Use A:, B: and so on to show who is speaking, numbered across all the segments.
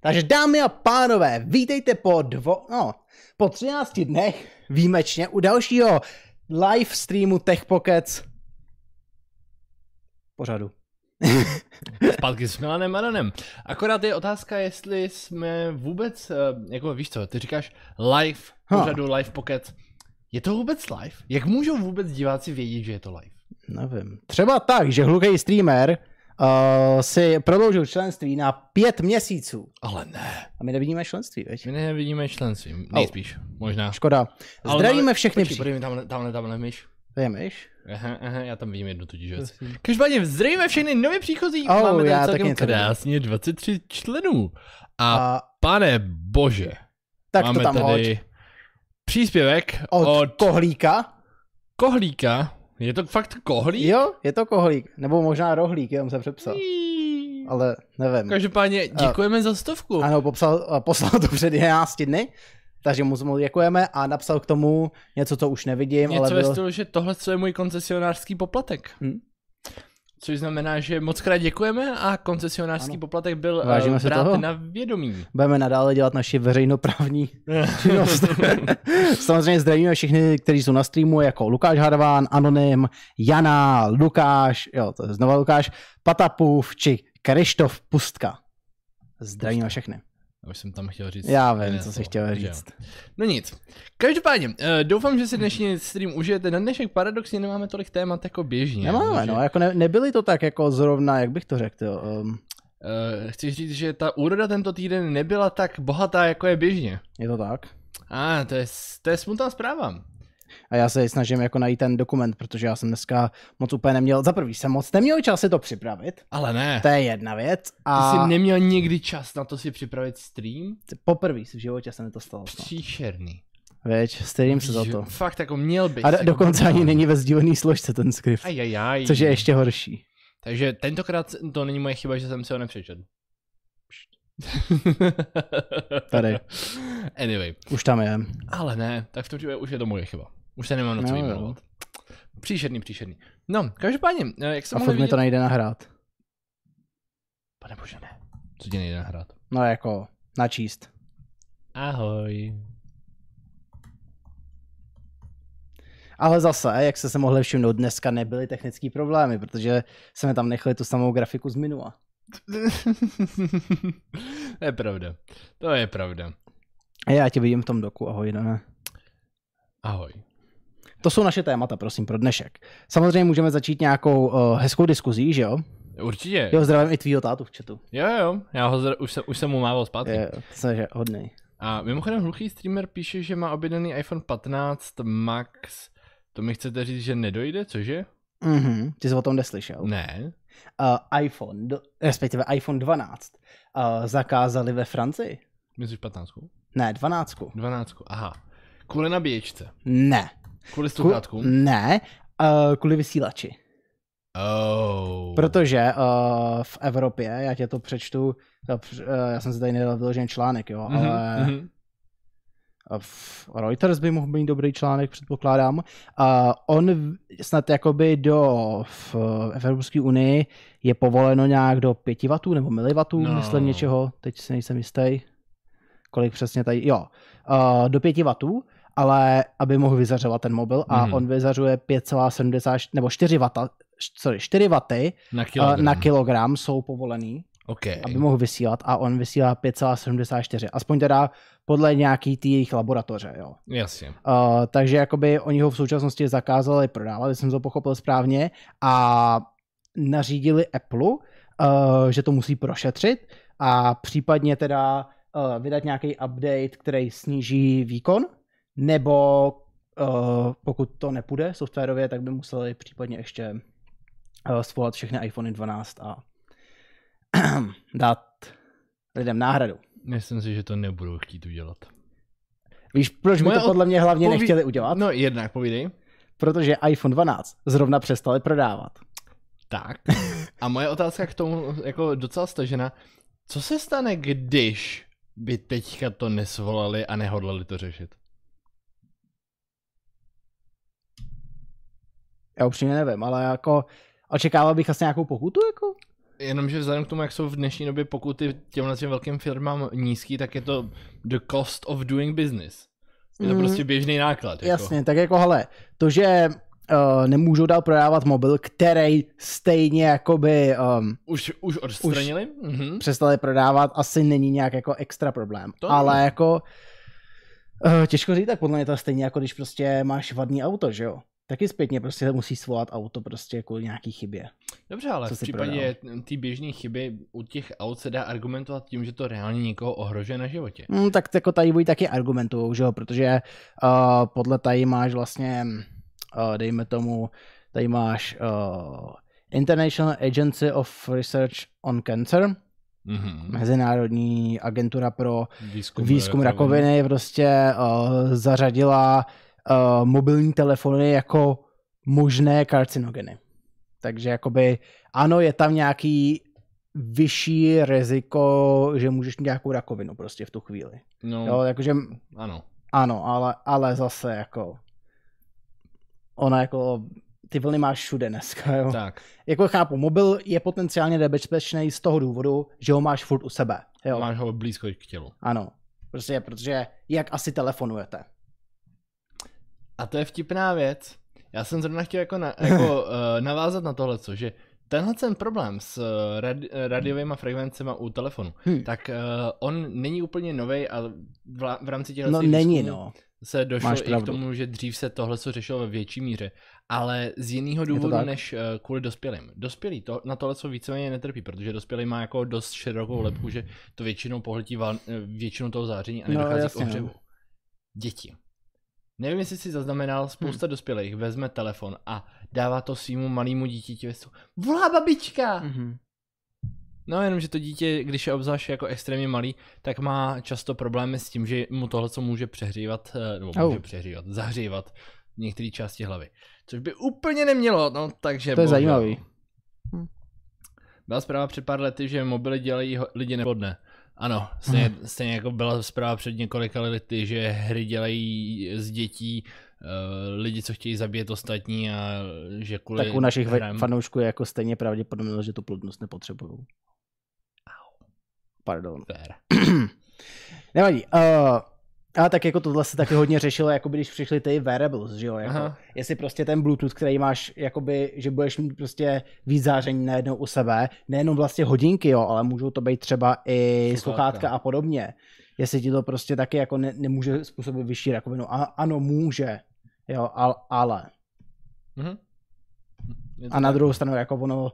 A: Takže dámy a pánové, vítejte po dvo, no, po 13 dnech výjimečně u dalšího live streamu Tech Pockets pořadu.
B: Zpátky s Milanem Maranem. Akorát je otázka, jestli jsme vůbec, eh, jako víš co, ty říkáš live,
A: Ha.
B: pořadu live pocket. Je to vůbec live? Jak můžou vůbec diváci vědět, že je to live?
A: Nevím. Třeba tak, že hlukej streamer uh, si prodloužil členství na pět měsíců.
B: Ale ne.
A: A my nevidíme členství, veď?
B: My nevidíme členství, nejspíš, možná.
A: Škoda.
B: Ale
A: Zdravíme
B: máme-
A: všechny.
B: Počkej, podej mi tamhle, tamhle, tamhle myš.
A: Víš?
B: Aha, aha, já tam vidím jednu tudíž věc. Každopádně zdravíme všechny nově příchozí,
A: Hm. Oh,
B: máme
A: já
B: tady
A: taky
B: celkem
A: něco vidím.
B: krásně 23 členů. A, A
A: A
B: pane bože,
A: tak
B: máme
A: to tam hoď.
B: tady příspěvek
A: Od,
B: od
A: kohlíka.
B: Kohlíka? Je to fakt kohlík?
A: Jo, je to kohlík. Nebo možná rohlík, jenom se přepsal.
B: Jí.
A: Ale nevím.
B: Každopádně děkujeme za stovku.
A: Ano, popsal, a poslal to před 11 dny, takže mu moc děkujeme a napsal k tomu něco, co už nevidím, ale
B: Něco ve
A: byl...
B: stylu, že tohle co je můj koncesionářský poplatek.
A: Hm.
B: Což znamená, že moc krát děkujeme a koncesionářský
A: Ano.
B: poplatek byl
A: Vážíme
B: eh,
A: si
B: brát
A: toho.
B: na vědomí.
A: budeme nadále dělat naši veřejnoprávní činnost. Samozřejmě zdravíme všechny, kteří jsou na streamu, jako Lukáš Harván, Anonym, Jana, Lukáš, jo, to je znova Lukáš, Patapův či Krištof Pustka. Zdravíme všechny.
B: Já už jsem tam chtěl říct.
A: Já vím,
B: jiné
A: co jsi
B: slovo,
A: chtěl
B: že jo.
A: říct.
B: No nic. Každopádně, eh, doufám, že si dnešní stream užijete. Na dnešek paradoxně nemáme tolik témat jako běžně.
A: Nemáme,
B: protože,
A: no, jako ne, nebyly to tak jako zrovna, jak bych to řekl, jo. Um,
B: eh, Chci říct, že ta úroda tento týden nebyla tak bohatá, jako je běžně.
A: je to tak?
B: A ah, to je, to je smutná zpráva.
A: A já se snažím jako najít ten dokument, protože já jsem dneska moc úplně neměl, za prvý jsem moc neměl čas si to připravit,
B: Ale ne.
A: to je jedna věc.
B: Ty
A: A
B: jsi neměl nikdy čas na to si připravit stream?
A: poprvé v životě se mi to stalo. No.
B: Příšerný.
A: Věď, stydím se za
B: Že
A: to.
B: Fakt, jako měl bys.
A: A do,
B: jako
A: dokonce
B: brutální.
A: ani není ve sdílený složce ten skript,
B: Ajajaj.
A: což je ještě horší.
B: Takže tentokrát to není moje chyba, že jsem si ho nepřečetl.
A: Tady.
B: Anyway.
A: Už tam je.
B: Ale ne, tak v tom případě už je to moje chyba. Už se nemám na co
A: No, jo.
B: jmenovat. Příšerný, příšerný. No, každopádně, eh, jak jsem
A: A furt
B: mohl
A: mi
B: vidět...
A: to nejde nahrát.
B: Pane bože, ne. Co tě nejde nahrát?
A: No jako, načíst.
B: Ahoj.
A: Ale zase, jak jste se mohli všimnout, dneska nebyly technické problémy, protože jsme tam nechali tu samou grafiku z minula.
B: to je pravda. To je pravda.
A: A já tě vidím v tom doku, ahoj, ne?
B: Ahoj.
A: To jsou naše témata, prosím, pro dnešek. Samozřejmě můžeme začít nějakou uh, hezkou diskuzí, že jo?
B: Určitě. Jo,
A: Jo, zdravím i tvýho tátu v chatu.
B: jo, jo. Já ho zra- už, jsem, už jsem mu mával zpátky.
A: Je, to se, že hodnej.
B: A mimochodem hluchý streamer píše, že má objednaný iPhone 15 Max. To mi chcete říct, že nedojde, cože?
A: Mhm, ty jsi o tom neslyšel.
B: Ne.
A: Uh, iPhone, do, respektive iPhone 12, uh, zakázali ve Francii.
B: Myslíš 15?
A: Ne, 12.
B: 12. Aha. Kvůli nabíječce.
A: Ne.
B: Kvůli
A: Ku-
B: sluchátkům.
A: Ne, uh, kvůli vysílači.
B: Oh.
A: Protože uh, v Evropě, já tě to přečtu, to př- eh, já jsem si tady nedal vyložen článek, jo,
B: Mhm,
A: ale
B: mhm.
A: A v Reuters by mohl být dobrý článek, předpokládám. A on v- snad jakoby do v v Evropské unii je povoleno nějak do 5 W nebo milivatů,
B: No.
A: no. myslím něčeho, teď si nejsem jistý, kolik přesně tady, jo, uh, do 5 W, ale aby mohl vyzařovat ten mobil a
B: Mhm.
A: on vyzařuje 5,70 nebo 4 W, sorry, 4 W
B: Na
A: eh,
B: kilogram.
A: na kilogram jsou povolený
B: OK.
A: aby mohl vysílat a on vysílá 5,74. Aspoň teda podle nějaký ty jejich laboratoře, jo.
B: Jasně.
A: Uh, takže jakoby oni ho v současnosti zakázali prodávat, jestli jsem to pochopil správně, a nařídili Apple, uh, že to musí prošetřit a případně teda uh, vydat nějaký update, který sníží výkon, nebo uh, pokud to nepůjde softwarově, tak by museli případně ještě uh, svolat všechny iPhony 12 a dát lidem náhradu.
B: Myslím si, že to nebudou chtít udělat.
A: Víš, proč by
B: Moje
A: to podle mě hlavně
B: odpověď-
A: nechtěli udělat?
B: No jednak, povídej.
A: protože iPhone 12 zrovna přestali prodávat.
B: Tak. A moje otázka k tomu jako docela stažená. Co se stane, když by teďka to nesvolali a nehodlali to řešit?
A: Já upřímně nevím, ale jako očekával bych asi nějakou pokutu, jako?
B: jenomže vzhledem k tomu, jak jsou v dnešní době pokuty těmhle těm velkým firmám nízký, tak je to the cost of doing business. Je to
A: Mhm.
B: prostě běžný náklad. Jako.
A: Jasně, tak jako hele, to, že uh, nemůžou dál prodávat mobil, který stejně jakoby um,
B: Už, už odstranili? Mhm.
A: přestali prodávat, asi není nějak jako extra problém.
B: To
A: To Ale
B: ne.
A: jako eh, těžko říct, tak podle mě to je stejně jako když prostě máš vadný auto, že jo? Taky zpětně prostě musí svolat auto prostě kvůli nějaký chybě.
B: Dobře, ale
A: Co
B: v
A: si
B: případě té běžné chyby u těch aut se dá argumentovat tím, že to reálně někoho ohrožuje na životě.
A: Mm, tak jako tady oni taky argumentují, že jo, protože uh, podle tady máš vlastně, uh, dejme tomu, tady máš uh, International Agency of Research on Cancer,
B: Mhm.
A: Mezinárodní agentura pro
B: Jako Výzkum,
A: výzkum rakoviny, prostě uh, zařadila uh, mobilní telefony jako možné karcinogeny. Takže jakoby ano, je tam nějaký vyšší riziko, že můžeš mít nějakou rakovinu prostě v tu chvíli.
B: No,
A: Jo, jakože
B: ano.
A: ano, ale, ale zase jako ona jako ty vlny máš všude dneska, jo.
B: Tak,
A: Jako chápu, mobil je potenciálně nebezpečný z toho důvodu, že ho máš furt u sebe, jo.
B: máš ho blízko k tělu.
A: Ano, prostě protože jak asi telefonujete.
B: A to je vtipná věc. Já jsem zrovna chtěl jako, na, jako uh, navázat na tohle, že tenhle ten problém s eh, radi, eh, rádiovými frekvencema u telefonu,
A: Hm.
B: tak uh, on není úplně nový a v, v rámci těchto
A: No
B: těch
A: není,
B: výzkumů
A: no.
B: se došlo
A: Máš
B: i k
A: pravdu.
B: tomu, že dřív se tohle co řešilo ve větší míře, ale z jiného důvodu
A: tak?
B: než eh, kvůli dospělým. Dospělí to, na tohle co víceméně netrpí, protože dospělý má jako dost
A: Hmm.
B: širokou lepku, že to většinou pohltí val, eh, většinu toho záření a
A: No,
B: nedochází
A: jasně,
B: k
A: no.
B: ohřevu. Děti. Nevím, jestli si zaznamenal, spousta
A: Hmm.
B: dospělých vezme telefon a dává to svýmu malému dítěti ve stůl. Volá babička!
A: Mhm.
B: No jenom, že to dítě, když je obzvlášť jako extrémně malý, tak má často problémy s tím, že mu tohle, co může přehřívat, eh, nebo
A: Au.
B: může přehřívat, zahřívat některé části hlavy. Což by úplně nemělo, no takže...
A: To je
B: bohužel.
A: zajímavý. Hm.
B: Byla zpráva před pár lety, že mobily dělají ho- lidi neplodné. Ano, stejně,
A: Hm.
B: stejně jako byla zpráva před několika lety, že hry dělají z dětí eh, lidi, co chtějí zabít ostatní a že kvůli
A: Tak u našich ve-
B: hrám-
A: fanoušků je jako stejně pravděpodobné, že tu plodnost nepotřebují. Pardon.
B: Fér.
A: Nevadí. Uh, a tak jako tohle se taky hodně řešilo, jako když přišly ty wearables, že jo? Jako,
B: Aha.
A: jestli prostě ten Bluetooth, který máš, jakoby, že budeš mít prostě víc záření najednou u sebe, nejenom vlastně hodinky, jo, ale můžou to být třeba i
B: Sluchátka.
A: sluchátka, a podobně. Jestli ti to prostě taky jako ne, nemůže způsobit vyšší rakovinu. A, ano, může, jo, al, ale.
B: Mhm. Je to
A: A na
B: tak.
A: druhou stranu, jako ono, uh,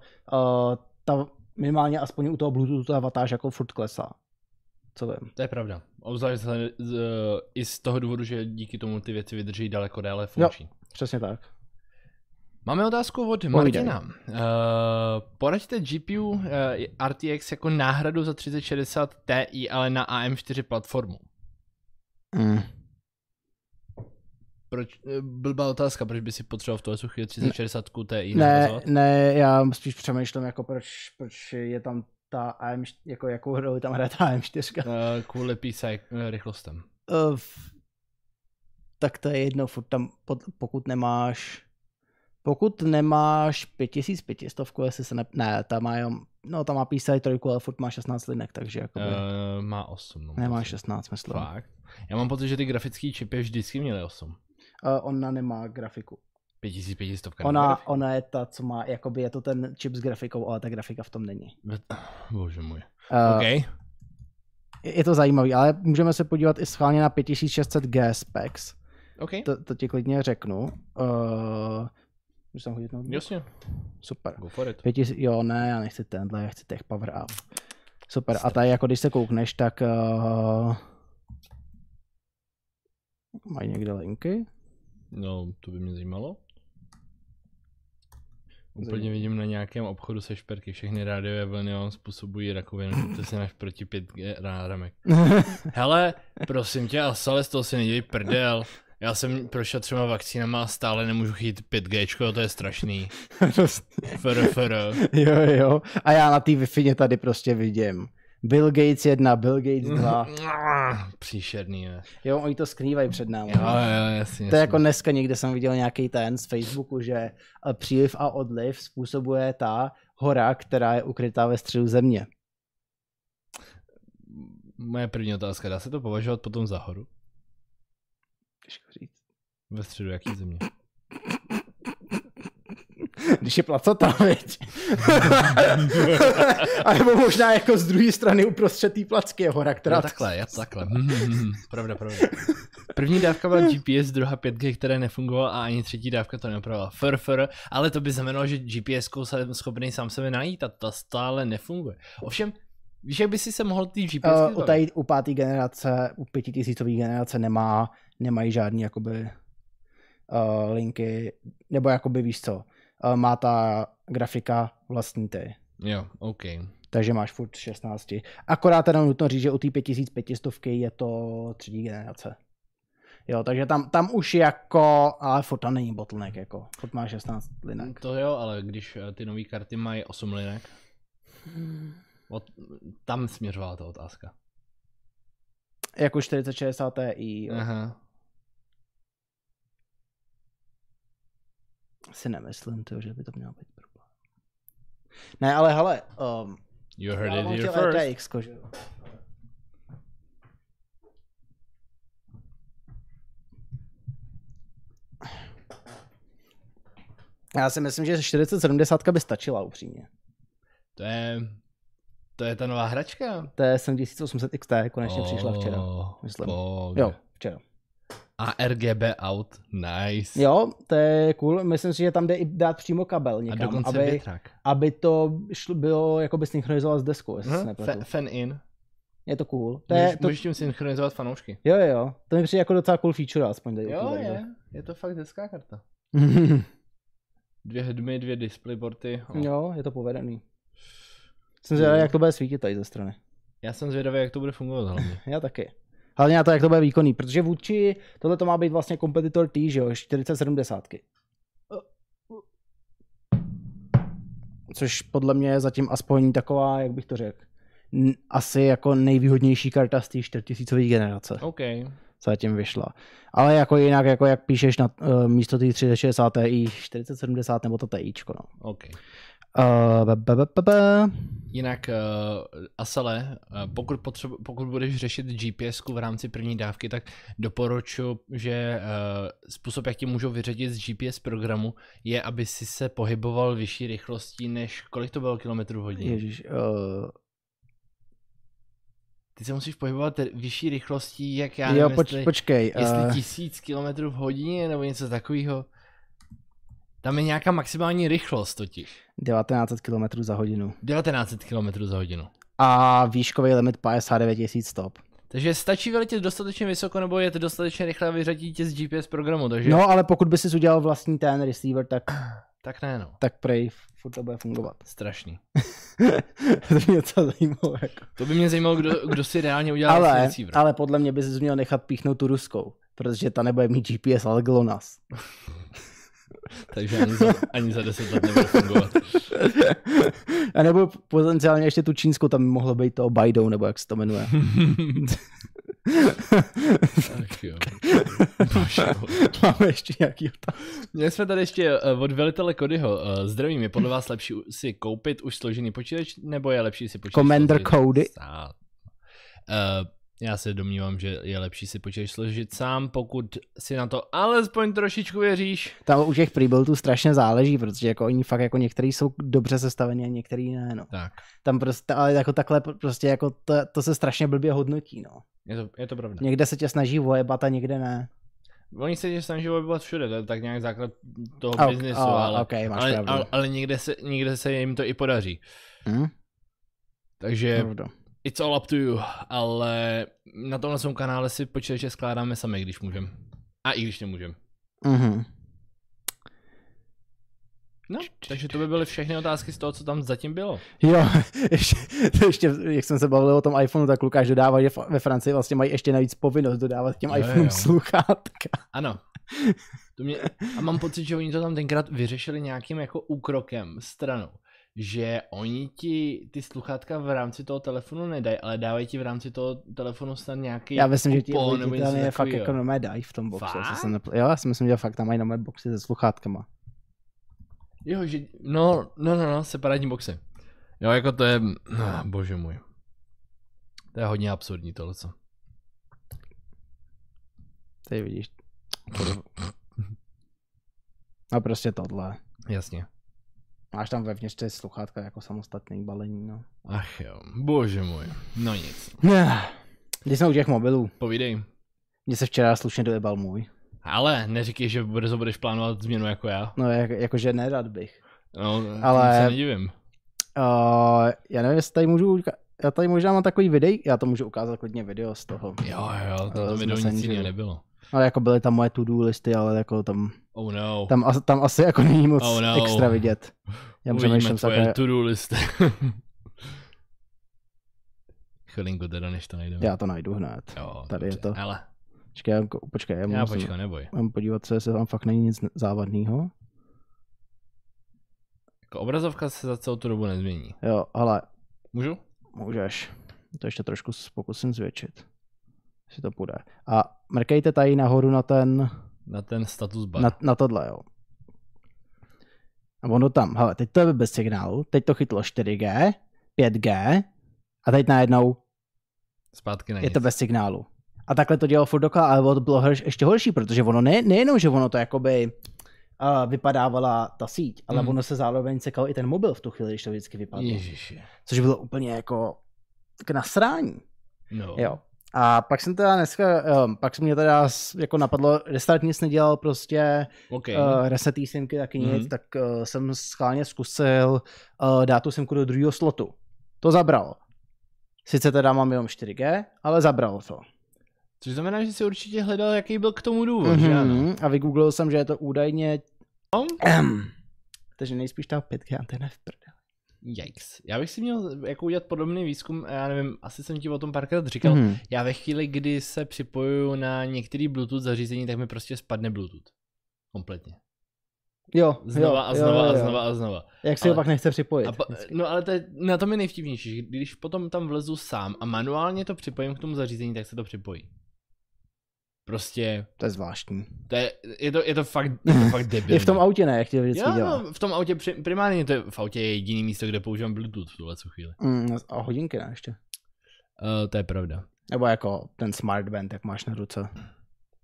A: ta, minimálně aspoň u toho Bluetoothu ta vatáž jako furt klesá. Co vím.
B: To je pravda. Obzvlášť z, z, i z toho důvodu, že díky tomu ty věci vydrží daleko déle funkční.
A: Přesně tak.
B: Máme otázku od
A: No. Povídej.
B: Martina. Uh, poraďte GPU uh, RTX jako náhradu za 3060 Ti, ale na AM4 platformu.
A: Mm.
B: Proč, eh, blbá otázka, proč by si potřeboval v tuhle chvíli 3060
A: Ne,
B: Ti nahrazovat?
A: ne, já spíš přemýšlím, jako proč, proč je tam ta AM, jako jakou roli tam hraje ta AM4.
B: Eh, kvůli písaj eh, rychlostem.
A: Uh, tak to je jedno, furt tam, pod, pokud nemáš, pokud nemáš 5500, jestli se ne, ne tam má jenom, no tam má PCI 3, ale furt má 16 linek, takže jako uh,
B: Uh, má 8. No,
A: nemá
B: pocit.
A: 16, myslím. Uh,
B: Fakt. Já mám pocit, že ty grafické čipy vždycky měly 8.
A: Eh, ona nemá grafiku.
B: 5500.
A: Ona, ona je ta, co má, jakoby je to ten čip s grafikou, ale ta grafika v tom není.
B: Bože můj.
A: Uh,
B: OK.
A: Je je to zajímavý, ale můžeme se podívat i schválně na 5600G specs.
B: OK.
A: To, to ti klidně řeknu. Uh, můžu tam hodit notebook?
B: Jasně.
A: Super.
B: Go for it.
A: 5000, jo, ne, já nechci tenhle, já chci těch power up. Super, a tady jako když se koukneš, tak uh, mají někde linky?
B: No, to by mě zajímalo. Úplně
A: Zajímalo.
B: vidím na nějakém obchodu se šperky. Všechny rádiové vlny vám způsobují rakovinu. Kupte si náš proti 5G rámek. Hele, prosím tě, Asale, z toho si nedělej prdel. Já jsem prošel třema vakcínama a stále nemůžu chytit 5G, to je strašný. Fr, fr.
A: jo, jo, a já na té wi tady prostě vidím Bill Gates 1, Bill Gates 2,
B: Ah, příšerný, ne?
A: Jo, oni to skrývají před námi.
B: Jo, jo, jasně.
A: To je jako dneska někde jsem viděl nějaký ten z Facebooku, že eh, příliv a odliv způsobuje ta hora, která je ukrytá ve středu země.
B: Moje první otázka, dá se to považovat potom za horu?
A: Těžko říct.
B: Ve středu jaký země?
A: Když je placatá, viď? a nebo možná jako z druhé strany uprostřed té placky je hora, která...
B: Jo, takhle, já takhle. Mhm, mhm. pravda, pravda. První dávka byla GPS, druhá 5G, které nefungovala a ani třetí dávka to neopravila. Furfur, ale to by znamenalo, že GPS kou jsem schopný sám sebe najít a ta stále nefunguje. Ovšem, víš, jak by si se mohl ty GPS
A: Eh, u,
B: uh,
A: tady, u páté generace, u pětitisícové generace nemá, nemají žádný jakoby uh, linky, nebo jakoby víš co, uh, má ta grafika vlastní ty.
B: Jo, OK.
A: Takže máš furt 16. Akorát teda nutno říct, že u té 5500 je to třetí generace. Jo, takže tam, tam už jako, ale furt tam není bottleneck, jako, furt má 16 linek.
B: To jo, ale když eh, ty nové karty mají 8 linek,
A: Hmm.
B: od, tam směřovala ta otázka.
A: Jako 4060 Ti, jo,
B: Aha.
A: si nemyslím, tyjo, že by to mělo být problém. Ne, ale hele, um,
B: You heard
A: já
B: it
A: mám
B: here
A: chtěl
B: first.
A: RTX, že jo. Já si myslím, že 4070 by stačila upřímně.
B: To je, to je ta nová hračka.
A: To je 7800 XT, konečně oh, přišla včera. myslím.
B: Bog.
A: Jo, včera.
B: A RGB out, nice.
A: Jo, to je cool. Myslím si, že tam jde i dát přímo kabel
B: a
A: někam,
B: dokonce
A: aby,
B: větrak.
A: aby to šlo, bylo jakoby synchronizovat s deskou, jestli se
B: Hm?
A: nepletu.
B: Fa- Fan in.
A: Je to cool. To
B: To můžeš,
A: je,
B: to...
A: to,
B: můžeš tím synchronizovat fanoušky.
A: jo, jo, jo. To mi přijde jako docela cool feature, aspoň tady. u
B: Jo,
A: tohohle.
B: je. Je to fakt hezká karta. Dvě hedmy, dvě oh. displayporty. O.
A: jo, je to povedený. Jsem zvědavý, jak to bude svítit tady ze strany.
B: Já jsem zvědavý, jak to bude fungovat hlavně.
A: Já taky. Hlavně na to, jak to bude výkonný, protože vůči tohle to má být vlastně kompetitor T, že jo, 4070. Což podle mě je zatím aspoň taková, jak bych to řekl, n- asi jako nejvýhodnější karta z té 4000 generace,
B: OK.
A: co zatím vyšla. Ale jako jinak, jako jak píšeš na uh, místo té 360 Ti 4070 nebo to TIčko, no.
B: OK.
A: Uh, ba, ba, ba, ba, ba.
B: Jinak, uh, Asale, uh, pokud, potřebu, pokud budeš řešit gps v rámci první dávky, tak doporučuji, že uh, způsob, jak tě můžou vyřadit z GPS programu, je, aby si se pohyboval vyšší rychlostí, než kolik to bylo kilometrů v hodině.
A: Ježíš, uh,
B: Ty se musíš pohybovat r- vyšší rychlostí, jak já nevím,
A: jo,
B: jo,
A: poč, počkej.
B: jestli
A: eh,
B: tisíc kilometrů v hodině nebo něco takového. Tam je nějaká maximální rychlost totiž.
A: 1900 km za hodinu.
B: 1900 km za hodinu.
A: a výškový limit 59 000 stop.
B: Takže stačí vyletět dostatečně vysoko, nebo je to dostatečně rychle a vyřadí tě z GPS programu, takže no.
A: No, ale pokud by si udělal vlastní ten receiver, tak,
B: tak ne no.
A: tak prej, furt to bude fungovat.
B: Strašný.
A: to mě docela zajímalo. Jako.
B: To by mě zajímalo, kdo, kdo si reálně udělal
A: Ale,
B: receiver.
A: ale podle mě bys měl nechat píchnout tu ruskou, protože ta nebude mít GPS, ale GLONASS.
B: Takže ani za, ani za 10 let nebude fungovat.
A: a nebo potenciálně ještě tu čínskou, tam by mohlo být to Baidou, nebo jak se to jmenuje.
B: Ach jo. Bože.
A: Máme ještě nějaký otázky.
B: Měli jsme tady ještě eh, od velitele Kodyho. eh, Zdravím, je podle vás lepší u- si koupit už složený počítač, nebo je lepší si počítač
A: Commander
B: složit
A: Cody.
B: sám? Eh, Já se domnívám, že je lepší si počítač složit sám, pokud si na to alespoň trošičku věříš.
A: Tam u těch prebuildů strašně záleží, protože jako oni fakt jako některý jsou dobře sestaveni a některý ne, no.
B: Tak,
A: tam prostě, ale jako takhle prostě jako to, to se strašně blbě hodnotí, no.
B: je to, je to pravda.
A: Někde se tě snaží vojebat a někde ne.
B: Oni se tě snaží objevovat všude, to je tak nějak základ toho
A: Ok,
B: biznesu,
A: a-
B: ale,
A: ok, máš
B: ale,
A: pravdu.
B: ale, ale někde, se, někde se jim to i podaří.
A: Hm?
B: Takže
A: Pravda.
B: it's all up to you, ale na tomhle svém kanále si počítače skládáme sami, když můžeme. A i když nemůžeme.
A: Mhm.
B: No, takže to by byly všechny otázky z toho, co tam zatím bylo.
A: Jo, ještě, ještě, jak jsem se bavil o tom iPhoneu, tak Lukáš dodává, že fa- ve Francii vlastně mají ještě navíc povinnost dodávat těm
B: Jo,
A: iPhoneům
B: jo.
A: sluchátka.
B: Ano. To mě... A mám pocit, že oni to tam tenkrát vyřešili nějakým jako úkrokem stranou. že oni ti ty sluchátka v rámci toho telefonu nedají, ale dávají ti v rámci toho telefonu snad nějaký
A: Já myslím, že ti
B: kupon nebo něco
A: tam je fakt
B: takovýho.
A: jako nové dají v tom boxu. Já,
B: Fakt?
A: jsem nepl- jo, já si myslím, že fakt tam mají nové boxy se sluchátkama.
B: Jo, že, no, no, no, no, separátní boxy. Jo, jako to je, no, bože můj. To je hodně absurdní tohle, co.
A: Tady vidíš. A prostě tohle.
B: Jasně.
A: Máš tam vevnitř ty sluchátka jako samostatný balení, no.
B: Ach jo, bože můj. No nic,
A: Když jsme u těch mobilů,
B: povídej.
A: mně se včera slušně dojebal můj.
B: Ale neříkej, že brzo budeš plánovat změnu jako já.
A: No, jak, jakože nerad bych.
B: No,
A: Ale-
B: ale... se nedivím.
A: Uh, já nevím, jestli tady můžu, uka- já tady možná mám takový videj, já to můžu ukázat klidně video z toho.
B: Jo, jo, to,
A: Ale
B: to mi
A: jsme
B: do nic
A: se
B: jiného
A: nedivili.
B: nebylo.
A: Ale jako byly tam moje to-do listy, ale jako tam,
B: Oh no.
A: tam, as- tam asi jako není moc
B: Oh
A: oh
B: no.
A: no. extra vidět. Já
B: Uvidíme
A: přemýšlím
B: tvoje
A: také,
B: to-do list. Chvilinku teda, než to najdeme.
A: já to najdu hned.
B: Jo,
A: tady je
B: dobře.
A: to.
B: Ale,
A: Počkej, já, ko- počkej, já,
B: já
A: musím,
B: počkej, neboj.
A: mám podívat se, jestli tam fakt není nic ne- závadného.
B: Jako obrazovka se za celou tu dobu nezmění.
A: Jo, ale
B: Můžu?
A: můžeš. To ještě trošku s- pokusím zvětšit. Jestli to půjde. A mrkejte tady nahoru na ten,
B: Na ten status bar.
A: na, na tohle, jo. A ono tam, hele, teď to je bez signálu, teď to chytlo 4G, 5G a teď najednou
B: Zpátky na
A: je
B: nic.
A: to bez signálu. A takhle to dělalo furt dokola, ale ono to bylo hrš, ještě horší, protože ono ne, nejenom, že ono to jakoby uh, vypadávala ta síť, ale
B: Mhm.
A: ono se zároveň sekal i ten mobil v tu chvíli, když to vždycky vypadlo.
B: Ježiši.
A: Což bylo úplně jako k nasrání.
B: No.
A: Jo. A pak jsem teda dneska, um, pak se mě teda s- jako napadlo, restart nic nedělal, prostě
B: OK.
A: uh, resetý simky taky nic,
B: Mhm.
A: tak uh, jsem schválně zkusil uh, dát tu simku do druhého slotu. To zabralo. Sice teda mám jenom 4G, ale zabralo to.
B: Což znamená, že jsi určitě hledal, jaký byl k tomu důvod, že
A: Mhm.
B: ano?
A: A vygooglil jsem, že je to údajně...
B: No.
A: Takže nejspíš ta 5G antena je v prdeli.
B: Yikes. Já bych si měl jako udělat podobný výzkum, já nevím, asi jsem ti o tom párkrát říkal. Já ve chvíli, kdy se připojuju na některý Bluetooth zařízení, tak mi prostě spadne Bluetooth. Kompletně.
A: Jo,
B: Znova
A: jo,
B: a znova
A: jo,
B: a
A: jo.
B: znova a znova.
A: Jak si ho
B: Ale-
A: pak nechce připojit.
B: A pa, no ale to je, na tom je nejvtipnější, že když potom tam vlezu sám a manuálně to připojím k tomu zařízení, tak se to připojí. Prostě,
A: To je zvláštní.
B: to je, je, to, je to fakt, je to fakt debilní.
A: Je v tom autě, ne? Jak ti to vždycky
B: no. jo,
A: dělá.
B: no, v tom autě, při- primárně to je, v autě je jediný místo, kde používám Bluetooth v tuhle co chvíli.
A: Mm, a hodinky ne ještě.
B: Uh, to je pravda.
A: Nebo jako ten smartband, jak máš na ruce.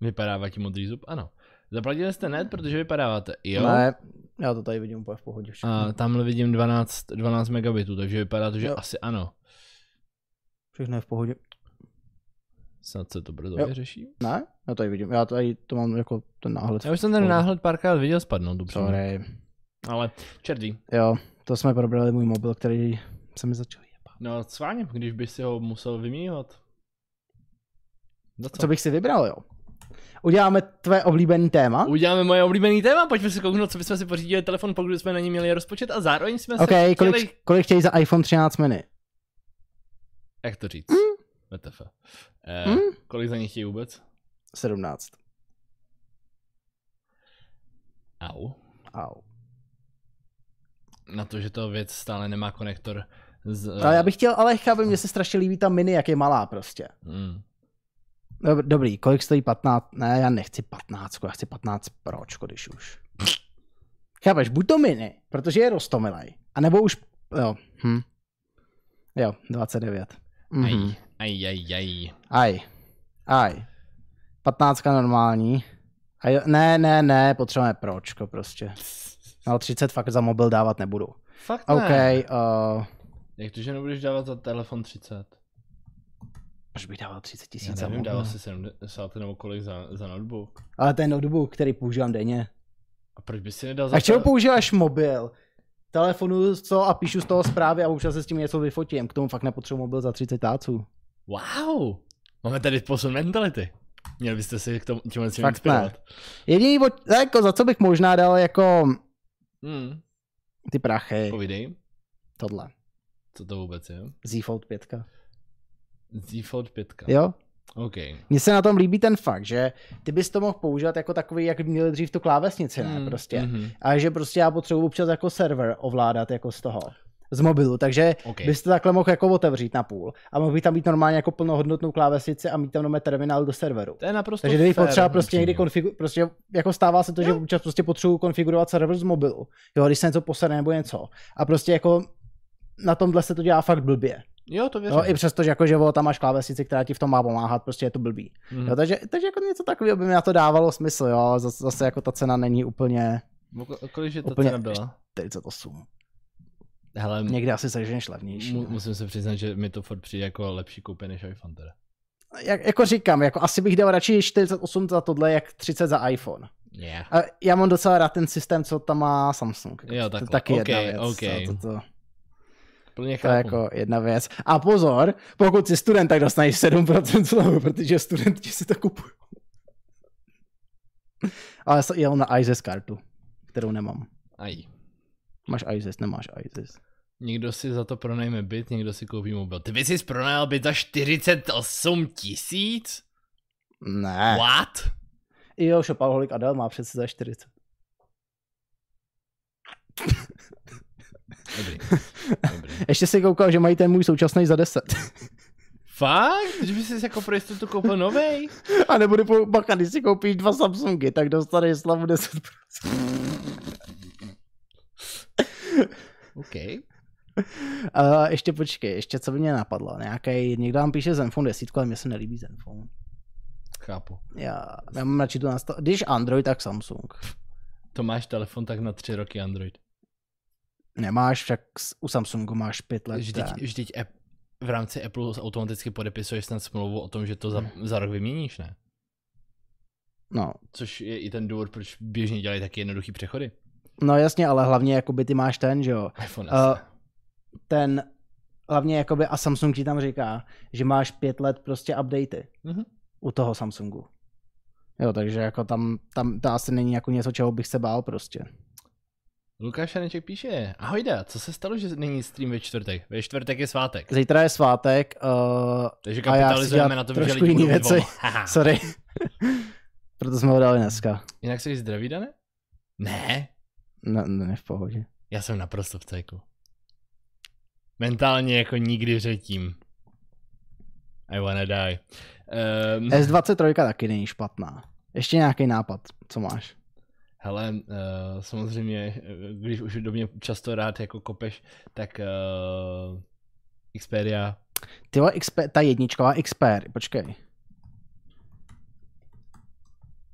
B: Vypadává ti modrý zub? Ano. Zaplatili jste net, protože vypadáváte. Jo.
A: Ne, já to tady vidím úplně v pohodě. Všechno,
B: A tamhle vidím 12, 12 megabitů, takže vypadá to, že
A: Jo.
B: asi ano.
A: všechno je v pohodě.
B: Snad se to brzo
A: Jo.
B: vyřeší.
A: Ne? Já tady vidím, já tady to mám jako ten náhled.
B: Já už jsem ten náhled párkrát viděl spadnout, upřímně.
A: Sorry.
B: Ale čert ví.
A: Jo, to jsme probrali můj mobil, který se mi začal jebat.
B: No cváně, když by si ho musel vyměňovat. Za co?
A: Co bych si vybral, jo? Uděláme tvé oblíbený téma.
B: Uděláme moje oblíbený téma, pojďme si kouknout, co bychom si pořídili telefon, pokud jsme na ní měli rozpočet a zároveň jsme se
A: OK,
B: chtěli...
A: kolik, kolik chtějí za iPhone 13 mini?
B: Jak to říct?
A: Hmm?
B: VTF. Eh,
A: Mm.
B: Kolik za ně chtějí vůbec?
A: 17.
B: Au.
A: Au.
B: Na to, že to věc stále nemá konektor z...
A: Ale já bych chtěl, ale chápu, mně se strašně líbí ta mini, jak je malá prostě.
B: Mm.
A: Dob- Dobrý, kolik stojí 15? Ne, já nechci 15, já chci 15 pročko, když už. Chápeš, buď to mini, protože je rostomilej, anebo už, jo, hm. Jo, 29. Mhm.
B: Aj, aj, aj, aj.
A: Aj. Aj. 15 normální. A jo, ne, ne, ne, potřebujeme pročko prostě. Ale 30 fakt za mobil dávat nebudu.
B: Fakt ne.
A: OK, uh,
B: Jak to, že nebudeš dávat za telefon 30?
A: proč bych dával 30
B: Já
A: tisíc za
B: nevím,
A: mobil?
B: dával si 70 nebo kolik za, za notebook.
A: Ale ten notebook, který používám denně.
B: A proč by si nedal za
A: A k čemu
B: tele-
A: používáš mobil? Telefonu co a píšu z toho zprávy a občas se s tím něco vyfotím. K tomu fakt nepotřebuji mobil za 30 táců.
B: Wow! Máme tady posun mentality. Měli byste se k tomu tímhle
A: Fakt ne. Jediný, o- jako za co bych možná dal jako
B: Hmm,
A: ty prachy,
B: povídej,
A: tohle.
B: co to vůbec je?
A: Z Fold 5.
B: Z Default 5.
A: Jo?
B: OK.
A: Mně se na tom líbí ten fakt, že ty bys to mohl používat jako takový, jak měli dřív tu klávesnici, ne,
B: Mm,
A: prostě.
B: mhm.
A: A že prostě já potřebuji občas jako server ovládat jako z toho, z mobilu, takže
B: OK.
A: okay. byste takhle mohl jako otevřít na půl a mohl by tam být normálně jako plnohodnotnou klávesnici a mít tam normálně terminál do serveru.
B: To je naprosto
A: Takže kdyby
B: fér,
A: potřeba prostě
B: upřímně.
A: někdy konfigu, prostě jako stává se to, že občas prostě potřebuji konfigurovat server z mobilu, jo, když se něco posere nebo něco. A prostě jako na tomhle se to dělá fakt blbě.
B: Jo, to věřím.
A: Jo, I přesto, že jako, že vole, tam máš klávesnici, která ti v tom má pomáhat, prostě je to blbý.
B: Mhm.
A: Jo, takže, takže jako něco takového by mi na to dávalo smysl, jo, ale zase, zase jako ta cena není úplně
B: Oko- Kolik je ta
A: Úplně-
B: cena byla?
A: 48.
B: Hele,
A: Někde asi seženeš levnější.
B: mu, musím se přiznat, že mi to furt přijde jako lepší koupě než iPhone teda.
A: Jak, jako říkám, jako asi bych dal radši 48 za tohle, jak 30 za iPhone.
B: Yeah.
A: A já mám docela rád ten systém, co tam má Samsung. Jako
B: Jo,
A: to je
B: takhle.
A: taky
B: Okej,
A: jedna věc.
B: okej.
A: To, to, to,
B: Plně
A: to je
B: chápu.
A: jako jedna věc. A pozor, pokud jsi student, tak dostaneš 7% slevu, protože studenti si to kupují. Ale s- jel na ISIS kartu, kterou nemám.
B: Aj.
A: Máš ISIS, nemáš ISIS.
B: Někdo si za to pronajme byt, někdo si koupí mobil. Ty bys si pronajal byt za 48 tisíc?
A: Ne.
B: What?
A: Jo, Shopaholic Adel má přece za 40.
B: Dobrý. Dobrý.
A: Ještě si koukal, že mají ten můj současný za 10.
B: Fakt? Že bys si jako pro jistotu koupil novej?
A: A nebudu po, bacha, když si koupíš dva Samsungy, tak dostaneš slavu 10%.
B: OK.
A: Uh, ještě počkej, ještě co by mě napadlo. Nějaký, někdo nám píše Zenfone 10, ale mně se nelíbí Zenfone.
B: Chápu.
A: Já, já mám radši tu nastav... Když Android, tak Samsung.
B: To máš telefon tak na tři roky Android.
A: Nemáš, však s- u Samsungu máš pět let.
B: Vždyť,
A: ten.
B: vždyť App, v rámci Apple automaticky podepisuješ snad smlouvu o tom, že to za, za rok vyměníš, ne?
A: No,
B: Což je i ten důvod, proč běžně dělají taky jednoduchý přechody.
A: no jasně, ale hlavně jakoby ty máš ten, že jo.
B: iPhone
A: Uh,
B: uh,
A: ten, hlavně jakoby, a Samsung ti tam říká, že máš pět let prostě updaty
B: Mhm.
A: u toho Samsungu. Jo, takže jako tam, tam to asi není jako něco, čeho bych se bál prostě.
B: Lukáš Janeček píše, ahojda, co se stalo, že není stream ve čtvrtek? Ve čtvrtek je svátek.
A: Zítra je svátek, uh,
B: Takže
A: A já chci
B: kapitalizujeme
A: dělat
B: na tom, že
A: trošku
B: lidi
A: jiný
B: budou mít
A: věci.
B: volno. Haha.
A: sorry. Proto jsme ho dali dneska.
B: Jinak jsi zdravý, Dane? Ne,
A: Ne, ne, ne v pohodě.
B: já jsem naprosto v cajku. Mentálně jako nikdy předtím. I wanna die. Um,
A: S23 taky není špatná. Ještě nějaký nápad, co máš?
B: Hele, uh, samozřejmě, eh, když už do mě často rád jako kopeš, tak uh, Xperia,
A: Ty vole, Xper, ta jedničková Xper, počkej.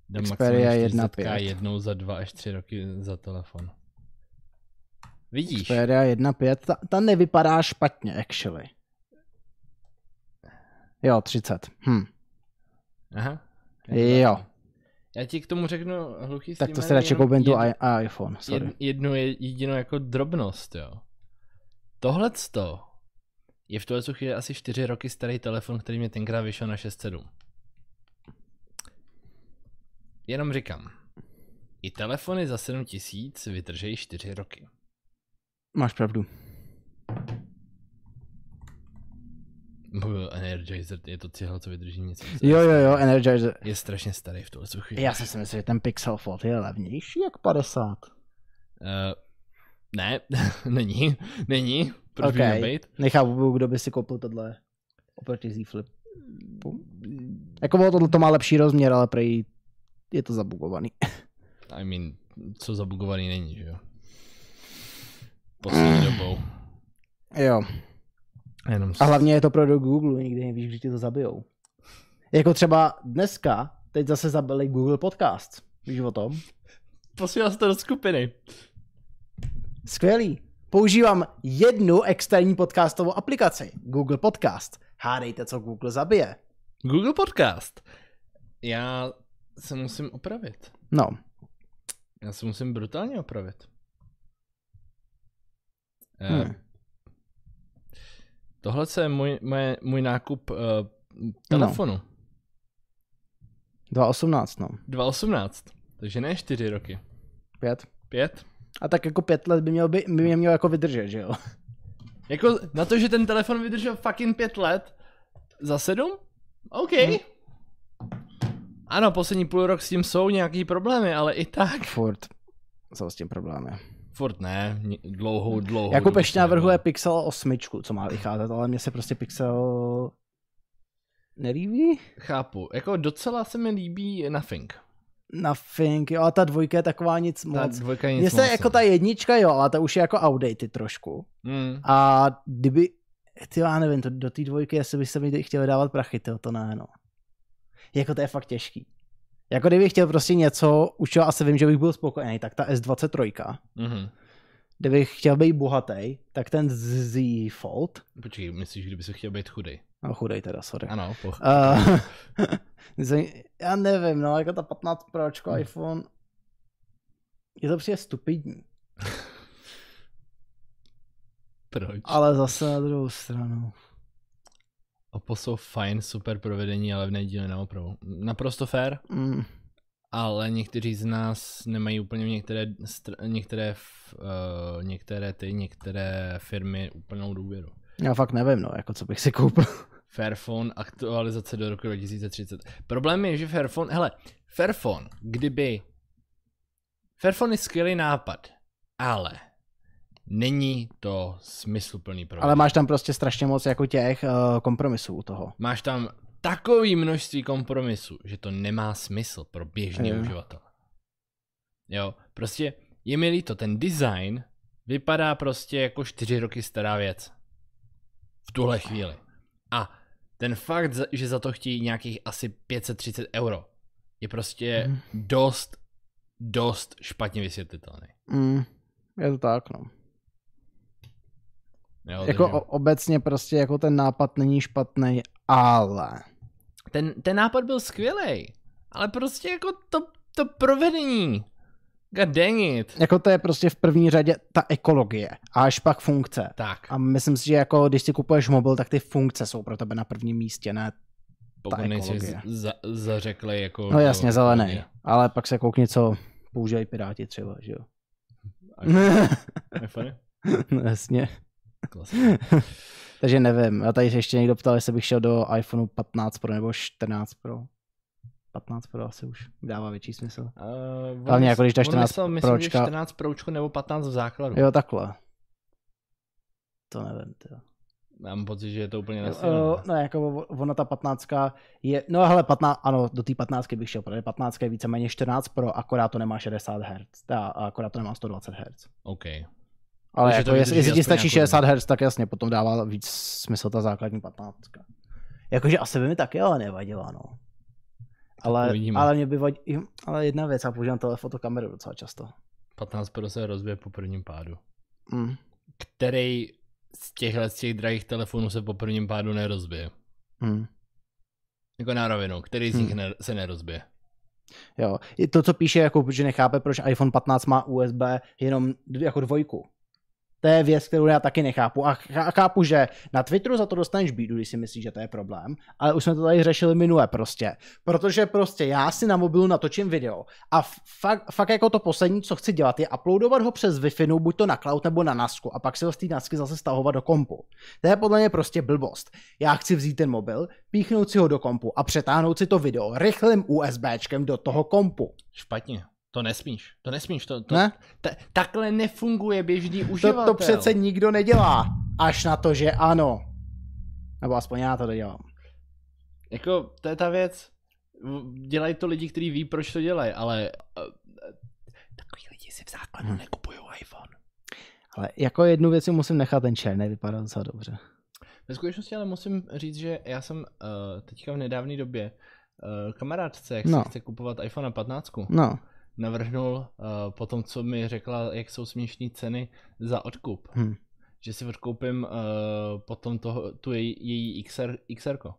B: dám
A: Xperia
B: maximálně
A: 1.5.
B: 40K jednou za dva až tři roky za telefon. Vidíš?
A: Xperia 1.5, ta, ta nevypadá špatně, actually. Jo, 30. Hm.
B: Aha.
A: Jo,
B: Já ti k tomu řeknu, hluchý
A: tak to
B: streamere,
A: si radši
B: jenom
A: koupím tu
B: jed-
A: i- iPhone, sorry.
B: jed, jednu je- jedinou jako drobnost, jo. Tohleto je v tuhle chvíli asi 4 roky starý telefon, který mě tenkrát vyšel na 6.7. Jenom říkám, i telefony za 7000 vydržejí 4 roky.
A: Máš pravdu.
B: Mluvil Energizer, je to cihla, co vydrží nic. víc.
A: Jo, jo, jo, Energizer.
B: Je strašně starý v tuhle chvíli.
A: Já jsem si myslel, že ten Pixel Fold je levnější jak 50.
B: Eh, ne, není, není, proč by
A: Okej.
B: měl být?
A: Nechápu, kdo by si koupil tohle oproti Z Flip. Jako bylo tohle, to má lepší rozměr, ale prej je to zabugovaný.
B: I mean, co zabugovaný není, že jo? Poslední dobou.
A: Jo.
B: Jenom s-
A: A hlavně je to produkt Google, nikdy nevíš, kdy ti to zabijou. Jako třeba dneska, teď zase zabili Google Podcast. Víš o tom?
B: Posílal jsi to do skupiny.
A: Skvělý. Používám jednu externí podcastovou aplikaci. Google Podcast. Hádejte, co Google zabije.
B: Google Podcast. Já se musím opravit.
A: No,
B: Já se musím brutálně opravit.
A: Hmm.
B: Hmm. Tohle je můj, moje, můj nákup uh, telefonu.
A: 2.18, no.
B: 2018. Takže ne 4 roky.
A: Pět.
B: 5.
A: A tak jako pět let by měl, by, by mě měl jako vydržet, že jo?
B: Jako na to, že ten telefon vydržel fucking 5 let. Za 7? OK.
A: Mhm.
B: Ano, poslední půl rok s tím jsou nějaký problémy, ale i tak.
A: Furt jsou s tím problémy.
B: Furt ne, ni- dlouhou, dlouhou.
A: Jakub
B: dobu
A: ještě
B: to nebylo.
A: navrhuje Pixel 8, co má vycházet, ale mně se prostě Pixel nelíbí.
B: Chápu, jako docela se mi líbí Nothing.
A: Nothing, jo, a ta dvojka je taková nic
B: Ta
A: moc.
B: dvojka je
A: No,
B: nic
A: Mně se
B: moc,
A: jako
B: no.
A: ta jednička, jo, ale ta už je jako outdated trošku.
B: Mm.
A: A kdyby, ty já nevím, to, do té dvojky, jestli by se mi chtěli dávat prachy, tyjo, to ne, no. Jako to je fakt těžký. Jako kdybych chtěl prostě něco, už jo, asi vím, že bych byl spokojený, tak ta S23,
B: Mhm.
A: kdybych chtěl být bohatý, tak ten Z Fold,
B: Počkej, myslíš, kdyby se chtěl být chudej?
A: no chudej teda, sorry.
B: Ano, poch.
A: Uh, já nevím, no, jako ta 15 Pročko
B: Hmm.
A: iPhone, je to přijde stupidní,
B: Proč?
A: ale zase na druhou stranu.
B: Oppo jsou fajn, super provedení a levné díly na opravu. Naprosto fair,
A: Mm.
B: ale někteří z nás nemají úplně některé, str- některé, f- eh, některé ty, některé firmy úplnou důvěru.
A: Já fakt nevím, no, jako co bych si koupil.
B: Fairphone aktualizace do roku 2030. Problém je, že Fairphone, hele, Fairphone, kdyby, Fairphone je skvělý nápad, ale není to smysluplný produkt.
A: Ale máš tam prostě strašně moc jako těch uh, kompromisů u toho.
B: máš tam takový množství kompromisů, že to nemá smysl pro běžný
A: Jo.
B: uživatele. Jo, prostě je mi líto, ten design vypadá prostě jako čtyři roky stará věc. V tuhle chvíli. A ten fakt, za- že za to chtějí nějakých asi 530 euro, je prostě
A: Mhm.
B: dost, dost špatně vysvětlitelný.
A: Mm. Je to tak, no.
B: Jo,
A: Jako
B: takže-
A: o, obecně prostě jako ten nápad není špatný, ale...
B: ten, ten nápad byl skvělý, ale prostě jako to, to provedení. God dang it.
A: Jako to je prostě v první řadě ta ekologie a až pak funkce.
B: Tak,
A: A myslím si, že jako když si kupuješ mobil, tak ty funkce jsou pro tebe na prvním místě, ne?
B: pokud nejsi
A: ekologie.
B: za, zařekli jako...
A: No jasně,
B: do-
A: zelený. Ale pak se koukni, co používají piráti třeba, že jo?
B: Až- iPhone?
A: no, jasně.
B: Klasika.
A: Takže nevím. A tady se ještě někdo ptal, jestli bych šel do iPhoneu 15 Pro nebo 14 Pro. 15 Pro asi už dává větší smysl.
B: Uh,
A: Hlavně jako když dáš
B: on
A: 14
B: myslel, myslím,
A: pročka.
B: Že 14 proučku nebo 15 v základu. Jo.
A: Jo, takhle. To nevím, ty.
B: Mám pocit, že je to úplně
A: No,
B: na
A: no, jako o- ona ta 15 je, no hele, 15, ano, do té 15 bych šel, protože 15 je víceméně 14 Pro, akorát to nemá 60 Hz, a akorát to nemá 120 Hz.
B: OK.
A: Ale
B: Takže
A: jako,
B: to
A: jestli,
B: vydrží
A: jestli ti
B: aspoň
A: stačí
B: nějakou dobu.
A: 60 Hz, tak jasně, potom dává víc smysl ta základní 15. Jakože asi by mi taky ale nevadila, no. Ale,
B: uvidíme.
A: ale mě by vadí, ale jedna věc, já používám tohle fotokameru docela často.
B: 15 pro se rozbije po prvním pádu.
A: Mm.
B: Který z těchhle z těch drahých telefonů se po prvním pádu nerozbije?
A: Mm.
B: Jako na rovinu, který z nich
A: Hmm.
B: ne, se nerozbije?
A: Jo. I to, co píše, jako, že nechápe, proč iPhone 15 má USB jenom d- jako dvojku. To je věc, kterou já taky nechápu. A chá- chápu, že na Twitteru za to dostaneš bídu, když si myslíš, že to je problém, ale už jsme to tady řešili minule prostě. Protože prostě já si na mobilu natočím video a f- fakt, fakt jako to poslední, co chci dělat, je uploadovat ho přes Wi-Fi, no buď to na cloud nebo na nasku a pak si ho z té nasky zase stahovat do kompu. To je podle mě prostě blbost. Já chci vzít ten mobil, píchnout si ho do kompu a přetáhnout si to video rychlým USBčkem do toho kompu.
B: Špatně. To nesmíš. To nesmíš. To, to,
A: Ne?
B: Ta, takhle nefunguje běžný
A: To,
B: uživatel.
A: to přece nikdo nedělá, až na to, že ano. Nebo aspoň já to nedělám.
B: Jako, to je ta věc. V- Dělají to lidi, kteří ví, proč to dělají, ale... eh, eh, Takový lidi si v základu
A: Hm.
B: nekupují iPhone.
A: Ale jako jednu věc si musím nechat, ten černý vypadá docela dobře.
B: Ve skutečnosti ale musím říct, že já jsem uh, teďka v nedávné době uh, kamarádce, jak no.
A: No.
B: si chce kupovat iPhone 15,
A: No,
B: navrhnul uh, po tom, co mi řekla, jak jsou směšné ceny za odkup.
A: Hm.
B: Že si odkoupím uh, potom toho, tu její, její XR, XR-ko.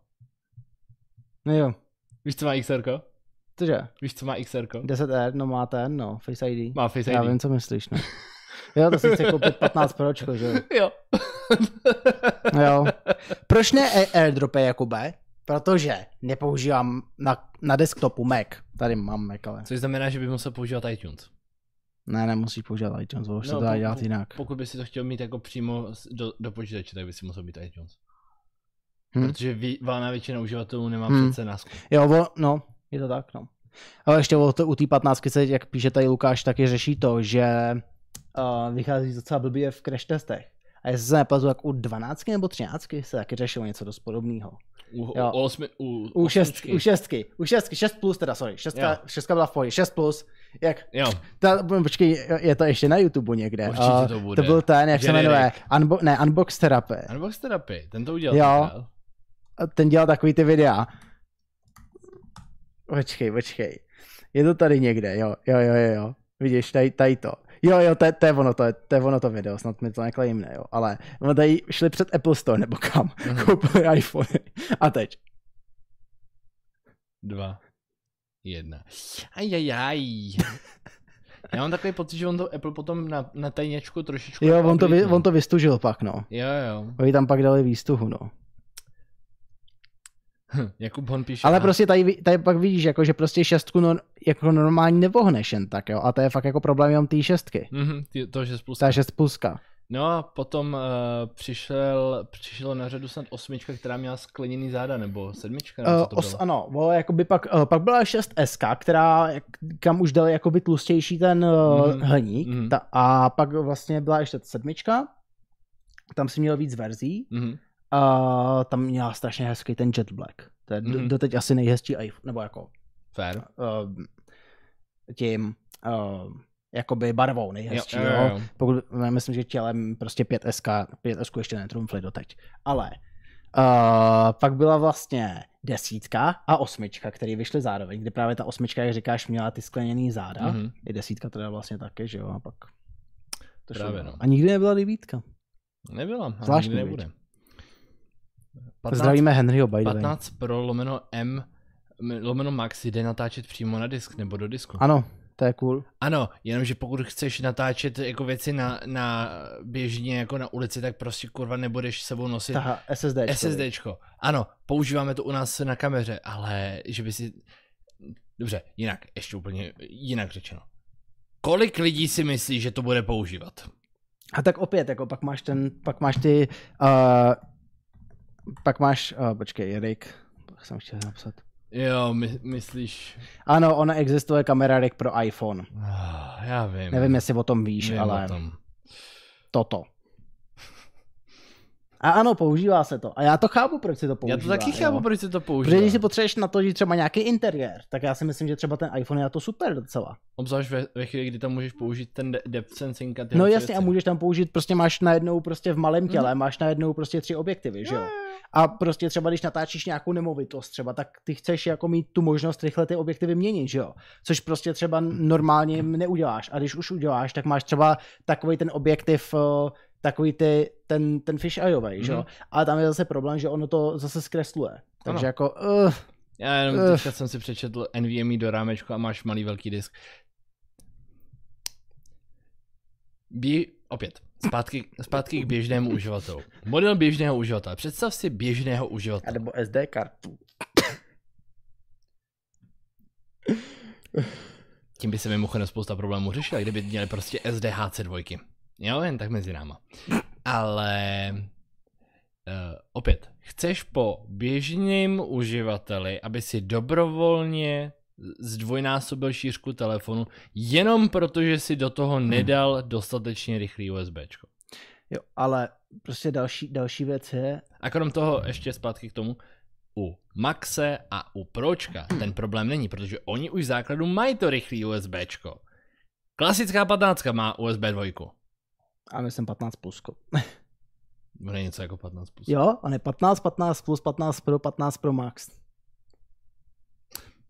A: no jo,
B: Víš, co má XR?
A: cože?
B: Víš, co má XR?
A: 10R, no má ten, no, Face ID.
B: Má Face ID.
A: Já vím, co myslíš, no. Jo, to si chci koupit 15 pročko, že jo.
B: Jo.
A: No jo. Proč ne A- airdropy, Jakube? Protože nepoužívám na, na desktopu Mac. Tady mám Mac, ale.
B: Což znamená, že bych musel používat iTunes.
A: Ne, nemusíš používat iTunes, už no,
B: No,
A: se to dá
B: po-
A: dělat
B: po-
A: jinak.
B: Pokud by si to chtěl mít jako přímo s- do, do počítače, tak by si musel mít iTunes.
A: Hm.
B: Protože ví, valná většina uživatelů nemá
A: Hm.
B: přece nasku.
A: Jo, o, no, je to tak, no. Ale ještě o to, u té 15, se, jak píše tady Lukáš, taky řeší to, že uh, vychází docela blbě v crash testech. A jestli se nepletu, tak u 12 nebo 13 se taky řešilo něco dost podobného.
B: U, u,
A: Jo.
B: osmi, u,
A: U 6,
B: osmičky.
A: u 6, u 6, 6 plus teda, sorry, 6,
B: Jo.
A: 6 byla v pohodě, 6 plus, jak,
B: Jo,
A: ta, počkej, je to ještě na YouTube někde.
B: Určitě
A: A
B: to bude.
A: To byl ten, jak se
B: Generik.
A: jmenuje, unbo, ne, Unbox Therapy.
B: Unbox Therapy, ten to udělal.
A: Jo.
B: tenkrát.
A: A ten dělal takový ty videa. Počkej, počkej. Je to tady někde, jo, jo, jo, jo, jo. Vidíš, tady, tady to. Jo, jo, to je, to je ono to, je, to je ono to video, snad mi to neklejmne, jo, ale ono tady šli před Apple Store nebo kam,
B: Mhm.
A: koupili iPhone a teď.
B: Dva. Jedna. Ajajaj. Já mám takový pocit, že on to Apple potom na, na tajněčku trošičku...
A: Jo, on to, vy,
B: updatenul.
A: on to vystužil pak, no.
B: Jo, jo.
A: Oni tam pak dali výstuhu, no.
B: Hm, Jakub Hon píše...
A: Ale
B: aha,
A: prostě tady, vi- tady pak vidíš, jako, že prostě šestku no, jako normálně nevohneš jen tak, jo, a to je fakt jako problém jenom té šestky.
B: mhm, ty- to, že spousta...
A: Ta šest pluska.
B: No a potom uh, přišel, přišel na řadu snad osmička, která měla skleněný záda, nebo sedmička, nebo
A: Uh,
B: co to
A: os,
B: bylo?
A: ano, o, jakoby pak, uh, pak byla 6SK, která, jak- kam už dali jakoby tlustější ten uh,
B: Mhm,
A: hliník
B: mhm.
A: ta, a pak vlastně byla ještě sedmička, tam si měl víc verzí
B: Mhm.
A: a tam měla strašně hezký ten Jet Black. To je do-
B: Mhm.
A: doteď asi nejhezčí iPhone, nebo jako
B: Fair.
A: uh, tím uh, jakoby barvou nejhezčí, jo,
B: Jo, jo, jo, jo.
A: Pokud, já myslím, že tělem prostě 5SK, 5SK ještě netrumfli doteď, ale uh, pak byla vlastně desítka a osmička, které vyšly zároveň, kdy právě ta osmička, jak říkáš, měla ty skleněný záda, mm-hmm.
B: Mhm.
A: i desítka teda vlastně taky, že jo, a pak to šlo.
B: Právě
A: dál.
B: no.
A: A nikdy nebyla devítka.
B: Nebyla, ani
A: Zvláštní,
B: nikdy
A: viď?
B: nebude. 15,
A: Zdravíme Henryho, by the way.
B: 15 Pro lomeno M m- lomeno Max jde natáčet přímo na disk nebo do disku.
A: Ano, to je cool.
B: Ano, jenomže pokud chceš natáčet jako věci na, na běžně jako na ulici, tak prostě kurva nebudeš s sebou nosit
A: Ta SSD.
B: SSDčko. Ano, používáme to u nás na kameře, ale že by si... Dobře, jinak, ještě úplně jinak řečeno. Kolik lidí si myslí, že to bude používat?
A: A tak opět, jako pak máš ten, pak máš ty, uh, pak máš, uh, počkej, Rick, jak jsem chtěl napsat.
B: Jo, my, myslíš...
A: Ano, ona existuje kamera Rick pro iPhone.
B: Ah, Já vím.
A: Nevím, jestli o tom víš,
B: Vím o
A: ale
B: tom.
A: toto. A ano, používá se to. A já to chápu, proč se to používá.
B: Já to taky chápu,
A: jo.
B: proč se to používá.
A: Protože když si potřebuješ na to, že třeba nějaký interiér, tak já si myslím, že třeba ten iPhone je na to super docela.
B: Obzvlášť ve, ve chvíli, kdy tam můžeš použít ten de- depth sensing a ty
A: no
B: další
A: jasně, a
B: věci.
A: můžeš tam použít, prostě máš najednou prostě v malém
B: Mhm.
A: těle, máš najednou prostě tři objektivy, že jo? A prostě třeba, když natáčíš nějakou nemovitost třeba, tak ty chceš jako mít tu možnost rychle ty objektivy měnit, že jo? Což prostě třeba
B: Hmm.
A: normálně neuděláš. A když už uděláš, tak máš třeba takový ten objektiv, eh, takový ty, ten, ten fish eyovej, že jo?
B: Mhm.
A: Ale tam je zase problém, že ono to zase zkresluje. Takže
B: Ano.
A: jako, uh,
B: Já jenom
A: Ech.
B: teďka jsem si přečetl NVMe E do rámečku a máš malý velký disk. Bí, opět, zpátky, zpátky k běžnému uživatelu. Model běžného uživatele. Představ si běžného uživatele.
A: nebo SD kartu.
B: Tím by se mimochodem spousta problémů řešila, kdyby měli prostě SDHC dvojky. Jo, jen tak mezi náma. Ale uh, opět, chceš po běžném uživateli, aby si dobrovolně zdvojnásobil šířku telefonu, jenom protože si do toho nedal dostatečně rychlý USBčko.
A: Jo, ale prostě další, další věc je,
B: A krom toho ještě zpátky k tomu, u Maxe a u Pročka ten problém není, protože oni už v základu mají to rychlý USBčko. Klasická 15 má USB 2.
A: a myslím 15 plusko.
B: Bude něco jako 15 plus.
A: Jo, a ne 15, 15 plus, 15 pro, 15 pro max.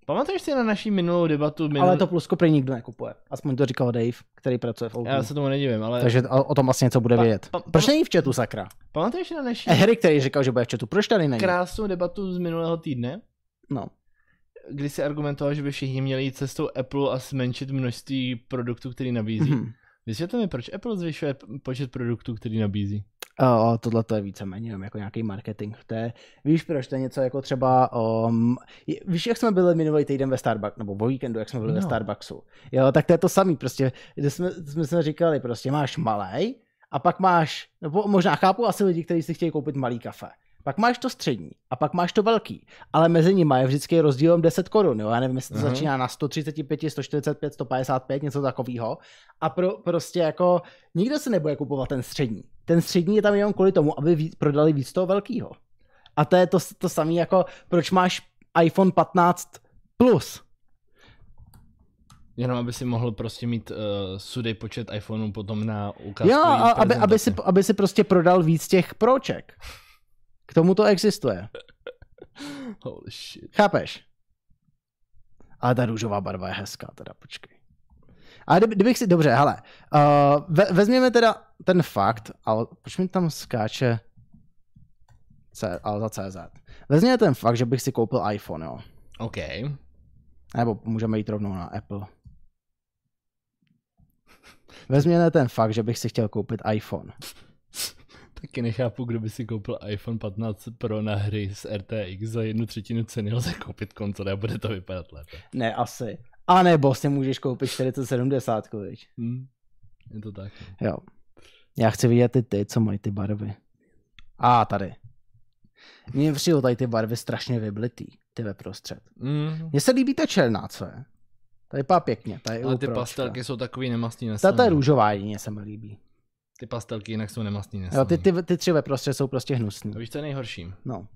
B: Pamatuješ si na naší minulou debatu? Minul...
A: Ale to plusko prý nikdo nekupuje. Aspoň to říkal Dave, který pracuje v Outu.
B: Já se tomu nedivím, ale Takže...
A: Takže o o tom asi něco bude
B: Eh, Pa-
A: vědět.
B: pa- Eh, pa-
A: Proč není v chatu, sakra? Eh,
B: pamatuješ si na naší
A: Harry, který říkal, že bude v chatu, proč tady není?
B: krásnou debatu z minulého týdne?
A: No.
B: Kdy si argumentoval, že by všichni měli jít cestou Apple a zmenšit množství produktů, který nabízí. Mm-hmm.
A: Mhm.
B: Vysvětli mi, proč Apple zvyšuje p- počet produktů, který nabízí.
A: O, Eh, tohle to je víceméně jenom jako nějaký marketing. To je, víš proč, to je něco jako třeba, um, je- víš jak jsme byli minulý týden ve Starbucks, nebo o víkendu, jak jsme byli no. ve
B: No.
A: Starbucksu. Jo, tak to je to samý, prostě, kde jsme, jsme, jsme říkali, prostě máš malej a pak máš, nebo možná chápu asi lidi, kteří si chtějí koupit malý kafe. pak máš to střední a pak máš to velký, ale mezi nimi je vždycky rozdílem 10 korun, jo? já nevím, jestli to
B: Aha.
A: začíná na 135, 145, 155, něco takového a pro, prostě jako nikdo se nebude kupovat ten střední. Ten střední je tam jenom kvůli tomu, aby víc, prodali víc toho velkého. A to je to, to samé jako, proč máš iPhone 15 Plus.
B: Jenom aby si mohl prostě mít uh, sudej počet iPhoneů potom na ukázku.
A: Jo, a- aby, aby, si, aby si prostě prodal víc těch proček. K tomu to existuje.
B: Holy shit.
A: Chápeš? Ale ta růžová barva je hezká, teda počkej. A kdyby, kdybych si, dobře, hele, uh, ve, vezměme teda ten fakt, ale proč mi tam skáče C, Alza CZ. Vezměme ten fakt, že bych si koupil iPhone, jo.
B: OK.
A: Nebo můžeme jít rovnou na Apple. Vezměme ten fakt, že bych si chtěl koupit iPhone.
B: Taky nechápu, kdo by si koupil iPhone 15 Pro na hry z RTX za jednu třetinu ceny lze koupit konzole a bude to vypadat lépe.
A: Ne, asi. A nebo si můžeš koupit 4070, viď?
B: Hm. Je to tak. no.
A: Jo. Já chci vidět ty ty, co mají ty barvy. A tady. Mně přijde tady ty barvy strašně vyblitý, ty ve prostřed.
B: Hm.
A: Mně se líbí ta černá, co je. Tady pá pěkně, tady je
B: Ale ty
A: úpročka.
B: pastelky jsou takový nemastný neslaný.
A: Tato je růžová jedině se mi líbí.
B: Ty pastelky jinak jsou nemastný neslaný.
A: Jo, ty, ty, ty tři ve prostřed jsou prostě hnusný.
B: A víš, co je nejhorší?
A: No.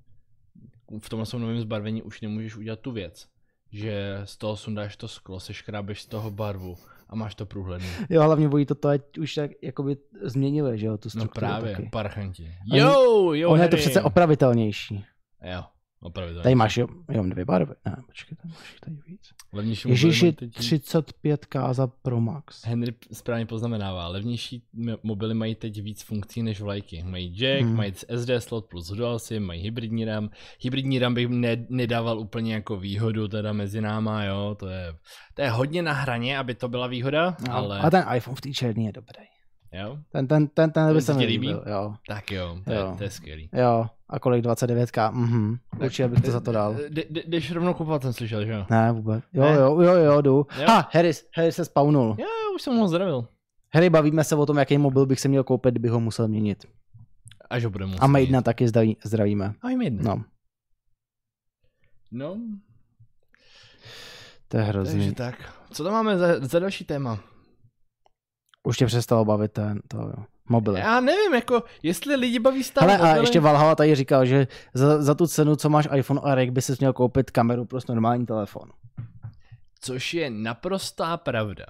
B: v tomhle svém novém zbarvení už nemůžeš udělat tu věc, že z toho sundáš to sklo, seškrábeš z toho barvu a máš to průhledný.
A: Jo, hlavně bojí to, to ať už tak jakoby změnili, že jo, tu
B: No
A: strukturu
B: právě,
A: taky.
B: parchanti.
A: Oni-
B: Jo, jo,
A: Ono je to
B: Harry.
A: přece opravitelnější.
B: Jo, opravdu.
A: Tady máš jo, jo, dvě barvy. Ne, počkej, tady máš jich tady víc.
B: Levnější
A: Ježiši,
B: mobily mají teď-
A: 35k za Pro Max.
B: Henry p- správně poznamenává, levnější m- mobily mají teď víc funkcí než vlajky. Mají jack,
A: Hmm.
B: hmm. mají SD slot plus dual sim, mají hybridní RAM. Hybridní RAM bych ne, nedával úplně jako výhodu teda mezi náma, jo, to je, to je hodně na hraně, aby to byla výhoda,
A: No,
B: ale
A: A ten iPhone v té černý je dobrý.
B: jo,
A: Ten, ten, ten, ten by
B: Ten
A: se
B: se
A: mi
B: ti líbí?
A: líbil, Jo,
B: tak jo, to,
A: Jo.
B: Je, to je skvělý.
A: jo. A kolik 29k? Mhm. Určitě bych to za to No. dal.
B: D- d- jdeš rovnou kupovat, jsem slyšel, že jo?
A: Ne, vůbec. Jo,
B: Ne?
A: jo, jo, jo, jdu.
B: Jo.
A: Ha, Harry, Harry se spawnul.
B: Jo, jo, No, už jsem ho zdravil.
A: Harry, bavíme se o tom, jaký mobil bych se měl koupit, kdybych ho musel měnit.
B: Až ho bude muset.
A: A Maidna taky zdraví, zdravíme.
B: A Maidna.
A: No,
B: no
A: to je
B: takže
A: hrozný.
B: tak. Co tam máme za, za další téma?
A: Už tě přestalo bavit ten, to jo. Mobily.
B: Já nevím, jako, jestli lidi baví stále.
A: Ale a
B: mobily-
A: ještě Valhalla tady říkal, že za, za tu cenu, co máš iPhone a Rek, by si měl koupit kameru pro normální telefon.
B: Což je naprostá pravda.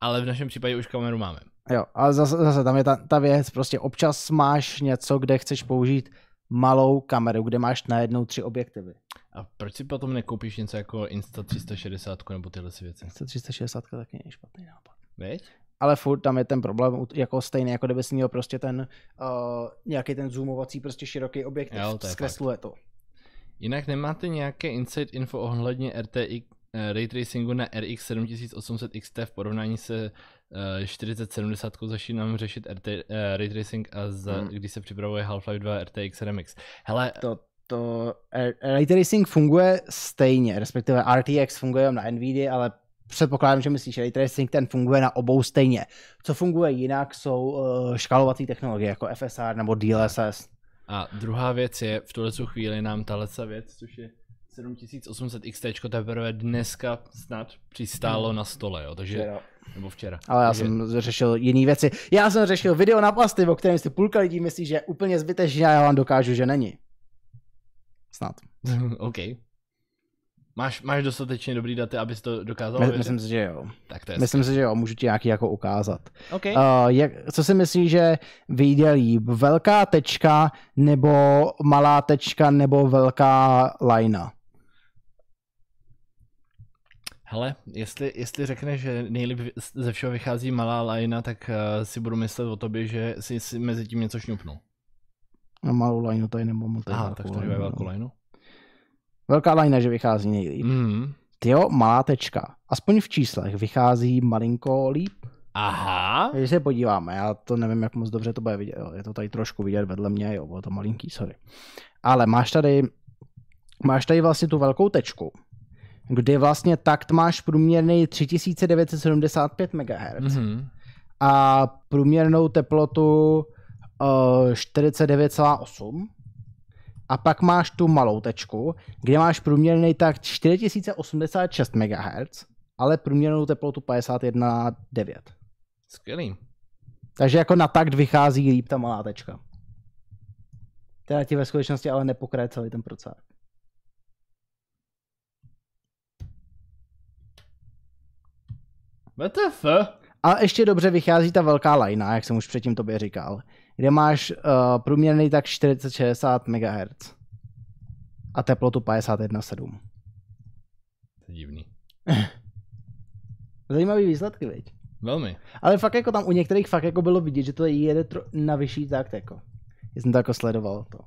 B: Ale v našem případě už kameru máme.
A: Jo, ale zase, zase tam je ta, ta věc, prostě občas máš něco, kde chceš použít malou kameru, kde máš najednou tři objektivy.
B: A proč si potom nekoupíš něco jako Insta360 nebo tyhle si věci?
A: 360 taky není špatný nápad.
B: Veď?
A: Ale furt tam je ten problém, u- jako stejný, jako kdyby jsi měl prostě ten, uh, nějaký ten zoomovací, prostě široký objektiv,
B: Jo, to je
A: zkresluje to.
B: Jinak nemáte nějaké inside info ohledně RTX eh, Ray Tracingu na RX 7800 XT v porovnání se eh, 4070 začínám řešit RT, eh, Ray Tracing a za,
A: Hmm.
B: když se připravuje Half-Life 2 RTX Remix. Hele,
A: To, to eh, Ray Tracing funguje stejně, respektive RTX funguje jenom na NVIDIA, ale předpokládám, že myslíš, že Ray Tracing ten funguje na obou stejně. Co funguje jinak, jsou uh, škálovací technologie, jako FSR nebo DLSS.
B: a druhá věc je, v tuhle tu chvíli nám tahle ta věc, což je 7800 XT, teprve dneska snad přistálo na stole, jo, takže, nebo včera.
A: Ale já
B: takže,
A: jsem řešil jiné věci. Já jsem řešil video na plasty, o kterém si půlka lidí myslí, že je úplně zbytečný a já vám dokážu, že není. Snad.
B: OK. Máš, máš dostatečně dobrý data, abys to dokázal
A: My,
B: ověřit?
A: myslím si, že jo.
B: Tak to je.
A: Myslím si, že jo, můžu ti nějaký jako ukázat.
B: OK.
A: Uh, jak, co si myslíš, že vyjde líp? Velká tečka nebo malá tečka nebo velká lajna?
B: Hele, jestli, jestli řekneš, že nejlíp vy- ze všeho vychází malá lajna, tak uh, si budu myslet o tobě, že si, si mezi tím něco šňupnul.
A: No, malou lajnu tady nebo malou tady
B: Aha,
A: velkou
B: tak to je
A: lajnu,
B: velkou
A: no.
B: lajnu.
A: Velká lajna, že vychází nejlíp. Mm.
B: Mm.
A: Jo, malá tečka. Aspoň v číslech vychází malinko líp.
B: Aha,
A: Když se podíváme, já to nevím, jak moc dobře to bude vidět. Jo, je to tady trošku vidět vedle mě, jo, bylo to malinký, sorry. Ale máš tady, máš tady vlastně tu velkou tečku, kdy vlastně takt máš průměrný 3975 MHz.
B: mm.
A: a průměrnou teplotu eh, 49,8 a pak máš tu malou tečku, kde máš průměrný tak 4086 MHz, ale průměrnou teplotu 51,9.
B: Skvělý.
A: Takže jako na takt vychází líp ta malá tečka. Teda ti ve skutečnosti ale nepokraje celý ten proces.
B: WTF?
A: Ale ještě dobře vychází ta velká lajna, jak jsem už předtím tobě říkal, kde máš uh, průměrný tak 4060 MHz a teplotu 51,7.
B: To je divný.
A: Zajímavý výsledky, viď?
B: Velmi.
A: Ale fakt jako tam u některých fakt jako bylo vidět, že to jede tro- na vyšší takt jako. Já jsem to jako sledoval to.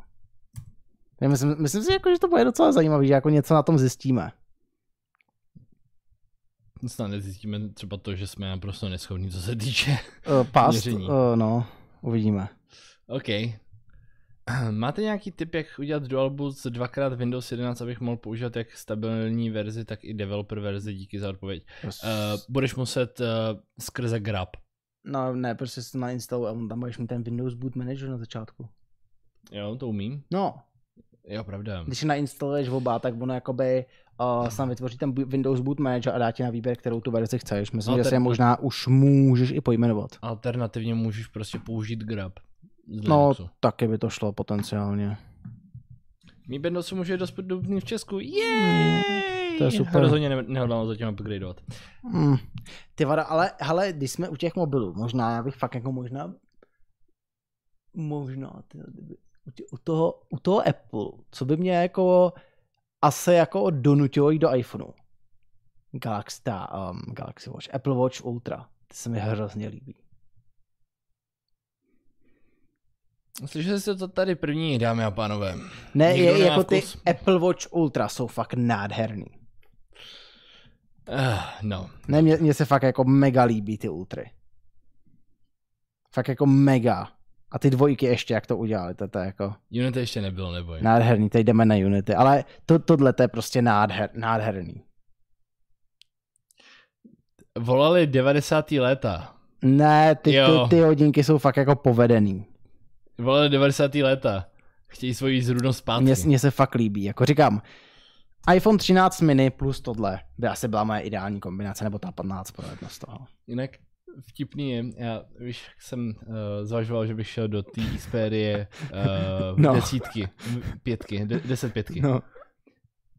A: Já Myslím, myslím si, jako, že to bude docela zajímavý, že jako něco na tom zjistíme.
B: Snad nezjistíme třeba to, že jsme naprosto neschopní, co se týče.
A: Uh, past,
B: Měření.
A: uh, no, uvidíme.
B: OK. Máte nějaký tip, jak udělat dual boot z dvakrát Windows 11, abych mohl používat jak stabilní verzi, tak i developer verzi? Díky za odpověď. Uh, budeš muset uh, skrze grab.
A: Eh, No ne, prostě si to nainstaluj a tam budeš mít ten Windows Boot Manager na začátku.
B: Jo, to umím.
A: No,
B: Jo, pravda.
A: když si nainstaluješ oba, tak ono jakoby uh, sám vytvoří ten bu- Windows Boot Manager a dá ti na výběr, kterou tu verzi chceš. Myslím,
B: No,
A: že
B: ten-
A: si je možná už můžeš i pojmenovat.
B: Alternativně můžeš prostě použít grab. Z
A: No,
B: Linuxu.
A: taky by to šlo potenciálně.
B: Mi Bendo se může dostat dostupný v Česku. Yay!
A: To je super.
B: Rozhodně ne- nehodlám zatím upgradeovat.
A: Hmm. Ty vada, ale hele, když jsme u těch mobilů, možná já bych fakt jako možná, možná ty, kdyby- u tě- u, toho, u toho Apple, co by mě jako asi jako donutilo jít do iPhoneu. Galaxy, ta, um, Galaxy Watch, Apple Watch Ultra, ty se mi hrozně líbí.
B: Slyšeli jste to tady první, dámy a pánové.
A: Ne,
B: Nikdo
A: je,
B: nemá
A: jako ty
B: vkus.
A: Apple Watch Ultra jsou fakt nádherný.
B: Uh, no.
A: Ne, mně, mně se fakt jako mega líbí ty ultry. Fakt jako mega. A ty dvojky ještě, jak to udělali, to, to je jako...
B: Unity ještě nebylo, neboj.
A: Nádherný, teď jdeme na Unity, ale to, tohle to je prostě nádher, nádherný.
B: Volali 90. léta.
A: Ne, ty,
B: Jo.
A: ty, ty hodinky jsou fakt jako povedený.
B: Volali 90. léta. Chtějí svoji zrudnost zpátky.
A: Mně, mně se fakt líbí, jako říkám, iPhone 13 mini plus tohle by asi byla moje ideální kombinace, nebo ta 15 pro jedno z toho.
B: Jinak vtipný je, já víš, jak jsem uh, zvažoval, že bych šel do té Xperie uh,
A: No.
B: no. desítky, m, pětky, de, deset pětky.
A: No,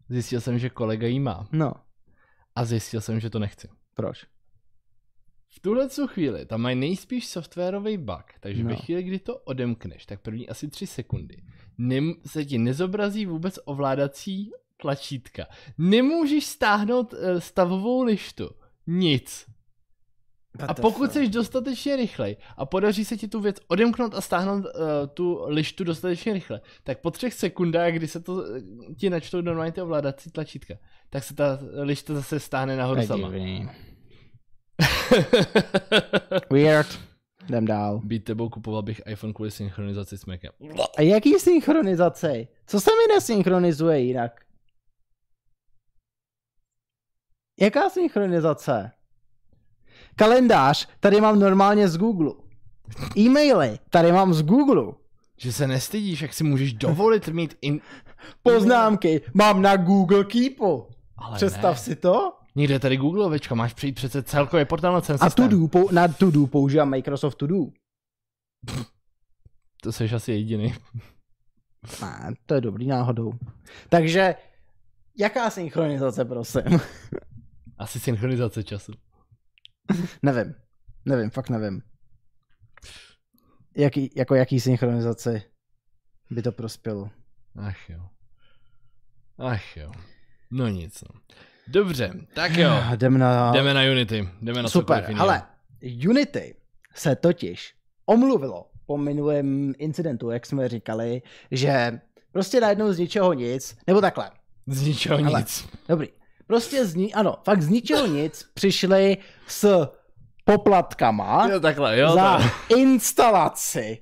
B: Zjistil jsem, že kolega jí má
A: no,
B: a zjistil jsem, že to nechci.
A: proč?
B: V tuhle tu chvíli tam mají nejspíš softwarový bug, takže no. ve
A: No.
B: chvíli, kdy to odemkneš, tak první asi 3 sekundy nem, se ti nezobrazí vůbec ovládací tlačítka. Nemůžeš stáhnout eh, stavovou lištu. Nic. A pokud jsi dostatečně rychlej a podaří se ti tu věc odemknout a stáhnout uh, tu lištu dostatečně rychle, tak po třech sekundách, kdy se to eh, ti načtou normálně ty ovládací tlačítka, tak se ta lišta zase stáhne nahoru
A: to
B: sama.
A: divný. Weird. Jdem dál.
B: Být tebou kupoval bych iPhone kvůli synchronizaci s Macem.
A: A jaký synchronizace? Co se mi nesynchronizuje jinak? Jaká synchronizace? Kalendář tady mám normálně z Google. E-maily tady mám z Google.
B: Že se nestydíš, jak si můžeš dovolit mít in...
A: Poznámky mám na Google Keepu.
B: Ale
A: Představ
B: ne.
A: si to.
B: Někde tady Googleovečka, máš přijít přece celkově portál na ten
A: A
B: systém.
A: to do, pou, na to do používám Microsoft to do.
B: To jsi asi jediný.
A: Ne, to je dobrý náhodou. Takže jaká synchronizace, prosím?
B: Asi synchronizace času.
A: Nevím. Nevím, fakt nevím. Jaký, jako jaký synchronizaci by to prospělo.
B: Ach jo. Ach jo. No nic. No. Dobře, tak jo.
A: Jdeme Ah, na...
B: Jdeme na Unity. Jdeme na
A: Super,
B: cokoliv
A: ale Unity se totiž omluvilo po minulém incidentu, jak jsme říkali, že prostě najednou z ničeho nic, nebo takhle,
B: Z ničeho
A: Hele.
B: nic.
A: Dobrý. Prostě z ní, ano, fakt z ničeho nic přišli s poplatkama
B: Jo, takhle, jo.
A: za
B: takhle.
A: instalaci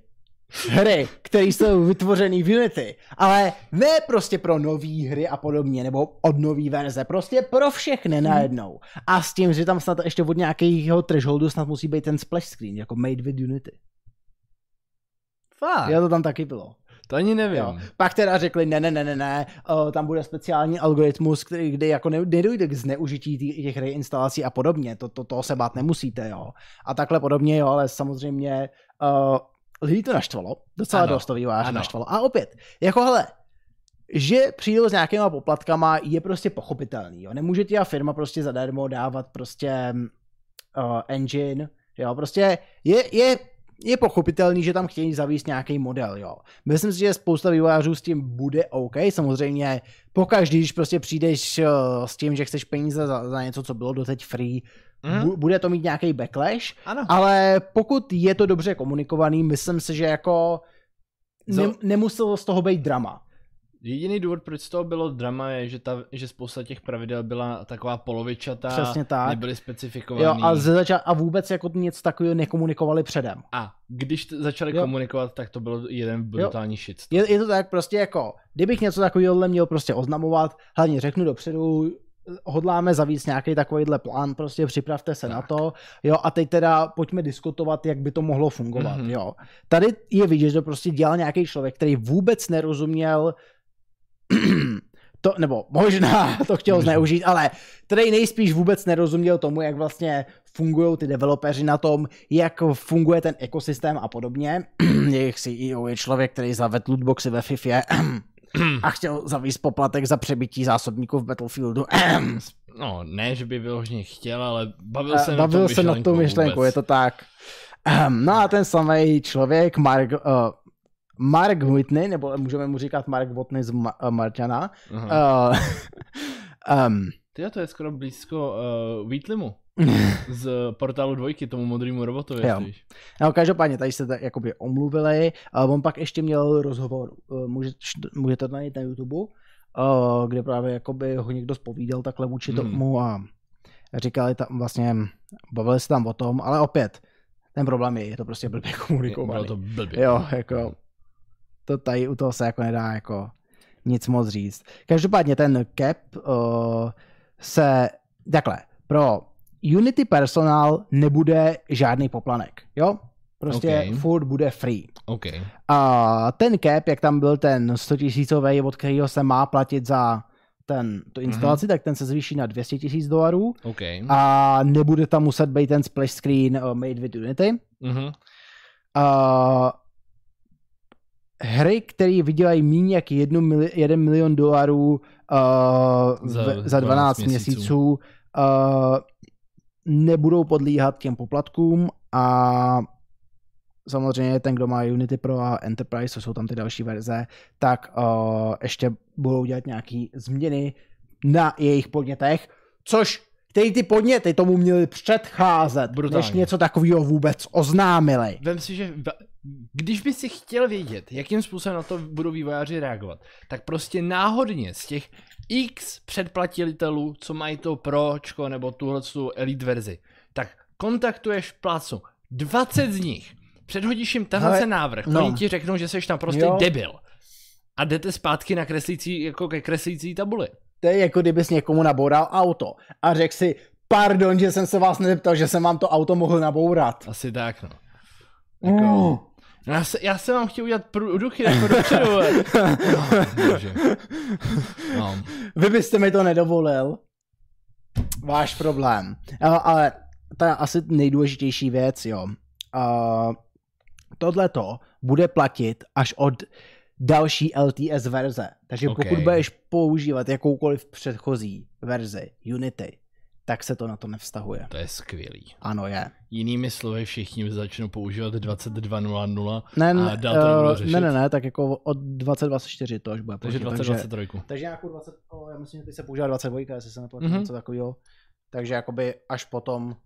A: hry, které jsou vytvořený v Unity, ale ne prostě pro nové hry a podobně, nebo od nový verze, prostě pro všechny najednou. A s tím, že tam snad ještě od nějakého thresholdu snad musí být ten splash screen, jako made with Unity.
B: Fakt.
A: Já to tam taky bylo.
B: To ani nevím.
A: Jo.
B: Jo.
A: Pak teda řekli, ne, ne, ne, ne, ne, o, tam bude speciální algoritmus, který, kdy jako ne- nedojde k zneužití tý- těch reinstalací a podobně, to, to, toho se bát nemusíte, jo. A takhle podobně, jo, ale samozřejmě uh, lidi to naštvalo, docela ano.
B: Ano.
A: dost to výváře
B: Ano.
A: naštvalo. A opět, jako hele, že přijdou s nějakýma poplatkama je prostě pochopitelný, jo. Nemůže ti a firma prostě zadarmo dávat prostě uh, engine, jo, prostě je, je, je pochopitelný, že tam chtějí zavíst nějaký model, jo. Myslím si, že spousta vývojářů s tím bude OK, samozřejmě pokaždý, když prostě přijdeš eh, s tím, že chceš peníze za, za něco, co bylo doteď free,
B: Mhm.
A: bu- bude to mít nějaký backlash,
B: Ano.
A: ale pokud je to dobře komunikovaný, myslím si, že jako ne,
B: Za-
A: nemuselo z toho být drama.
B: Jediný důvod, proč z toho bylo drama, je, že, ta, že spousta těch pravidel byla taková polovičatá,
A: Přesně tak.
B: nebyly specifikovaný.
A: Jo, a, ze zača- a vůbec jako nic takového nekomunikovali předem.
B: a když t- začali
A: Jo.
B: jo. komunikovat, tak to byl jeden brutální shit.
A: Je, je to tak prostě jako, kdybych něco takového měl prostě oznamovat, hlavně řeknu dopředu, hodláme zavíc nějaký takovýhle plán, prostě připravte se tak. na
B: Tak.
A: to, jo, a teď teda pojďme diskutovat, jak by to mohlo fungovat, mm-hmm.
B: Mhm.
A: jo. Tady je vidět, že to prostě dělal nějaký člověk, který vůbec nerozuměl to, nebo možná to chtěl
B: Možná.
A: zneužít, ale který nejspíš vůbec nerozuměl tomu, jak vlastně fungují ty developeři na tom, jak funguje ten ekosystém a podobně. Jejich CEO je člověk, který zavedl lootboxy ve FIFA a chtěl zavíst poplatek za přebytí zásobníků v Battlefieldu.
B: No, ne, že by vyloženě chtěl, ale bavil
A: Eh,
B: se
A: Bavil
B: na
A: se nad tou myšlenkou, je to tak. Ehm, No a ten samý člověk, Mark, eh, Mark Whitney, nebo můžeme mu říkat Mark Whitney z Ma- eh, Marťana,
B: Uh,
A: eh, ehm,
B: Tyjo, to je skoro blízko uh, Wheatlimu z portálu dvojky, tomu modrému robotovi,
A: Jo.
B: víš.
A: No, každopádně, tady se tak jakoby omluvili, a on pak ještě měl rozhovor, eh, může, můžete to najít na YouTube, eh, kde právě jakoby ho někdo zpovídal takhle vůči
B: Mhm.
A: tomu a říkali tam vlastně, bavili se tam o tom, ale opět, ten problém je, je to prostě blbě komunikovaný.
B: Bylo to blbě.
A: Jo, jako to tady u toho se jako nedá jako nic moc říct. Každopádně ten cap uh, se, takhle, pro Unity personál nebude žádný poplanek, jo? Prostě okay.
B: Ok.
A: furt bude free.
B: OK.
A: A ten cap, jak tam byl ten 100 tisícový, od kterého se má platit za ten, tu instalaci, mm-hmm. tak ten se zvýší na 200 tisíc dolarů
B: OK. A...
A: a nebude tam muset být ten splash screen eh, made with Unity.
B: Uh-huh.
A: Uh, hry, které vydělají méně jak 1 mili- 1 milion dolarů uh, za,
B: Za
A: za 12,
B: 12
A: měsíců,
B: měsíců.
A: měsíců uh, nebudou podlíhat těm poplatkům a samozřejmě ten, kdo má Unity Pro a Enterprise, to jsou tam ty další verze, tak uh, ještě budou dělat nějaké změny na jejich podnětech, což ty, ty podněty tomu měly předcházet, než
B: Brutálně.
A: něco takového vůbec oznámili.
B: Vem si, že va- když by si chtěl vědět, jakým způsobem na to budou vývojáři reagovat, tak prostě náhodně z těch x předplatitelů, co mají to pročko nebo tuhle tu elite verzi, tak kontaktuješ plácu 20 z nich, předhodíš jim tenhle
A: Hele,
B: ten návrh,
A: no.
B: no. oni ti řeknou, že jsi naprostý
A: Jo.
B: debil. A jdete zpátky na kreslící, jako ke kreslící tabuli.
A: To je jako kdybys někomu naboural auto a řekl si, pardon, že jsem se vás nezeptal, že jsem vám to auto mohl nabourat.
B: Asi tak, no.
A: Mm.
B: No Já, se, já jsem vám chtěl udělat průduchy jako dopředu. ale- No, bože. no.
A: Vy byste mi to nedovolil. Váš problém. Ale, ale ta asi nejdůležitější věc, jo. Uh, Tohle to bude platit až od další LTS verze. Takže okay. pokud
B: Ok.
A: budeš používat jakoukoliv předchozí verzi Unity, tak se to na to nevztahuje.
B: To je skvělý.
A: Ano, je.
B: Jinými slovy, všichni začnou používat 22.00,
A: Ne,
B: A dál to nebudou
A: eh,
B: řešit?
A: ne, ne, ne, tak jako od 2024 to až bude
B: takže
A: platit, takže,
B: 2023.
A: takže nějakou 20, o, já myslím, že teď se používá 22, jestli se neplatí mm-hmm.
B: Mhm.
A: něco takového. Takže jakoby až potom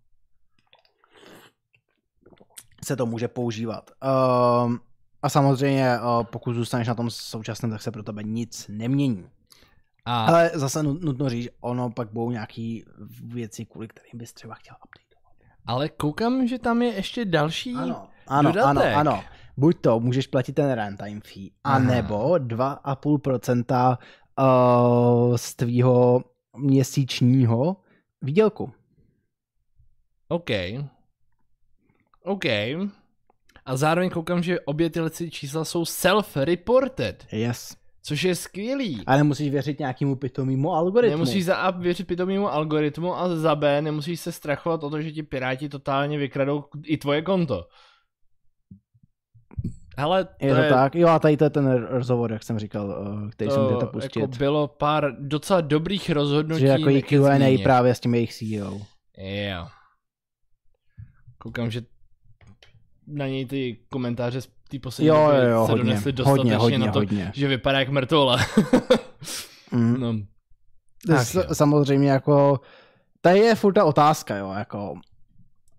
A: se to může používat. Um, a samozřejmě, uh, pokud zůstaneš na tom současném, tak se pro tebe nic nemění.
B: A
A: Ale zase nut- nutno říct, ono pak budou nějaký věci, kvůli kterým bys třeba chtěl update.
B: ale koukám, že tam je ještě další.
A: Ano, ano, ano,
B: dodatek.
A: ano. Buď to můžeš platit ten runtime fee,
B: Aha.
A: anebo 2,5% uh, z tvýho měsíčního výdělku.
B: OK. OK. A zároveň koukám, že obě tyhle ty čísla jsou self-reported,
A: Yes.
B: což je skvělý.
A: A nemusíš věřit nějakému pitomýmu algoritmu.
B: Nemusíš za A věřit pitomýmu algoritmu a za B nemusíš se strachovat o to, že ti piráti totálně vykradou i tvoje konto. Hele, to
A: Je to tak? Jo, a tady to je ten rozhovor, jak jsem říkal, eh, který jsem jdete
B: to
A: pustit.
B: jako bylo pár docela dobrých rozhodnutí.
A: že jako i
B: ke
A: Q&A
B: změně.
A: právě s tím jejich E CEO.
B: Jo. Koukám, že na něj ty komentáře z té poslední
A: Jo,
B: doby
A: jo, jo,
B: se
A: hodně,
B: donesly
A: hodně,
B: dostatečně
A: hodně,
B: na to,
A: hodně.
B: že vypadá jak mrtvola.
A: Mm.
B: no,
A: S-
B: Tak jo.
A: samozřejmě jako, tady je furt ta otázka, jo, jako,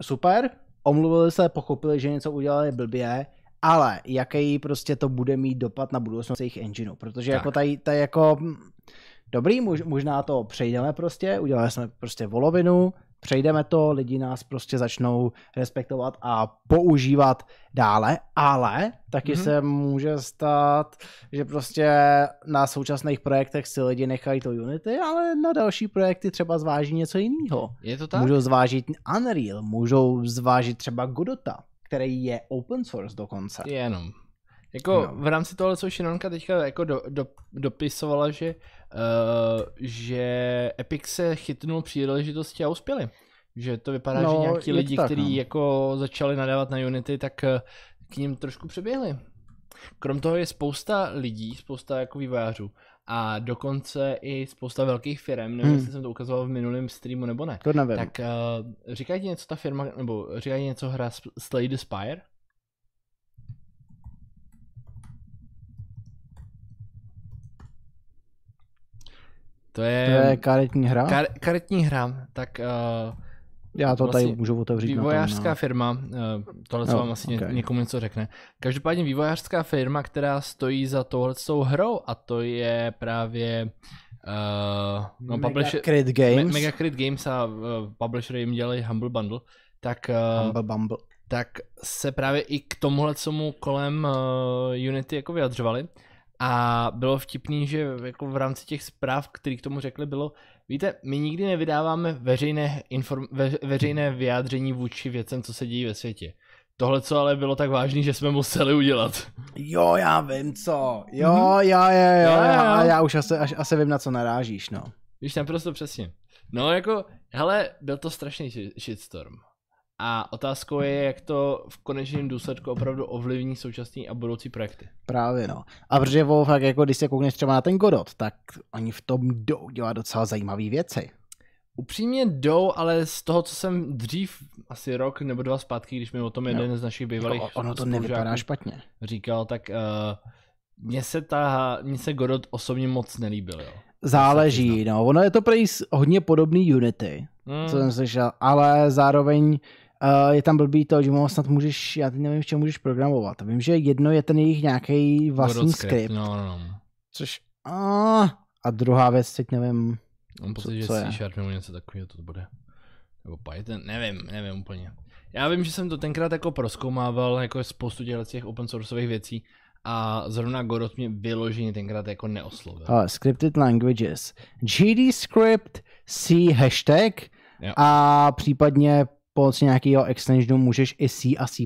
A: super, omluvili se, pochopili, že něco udělali blbě, ale jaký prostě to bude mít dopad na budoucnost jejich engineu, protože
B: Tak.
A: jako tady, tady jako, hm, dobrý, mož, možná to přejdeme prostě, udělali jsme prostě volovinu, přejdeme to, lidi nás prostě začnou respektovat a používat dále, ale taky
B: Mhm.
A: mm-hmm. se může stát, že prostě na současných projektech si lidi nechají to Unity, ale na další projekty třeba zváží něco jiného.
B: je to tak?
A: Můžou zvážit Unreal, můžou zvážit třeba Godota, který je open source dokonce.
B: Jenom. Jako
A: No.
B: v rámci tohle, co Šinonka teďka jako do, do, dopisovala, že, uh, že Epic se chytnul příležitosti a uspěli. Že to vypadá,
A: No,
B: že
A: je
B: nějaký
A: to
B: lidi,
A: tak,
B: kteří
A: no.
B: jako začali nadávat na Unity, tak eh, k ním trošku přeběhli. Krom toho je spousta lidí, spousta jako vývojářů a dokonce i spousta velkých firm, nevím,
A: Hmm.
B: jestli jsem to ukazoval v minulém streamu nebo ne.
A: To nevím.
B: Tak uh, říká ti něco ta firma, nebo říká ti něco hra Sp- Slay the Spire? To je,
A: to je no? karetní hra.
B: kar- karetní hra, tak uh,
A: Já to tady
B: vlastně
A: můžu otevřít.
B: vývojářská
A: na tom, no.
B: firma, uh, tohle co
A: Jo,
B: vám asi
A: ok.
B: okay. někomu něco řekne. Každopádně vývojářská firma, která stojí za touhletou hrou a to je právě uh, no,
A: Mega
B: publisher,
A: Crit
B: Me-
A: Games.
B: Megacrit Games a uh, publishery jim dělají Humble Bundle, tak, uh,
A: Bumble, bumble.
B: tak se právě i k tomuhle comu kolem uh, Unity jako vyjadřovali. A bylo vtipný, že jako v rámci těch zpráv, které k tomu řekli, bylo, víte, my nikdy nevydáváme veřejné, inform- ve- veřejné vyjádření vůči věcem, co se dějí ve světě. Tohle co ale bylo tak vážný, že jsme museli udělat.
A: Jo, já vím co. Jo,
B: Mhm.
A: jo, jo, jo,
B: Jo,
A: jo,
B: jo.
A: já, já už asi, až, asi vím, na co narážíš, no.
B: Víš, naprosto přesně. No jako, hele, byl to strašný shi- shitstorm. A otázkou je, jak to v konečném důsledku opravdu ovlivní současný a budoucí projekty.
A: Právě no. A protože o, fakt jako když se koukneš třeba na ten Godot, tak oni v tom jdou dělat docela zajímavé věci.
B: Upřímně jdou, ale z toho, co jsem dřív, asi rok nebo dva zpátky, když mi o tom jeden z našich bývalých
A: Jako, ono to
B: spolužáků
A: nevypadá špatně.
B: říkal, tak uh, mně se, ta, mně se Godot osobně moc nelíbil, jo.
A: Záleží, no. Ono je to prej s- hodně podobný Unity,
B: Hmm.
A: co jsem slyšel, ale zároveň uh, je tam blbý to, že ono snad můžeš, já teď nevím, v čem můžeš programovat. Vím, že jedno je ten jejich nějaký vlastní
B: Godot
A: skript,
B: No, no, no.
A: což a, a druhá věc, teď nevím,
B: Mám
A: Co-
B: pocit, že
A: co je?
B: C Sharp nebo něco takového to bude. Nebo Python, nevím, nevím úplně. Já vím, že jsem to tenkrát jako proskoumával, jako spoustu těchto těch open sourceových věcí a zrovna Godot mě vyloženě tenkrát jako neoslovil.
A: ale Uh, scripted languages, GD script, C hashtag
B: Jo.
A: a případně pomocí nějakého extensionu můžeš i C a C++.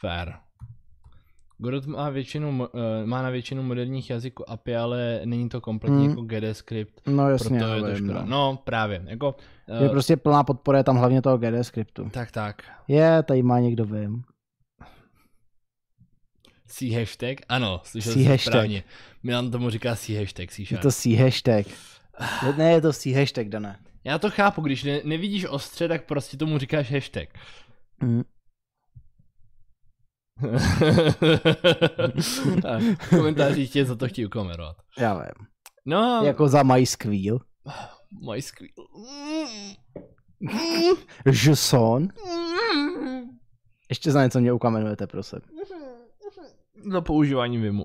B: Fair. Godot má, většinu, mo- eh, má na většinu moderních jazyků API, ale není to kompletně
A: Mm.
B: jako GD script,
A: No jasně,
B: proto je
A: já
B: to
A: vím,
B: škoda.
A: no.
B: No právě, jako, eh,
A: Je prostě plná podpora je tam hlavně toho GD skriptu.
B: tak tak,
A: Je, tady má někdo vím.
B: C hashtag, ano, slyšel
A: C
B: jsi
A: hashtag.
B: správně. Milan tomu říká C hashtag, C
A: Je
B: sharp.
A: to C hashtag. Je- Ne, je to C hashtag, dané.
B: Já to chápu, když ne, nevidíš ostře, tak prostě tomu říkáš hashtag.
A: Mm.
B: tak, v komentářích tě za to chtějí ukamerovat.
A: Já vím.
B: No, jako...
A: Jako za my squeal.
B: můj skvěl.
A: Žson.
B: Mm.
A: Ještě za něco mě ukamenujete, prosím.
B: Za používání Vimu.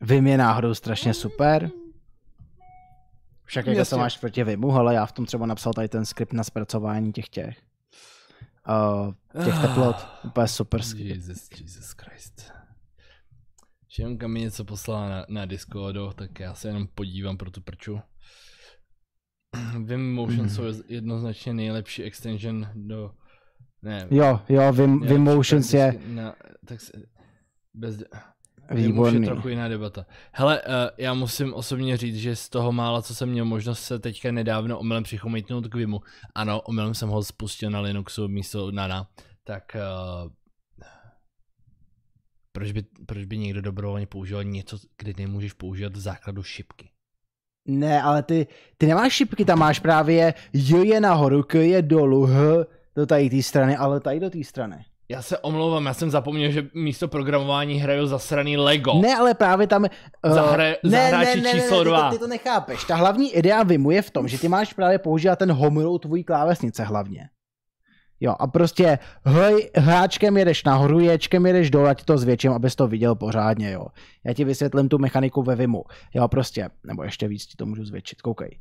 A: Vim je náhodou strašně super. Však jako
B: Jasně.
A: to máš proti Vimu, ale já v tom třeba napsal tady ten skript na zpracování těch těch. Uh, těch teplot. Prostě. Úplně super skript.
B: Ah, Jesus, Jesus Christ. Šimka mi něco poslala na, na Discordu, tak já se jenom podívám pro tu prču. Vim Motion
A: Mhm. Hmm.
B: jsou jednoznačně nejlepší extension do Ne.
A: Jo, jo, Vim,
B: ne,
A: Vim Motions je
B: prakticky Na, tak se, bez, Výborný.
A: výborný.
B: Je trochu jiná debata. Hele, uh, já musím osobně říct, že z toho mála, co jsem měl možnost se teďka nedávno omylem přichomejtnout k Vimu, ano, omylem jsem ho spustil na Linuxu místo Nana, tak uh, proč, by, proč by někdo dobrovolně používal něco, kdy nemůžeš používat v základu šipky?
A: Ne, ale ty, ty nemáš šipky, tam máš právě J je nahoru, K je dolů, H do tady té strany, ale tady do té strany.
B: Já se omlouvám, já jsem zapomněl, že místo programování hraju zasraný Lego.
A: Ne, ale právě tam... eh,
B: Zahra- zahráči číslo
A: ty,
B: dva.
A: To, ty to nechápeš. Ta hlavní idea Vimu je v tom, že ty máš právě používat ten homerou tvojí klávesnice hlavně. Jo, a prostě hej, hráčkem jedeš nahoru, ječkem jedeš dolů, já ti to zvětším, abys to viděl pořádně, jo. Já ti vysvětlím tu mechaniku ve Vimu. Jo, prostě, nebo ještě víc ti to můžu zvětšit, koukej.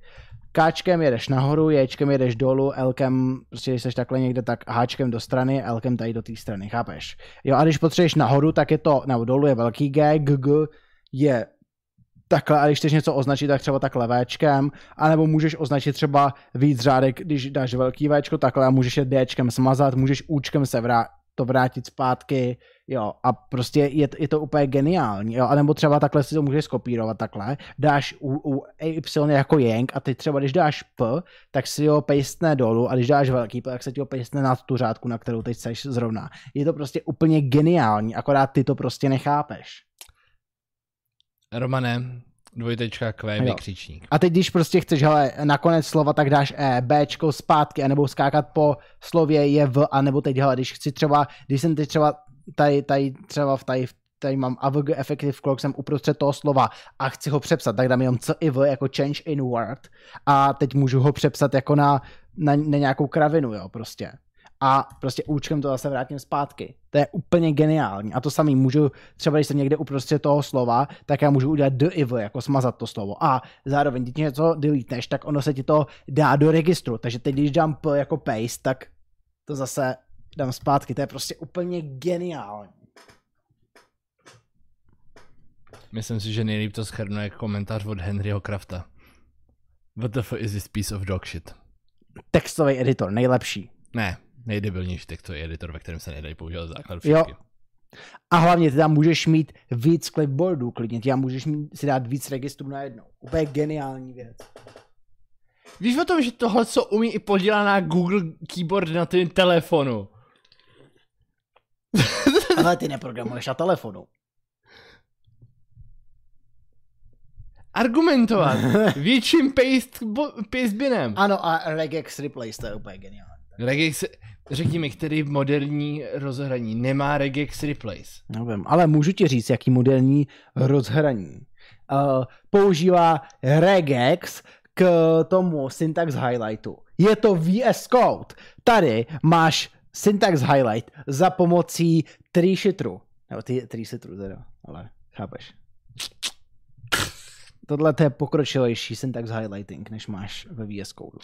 A: Káčkem jedeš nahoru, ječkem jedeš dolů, Lkem, prostě když jsi takhle někde, tak háčkem do strany, Lkem tady do té strany, chápeš? Jo, a když potřebuješ nahoru, tak je to, nebo dolů je velký G, GG je takhle, a když chceš něco označit, tak třeba takhle Včkem, anebo můžeš označit třeba víc řádek, když dáš velký Včko takhle a můžeš je Dčkem smazat, můžeš Učkem se vrát, to vrátit zpátky, jo, a prostě je, je to úplně geniální, jo, a nebo třeba takhle si to můžeš skopírovat takhle, dáš u, u Y jako Yang a ty třeba, když dáš P, tak si ho pejstne dolů a když dáš velký P, tak se ti ho pejstne nad tu řádku, na kterou teď seš zrovna. Je to prostě úplně geniální, akorát ty to prostě nechápeš.
B: Romane, dvojtečka Q,
A: Jo.
B: vykřičník.
A: A teď, když prostě chceš, hele, nakonec slova, tak dáš E, Bčko zpátky, anebo skákat po slově je V, anebo teď, hele, když chci třeba, když jsem teď třeba tady, tady třeba v tady, v- tady mám AVG Effective Clock, jsem uprostřed toho slova a chci ho přepsat, tak dám jenom C i V jako change in word a teď můžu ho přepsat jako na, na, na nějakou kravinu, jo, prostě. A prostě účkem to zase vrátím zpátky. To je úplně geniální. A to samý můžu, třeba když jsem někde uprostřed toho slova, tak já můžu udělat d i v, jako smazat to slovo. A zároveň, když něco deleteš, tak ono se ti to dá do registru. Takže teď, když dám p jako paste, tak to zase dám zpátky. To je prostě úplně geniální.
B: Myslím si, že nejlíp to schrnuje komentář od Henryho Krafta. What the fuck is this piece of dog shit?
A: Textový editor, nejlepší.
B: Ne, nejdebilnější textový editor, ve kterém se nedají používat základ
A: Jo.
B: všechny.
A: A hlavně ty tam můžeš mít víc clipboardů klidně, ty tam můžeš mít, si dát víc registrů najednou. Úplně geniální věc.
B: Víš o tom, že tohle, co umí i podělaná Google Keyboard na tvém telefonu?
A: Ale ty neprogramuješ na telefonu.
B: Argumentovat větším paste, bo, pastebinem.
A: Ano, a regex replace, to je úplně geniální.
B: Regex, řekni mi, který moderní rozhraní nemá Regex Replace.
A: Nevím, ale můžu ti říct, jaký moderní rozhraní. Uh, používá regex k tomu syntax highlightu. Je to VS Code. Tady máš syntax highlight za pomocí treeshitru. Nebo ty treeshitru teda, ale chápeš. Tohle to je pokročilejší syntax highlighting, než máš ve VS Code.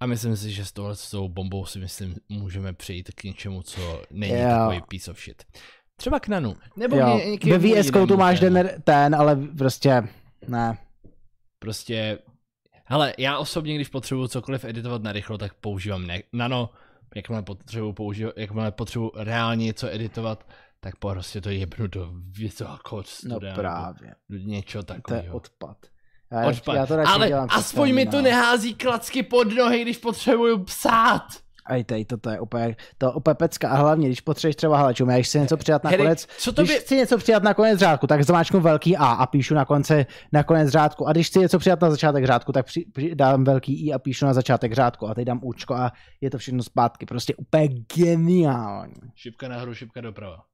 B: A myslím si, že s tohle s tou bombou si myslím, můžeme přejít k něčemu, co není
A: Jo.
B: jo. takový piece of shit. Třeba k nanu. Nebo
A: Jo,
B: ně- nějakému
A: ve VS Code
B: jinému
A: máš
B: tématu.
A: ten, ten, ale prostě ne.
B: Prostě, hele, já osobně, když potřebuju cokoliv editovat na rychlo, tak používám ne- nano. Jakmile potřebuju, používat, jakmile potřebuju reálně něco editovat, tak prostě to jebnu do Visual Code
A: No
B: Studia.
A: právě.
B: nebo do něčeho
A: To je
B: takového.
A: odpad. Já, radši-
B: Odpad.
A: já to radši no.
B: Ale
A: dělám přes
B: aspoň mi to
A: terminál.
B: nehází klacky pod nohy, když potřebuju psát.
A: Aj tady, to, to je úplně, to je úplně pecka. A hlavně, když potřebuješ třeba, hele, čum, já když chci něco přidat
B: Hele,
A: nakonec,
B: co to
A: když
B: by...
A: chci něco přidat na konec řádku, tak zmáčknu velký A a píšu na, konce, na konec řádku. A když chci něco přidat na začátek řádku, tak při, při, dám velký I a píšu na začátek řádku. A teď dám účko a je to všechno zpátky. Prostě úplně geniální.
B: Šipka nahoru, šipka doprava.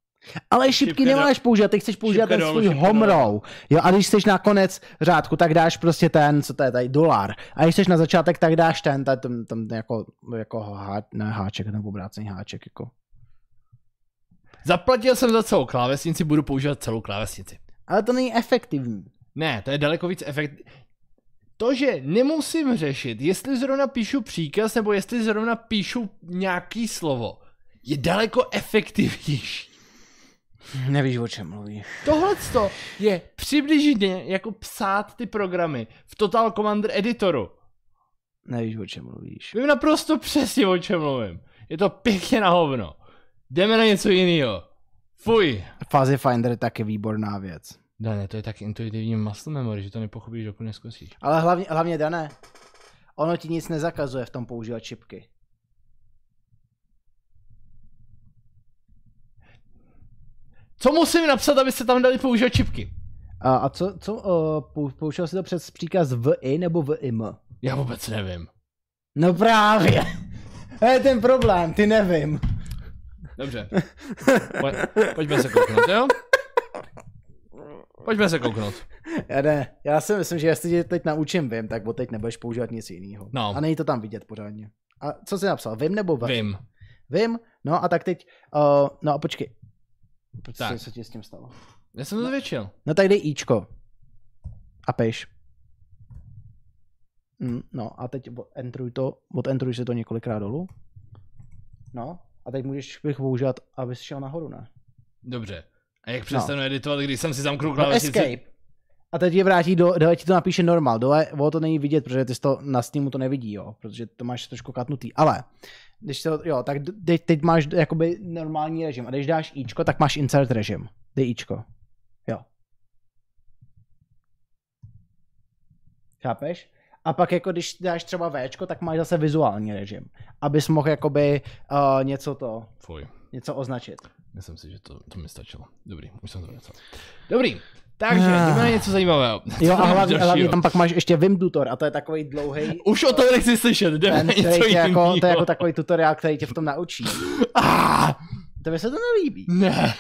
A: Ale šipky
B: Šipka
A: nemáš používat, ty chceš používat
B: šipka
A: ten
B: dolů,
A: svůj
B: šipka
A: homrou. Jo, a když chceš na konec řádku, tak dáš prostě ten, co to je tady, dolar. A když chceš na začátek, tak dáš ten, tady, tam, tam jako, jako há, ne, háček, nebo obrácený háček, jako.
B: Zaplatil jsem za celou klávesnici, budu používat celou klávesnici.
A: Ale to není efektivní.
B: Ne, to je daleko víc efekt. To, že nemusím řešit, jestli zrovna píšu příkaz, nebo jestli zrovna píšu nějaký slovo, je daleko efektivnější.
A: Nevíš, o čem mluvíš.
B: Tohle je přibližně jako psát ty programy v Total Commander Editoru.
A: Nevíš, o čem mluvíš.
B: Vím naprosto přesně, o čem mluvím. Je to pěkně na hovno. Jdeme na něco jiného. Fuj.
A: Fuzzy Finder je taky výborná věc.
B: Dané, to je tak intuitivní muscle memory, že to nepochopíš, dokud neskusíš.
A: Ale hlavně, hlavně dané, ono ti nic nezakazuje v tom používat čipky.
B: Co musím napsat, abyste tam dali používat čipky?
A: A, a co, co uh, použil jsi to přes příkaz VI nebo VIM?
B: Já vůbec nevím.
A: No právě. To je ten problém, ty nevím.
B: Dobře. Poj- pojďme se kouknout, jo? Pojďme se kouknout.
A: Já ne, já si myslím, že jestli tě teď naučím vím, tak od teď nebudeš používat nic jiného.
B: No.
A: A není to tam vidět pořádně. A co jsi napsal, vím nebo vím?
B: Vím.
A: Vím, no a tak teď, uh, no a počkej.
B: Tak.
A: Co se ti s tím stalo?
B: Já jsem to zvětšil.
A: No tak dej Ičko. A peš. Mm, No a teď entruj to, odentruj si to několikrát dolů. No a teď můžeš bych používat, abys šel nahoru, ne?
B: Dobře. A jak přestanu editovat, když jsem si zamknul
A: No,
B: klávesnici?
A: escape. A teď je vrátí do, dole ti to napíše normal, dole ono to není vidět, protože ty jsi to na Steamu to nevidí, jo, protože to máš trošku katnutý, ale když to, jo, tak d- teď, teď máš jakoby normální režim a když dáš Ičko, tak máš insert režim, dej Ičko, jo. Chápeš? A pak jako když dáš třeba Včko, tak máš zase vizuální režim, abys mohl jakoby uh, něco to,
B: Fuj.
A: něco označit.
B: Myslím si, že to, to mi stačilo. Dobrý, už jsem to vracel. Dobrý. Takže, jdeme na něco zajímavého. Co
A: Ah. Jo a
B: máme
A: hlavně,
B: dalšího?
A: hlavně tam pak máš ještě Vim Tutor a to je takový dlouhý
B: Už o tom nechci slyšet, jdeme
A: ten,
B: na
A: který
B: něco
A: tě jako,
B: jiného.
A: to je jako takový tutoriál, který tě v tom naučí.
B: Ah,
A: Tebe se to nelíbí.
B: ne,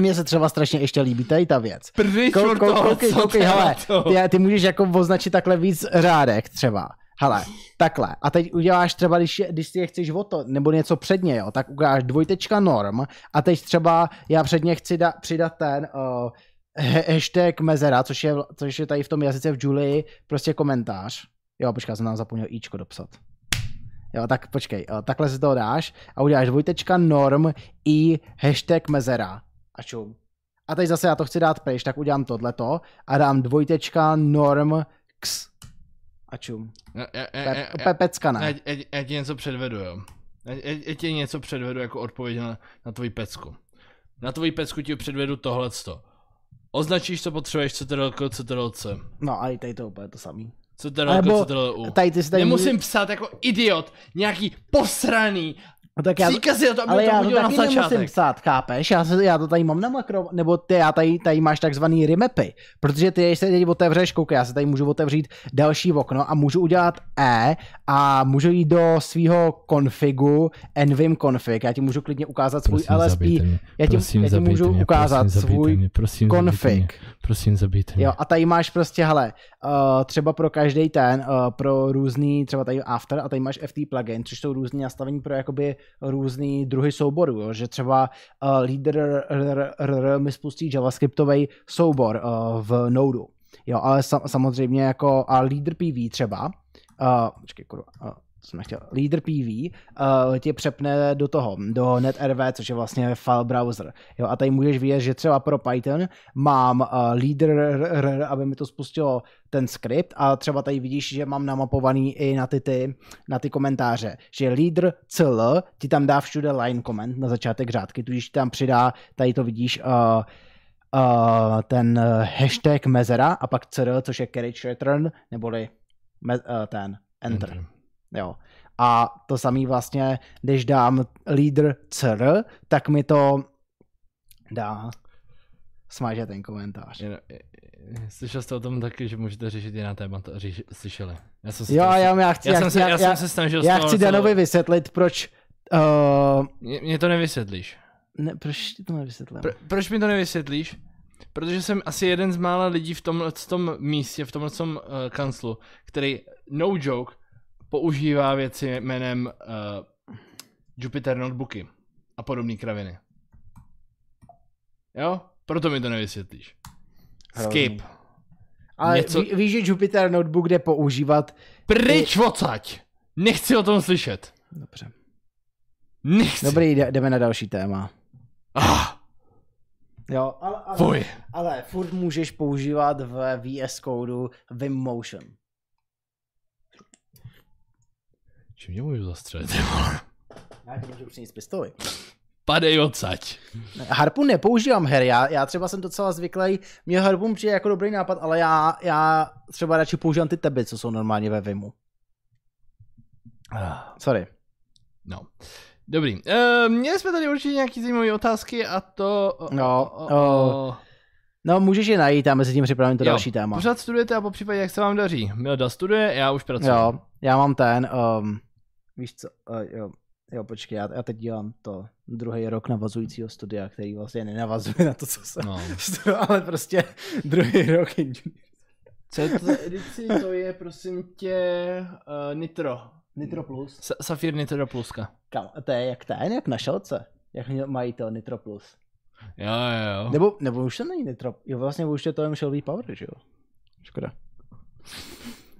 A: Mně se třeba strašně ještě líbí tady ta věc.
B: pryč
A: Kou,
B: od
A: kou,
B: toho,
A: koukej,
B: co
A: koukej,
B: to je
A: hele,
B: to.
A: ty, ty můžeš jako označit takhle víc řádek třeba. Hele, takhle. A teď uděláš třeba, když, je- když si je chceš o to, nebo něco předně, jo, tak ukážeš dvojtečka norm a teď třeba já předně chci da, přidat ten uh, he- hashtag mezera, což je, vl- což je tady v tom jazyce v Julii, prostě komentář. Jo, počkej, já jsem nám zapomněl ičko dopsat. Jo, tak počkej, jo, takhle si to dáš a uděláš dvojtečka norm i hashtag mezera. A čum. A teď zase já to chci dát pryč, tak udělám tohleto a dám dvojtečka norm x. A čum.
B: Já- No, já- já-
A: Pe-
B: já- já-
A: Pepecka ne.
B: já- já- Já ti něco předvedu, jo. Já- já- Já ti něco předvedu jako odpověď na, na tvoji pecku. Na tvoji pecku ti předvedu tohleto. Označíš, co potřebuješ, co to co to co.
A: No a i tady to je úplně to samý.
B: Co to
A: Nebo
B: co to u.
A: Tady ty si tady...
B: Nemusím psát jako idiot, nějaký posraný
A: No, tak já,
B: příkazy na to,
A: ale
B: aby to
A: já to
B: udělal na
A: taky nemusím
B: začátek.
A: psát, chápeš? Já, se, já to tady mám na makro, nebo ty, já tady, tady máš takzvaný remapy, protože ty, když se teď otevřeš, koukej, já se tady můžu otevřít další okno a můžu udělat E a můžu jít do svého konfigu, nvim config, já ti můžu klidně ukázat svůj LSP, já ti, já ti můžu ukázat svůj
B: prosím,
A: config.
B: Prosím, zabijte
A: Jo, a tady máš prostě, hele, uh, třeba pro každý ten, uh, pro různý, třeba tady After a tady máš FT plugin, což jsou různý nastavení pro jakoby různý druhy souborů, jo, že třeba uh, leader r, r, r, r, mi spustí javascriptový soubor uh, v Nodeu. Jo, ale sam, samozřejmě jako a leader PV třeba, uh, počkej, kurva, uh, co jsem nechtěl, leader PV uh, tě přepne do toho, do netrv, což je vlastně file browser. Jo, a tady můžeš vidět, že třeba pro Python mám uh, leader, r, r, r, aby mi to spustilo ten skript a třeba tady vidíš, že mám namapovaný i na ty, ty, na ty komentáře, že leader cl ti tam dá všude line comment na začátek řádky, tudíž ti tam přidá, tady to vidíš, uh, uh, ten eh, hashtag mezera a pak cr, což je carriage return, neboli me, uh, ten enter. enter. Jo. A to samý vlastně, když dám leader cr, tak mi to dá smaže ten komentář.
B: Jen- Slyšel jste o tom taky, že můžete řešit jiná témata, říš, slyšeli. Já jsem se
A: Jo,
B: snažil-
A: já, já chci,
B: já,
A: já,
B: jsem
A: chci,
B: se, já,
A: já,
B: jsem
A: já,
B: se snažil z
A: já
B: toho
A: chci
B: docela-
A: Danovi vysvětlit, proč uh,
B: Mě, mě to nevysvětlíš.
A: ne, proč ti to nevysvětlím?
B: Pro, proč mi to nevysvětlíš? Protože jsem asi jeden z mála lidí v tomhle tom místě, v tomhle tom uh, kanclu, který, no joke, používá věci jménem uh, Jupyter notebooky a podobné kraviny. Jo? Proto mi to nevysvětlíš.
A: Hrozný.
B: Skip.
A: Ale
B: něco-
A: něco... ví, víš, že Jupyter Notebook jde používat?
B: Pryč odsaď! Nechci o tom slyšet.
A: Dobře.
B: Nechci.
A: Dobrý, jde- jdeme na další téma.
B: Ah,
A: Jo, ale, ale,
B: fuj.
A: ale furt můžeš používat v VS Codeu Vim Motion.
B: Čím tě můžu zastřelit? ty vole?
A: Já ti můžu přinést pistoli.
B: Padej odsaď.
A: Harpu nepoužívám her, já, já třeba jsem docela zvyklý, mě harpun přijde jako dobrý nápad, ale já, já třeba radši používám ty teby, co jsou normálně ve Vimu. Sorry.
B: No. Dobrý. Uh, měli jsme tady určitě nějaký zajímavé otázky a to... o-
A: No,
B: o-
A: o-
B: o-
A: No, můžeš je najít a mezi tím připravím to
B: Jo,
A: další téma.
B: Pořád studujete a po případě, jak se vám daří. Milda studuje, já už pracuji.
A: Jo, já mám ten, um, víš co, uh, jo, jo, počkej, já, já teď dělám to druhý rok navazujícího studia, který vlastně nenavazuje na to, co jsem
B: No.
A: studoval, ale prostě druhý rok inženýr.
B: Co je to za edici? To je, prosím tě, uh, Nitro.
A: Nitro Plus.
B: Sa- Safir Nitro Pluska.
A: Kam, to je jak ten, jak na šelce, jak měl- mají to Nitro Plus.
B: Jo, jo, jo.
A: Nebo, nebo už to není Nitro, jo, vlastně už je to jen Shelby Power, že jo? Škoda.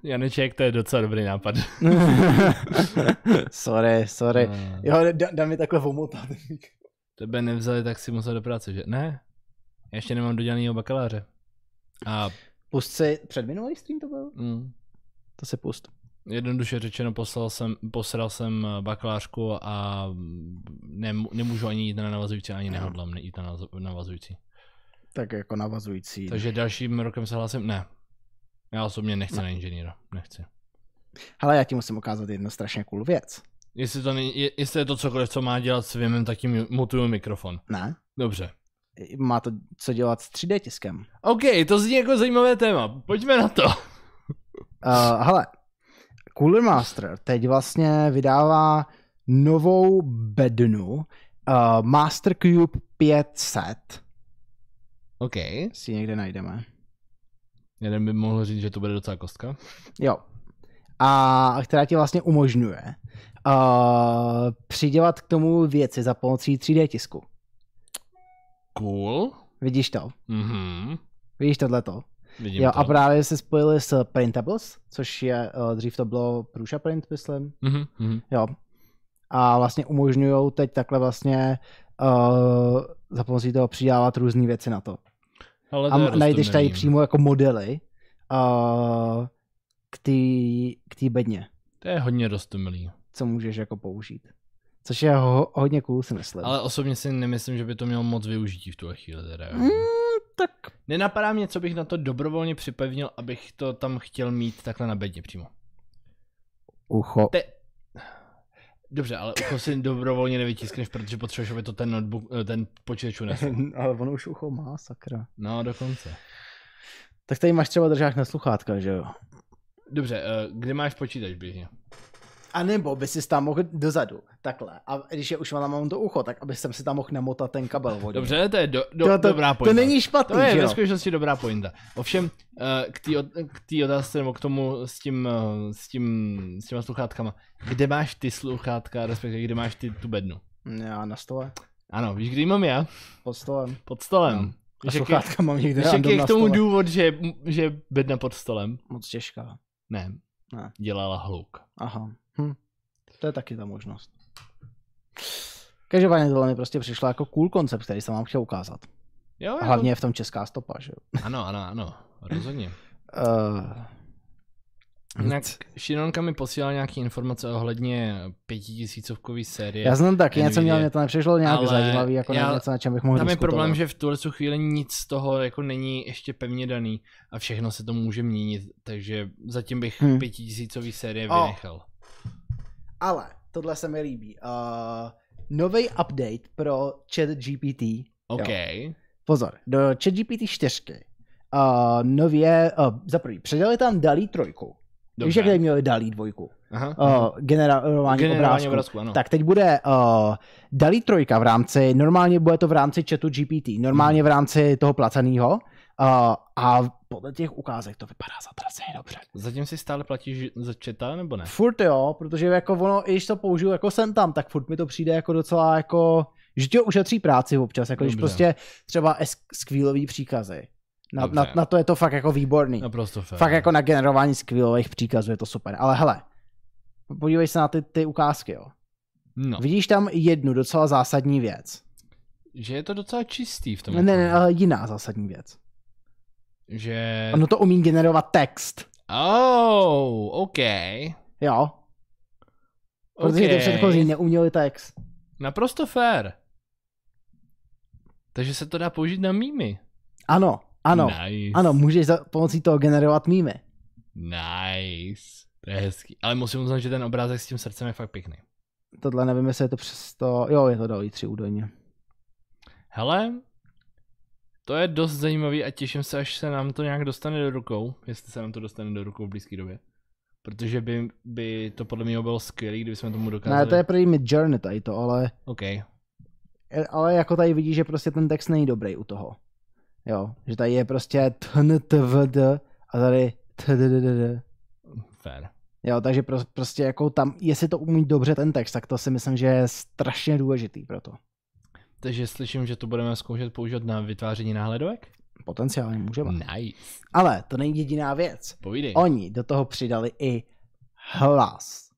B: Janeček, to je docela dobrý nápad.
A: sorry, sorry.
B: Eh,
A: Jo, dá, dá mi takhle vomotat.
B: Tebe nevzali, tak si musel do práce, že? Ne. Já ještě nemám dodělanýho bakaláře. A
A: Pust si, předminulý stream to byl?
B: mm,
A: To se pust.
B: jednoduše řečeno, poslal jsem, posral jsem eh, bakalářku a mm, nem, nemůžu ani jít na navazující, ani nehodlám jít na navazu- navazující.
A: Tak jako navazující.
B: Takže dalším rokem se hlásím? Ne. Já osobně nechci
A: Ne.
B: na inženýra. Nechci.
A: Hele, já ti musím ukázat jednu strašně cool věc.
B: Jestli, to není, je- jestli je to cokoliv, co má dělat s Vimem, tak tím mutuju mikrofon.
A: Ne?
B: Dobře.
A: Má to co dělat s 3D tiskem.
B: OK, to zní jako zajímavé téma. Pojďme na to.
A: Uh, hele, Cooler Master teď vlastně vydává novou bednu uh, Master Cube 500.
B: OK.
A: Si ji někde najdeme.
B: Jeden by mohl říct, že to bude docela kostka.
A: Jo. A která ti vlastně umožňuje uh, přidělat k tomu věci za pomocí 3D tisku.
B: Cool.
A: Vidíš to?
B: Mhm.
A: Vidíš tohleto?
B: Vidím
A: Jo,
B: to.
A: a právě se spojili s Printables, což je, uh, dřív to bylo Prusa Print, myslím.
B: Mhm, mhm.
A: Jo. A vlastně umožňují teď takhle vlastně uh, za pomocí toho přidávat různé věci na to.
B: Ale No, to
A: A
B: je
A: m- najdeš tady
B: roztomilý.
A: přímo jako modely uh, k té k tý bedně,
B: To je hodně roztomilý.
A: co můžeš jako použít. Což je ho, hodně cool, si myslím.
B: Ale osobně si nemyslím, že by to mělo moc využití v tuhle chvíli. Teda.
A: Mm, tak
B: Nenapadá mě, co bych na to dobrovolně připevnil, abych to tam chtěl mít takhle na bedně přímo.
A: ucho.
B: Te... Dobře, ale ucho si dobrovolně nevytiskneš, protože potřebuješ, aby to ten, notebook, eh, ten počítač unesl.
A: Ale ono už ucho má, sakra.
B: No, dokonce.
A: Tak tady máš třeba držák na sluchátka, že jo?
B: Dobře, eh, kde máš počítač běžně?
A: A nebo by si tam mohl dozadu, takhle. A když je už mám, mám to ucho, tak aby jsem si tam mohl namotat ten kabel vodě.
B: Dobře, to je do, do,
A: to, to,
B: dobrá
A: to
B: pointa.
A: není špatný,
B: to je
A: že
B: ve
A: jo?
B: skutečnosti dobrá pointa. Ovšem, eh, k té ot- k té otázce nebo k tomu s tím, eh, s tím, s těma sluchátkama. Kde máš ty sluchátka, respektive kde máš ty tu bednu?
A: Já na stole,
B: Ano, víš, kdy mám já?
A: pod stolem.
B: Pod stolem.
A: No. A
B: Víš, jaký-
A: sluchátka mám někde
B: Víš, jaký
A: random
B: je
A: na
B: k tomu
A: stole.
B: důvod, že, že bedna pod stolem?
A: Moc těžká.
B: Ne.
A: Ne.
B: Dělala hluk.
A: Aha. Hm. To je taky ta možnost. Každopádně tohle mi prostě přišlo jako cool koncept, který jsem vám chtěl ukázat.
B: Jo,
A: A
B: jako-
A: hlavně je v tom česká stopa, že jo?
B: Ano, ano, ano. Rozhodně.
A: Uh,
B: Jinak Šironka mi posílal nějaké informace ohledně pětitisícovkový série.
A: já jsem taky něco
B: Nvidia.
A: měl, mě to nepřišlo nějak
B: Ale
A: zajímavý, jako
B: já-
A: já, něco, na čem bych mohl
B: Tam je
A: diskutovat.
B: problém, že v tuhle tu chvíli nic z toho jako není ještě pevně daný a všechno se to může měnit, takže zatím bych
A: Hmm.
B: hmm. pětitisícový série
A: O.
B: vynechal.
A: Ale tohle se mi líbí. Uh, Nový update pro chat GPT
B: OK.
A: pozor, do ChatGPT 4. Uh, nově, uh, za prvý, předali tam Dalí trojku. Dobře. Víš, jak tady
B: Dobře.
A: měli Dalí dvojku?
B: Aha.
A: Uh, generování,
B: Generování
A: generování obrázků.
B: obrázku, no. ano.
A: Tak teď bude uh, Dalí trojka v rámci, normálně bude to v rámci chatu GPT, normálně v rámci toho placeného. Uh, a podle těch ukázek to vypadá zatraceně dobře.
B: Zatím si stále platíš za četa, nebo ne?
A: Furt jo, protože jako ono, i když to použiju jako sem tam, tak furt mi to přijde jako docela jako, že ti ušetří práci občas, jako když
B: Dobře.
A: prostě třeba es- skvílový příkazy. Na,
B: Dobře.
A: na, na, to je to fakt jako výborný.
B: No, Naprosto fér.
A: Fakt jako na generování skvílových příkazů je to super. Ale hele, podívej se na ty, ty ukázky, jo.
B: No,
A: Vidíš tam jednu docela zásadní věc.
B: že je to docela čistý v tom.
A: Ne, ne, ne,
B: jako,
A: ale jiná zásadní věc.
B: Že...
A: Ono to umí generovat text.
B: Oh, OK.
A: Jo. Protože ty
B: Okej.
A: předchozí neuměli text.
B: Naprosto fair. Takže se to dá použít na mýmy.
A: Ano, ano.
B: Nice.
A: Ano, můžeš za pomocí toho generovat mýmy.
B: Nice. To je hezký. Ale musím uznat, že ten obrázek s tím srdcem je fakt pěkný.
A: Tohle nevím, jestli je to přesto... Jo, je to dolí tři údajně.
B: Hele, to je dost zajímavý a těším se, až se nám to nějak dostane do rukou, jestli se nám to dostane do rukou v blízké době. Protože by, by to podle mě bylo skvělé, kdyby jsme tomu dokázali.
A: Ne, to je prý mid journey tady to, ale,
B: OK.
A: ale jako tady vidíš, že prostě ten text není dobrý u toho. Jo, že tady je prostě tntvd a tady tddd.
B: Fair.
A: Jo, takže pro, prostě jako tam, jestli to umí dobře ten text, tak to si myslím, že je strašně důležitý pro to.
B: Takže slyším, že to budeme zkoušet použít na vytváření náhledovek?
A: Potenciálně můžeme.
B: Hmm. Nice.
A: Ale to není jediná věc.
B: Povídej.
A: Oni do toho přidali i hlas.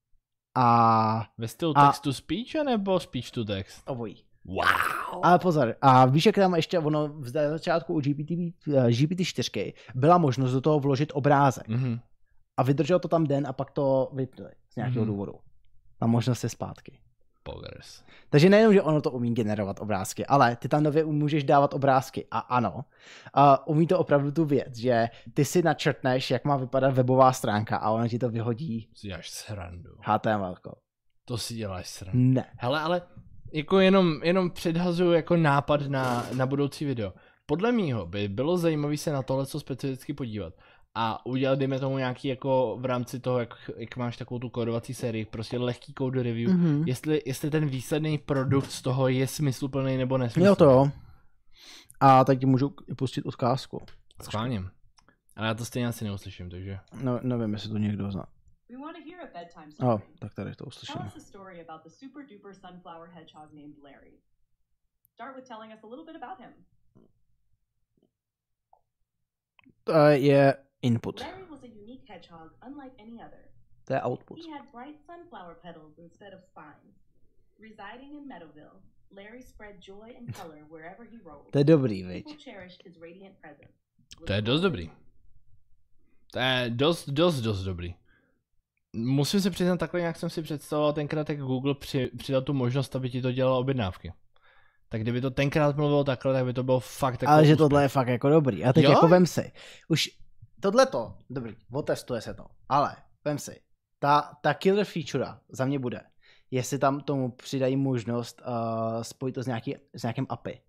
A: A
B: Ve stylu
A: A-
B: text to speech, anebo speech to text?
A: obojí.
B: Wow.
A: Ale pozor, a víš, jak tam ještě ono v za- začátku u GPT, eh, GPT-4 byla možnost do toho vložit obrázek.
B: Mhm.
A: A vydrželo to tam den a pak to vypnuli z nějakého
B: Mhm.
A: důvodu. Ta možnost je zpátky.
B: Poggers.
A: Takže nejenom, že ono to umí generovat obrázky, ale ty tam nově můžeš dávat obrázky. A ano, a umí to opravdu tu věc, že ty si načrtneš, jak má vypadat webová stránka a ona ti to vyhodí
B: Si děláš srandu.
A: HTML.
B: To si děláš srandu.
A: Ne.
B: Hele, ale jako jenom, jenom předhazuju jako nápad na, na budoucí video. Podle mýho by bylo zajímavé se na tohle co specificky podívat a udělat, dejme tomu, nějaký jako v rámci toho, jak, jak máš takovou tu kodovací sérii, prostě lehký code review,
A: Mm-hmm.
B: jestli, jestli ten výsledný produkt z toho je smysluplný nebo nesmysluplný.
A: Jo, to jo. A tak ti můžu k- pustit odkázku.
B: Schválně. Ale já to stejně asi neuslyším, takže...
A: No, nevím, jestli to někdo zná.
C: We want to hear a bedtime story.
A: O, tak tady to
C: Tell
A: uslyšíme.
C: us a story about the super duper sunflower hedgehog named Larry. Start with telling us a little bit about him.
A: To je input.
C: Larry was a unique hedgehog, unlike any other.
A: To je output.
C: He had bright sunflower petals instead of spines. Residing in Meadowville, Larry spread joy and color wherever he rolled.
A: To je dobrý, viď?
C: People cherished his radiant presence.
B: To je dost dobrý. To je dost, dost, dost dobrý. Musím se přiznat takhle, jak jsem si představoval tenkrát, jak Google při, přidal tu možnost, aby ti to dělalo objednávky. Tak kdyby to tenkrát mluvilo takhle, tak by to bylo fakt takový
A: Ale že
B: úspěch.
A: tohle je fakt jako dobrý. A teď
B: Jo?
A: jako vem si. Už tohle to, dobrý, otestuje se to. Ale vem si. Ta, ta killer feature za mě bude, jestli tam tomu přidají možnost uh, spojit to s, nějaký, s nějakým API.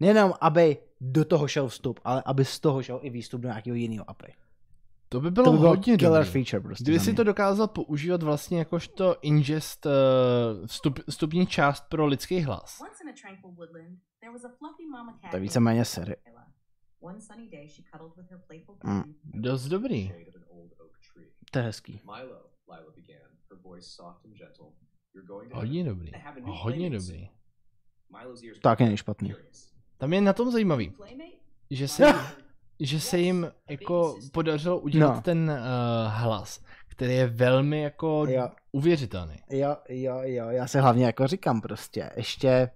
A: Nejenom, aby do toho šel vstup, ale aby z toho šel i výstup do nějakého jiného API.
B: To by bylo,
A: To by bylo
B: hodně
A: killer
B: dobrý.
A: feature prostě.
B: Kdyby
A: za
B: si
A: mě.
B: to dokázal používat vlastně jakožto ingest eh, vstup, vstupní část pro lidský hlas.
C: Once in a tranquil woodland, there was a fluffy mama cat.
A: To je
C: named
A: víceméně seri.
C: Kayla. One sunny day, she cuddled with her playful
A: Mm.
C: friend.
B: Dost dobrý.
D: shade of an old oak tree.
A: To je hezký.
D: Milo, Lila began, her voice soft and gentle. You're going to
B: Hodně
D: heaven.
B: dobrý.
D: I have a new
B: Hodně
D: playmate
B: dobrý.
D: soon. Milo's ears
A: Taky
D: perked
A: není
D: up,
A: špatný.
D: curious.
B: Tam je na tom zajímavý,
C: Playmate?
B: že se že se jim jako podařilo udělat
A: No.
B: no. ten uh, hlas, který je velmi jako
A: Jo,
B: uvěřitelný.
A: jo, jo, jo, já se hlavně jako říkám prostě, ještě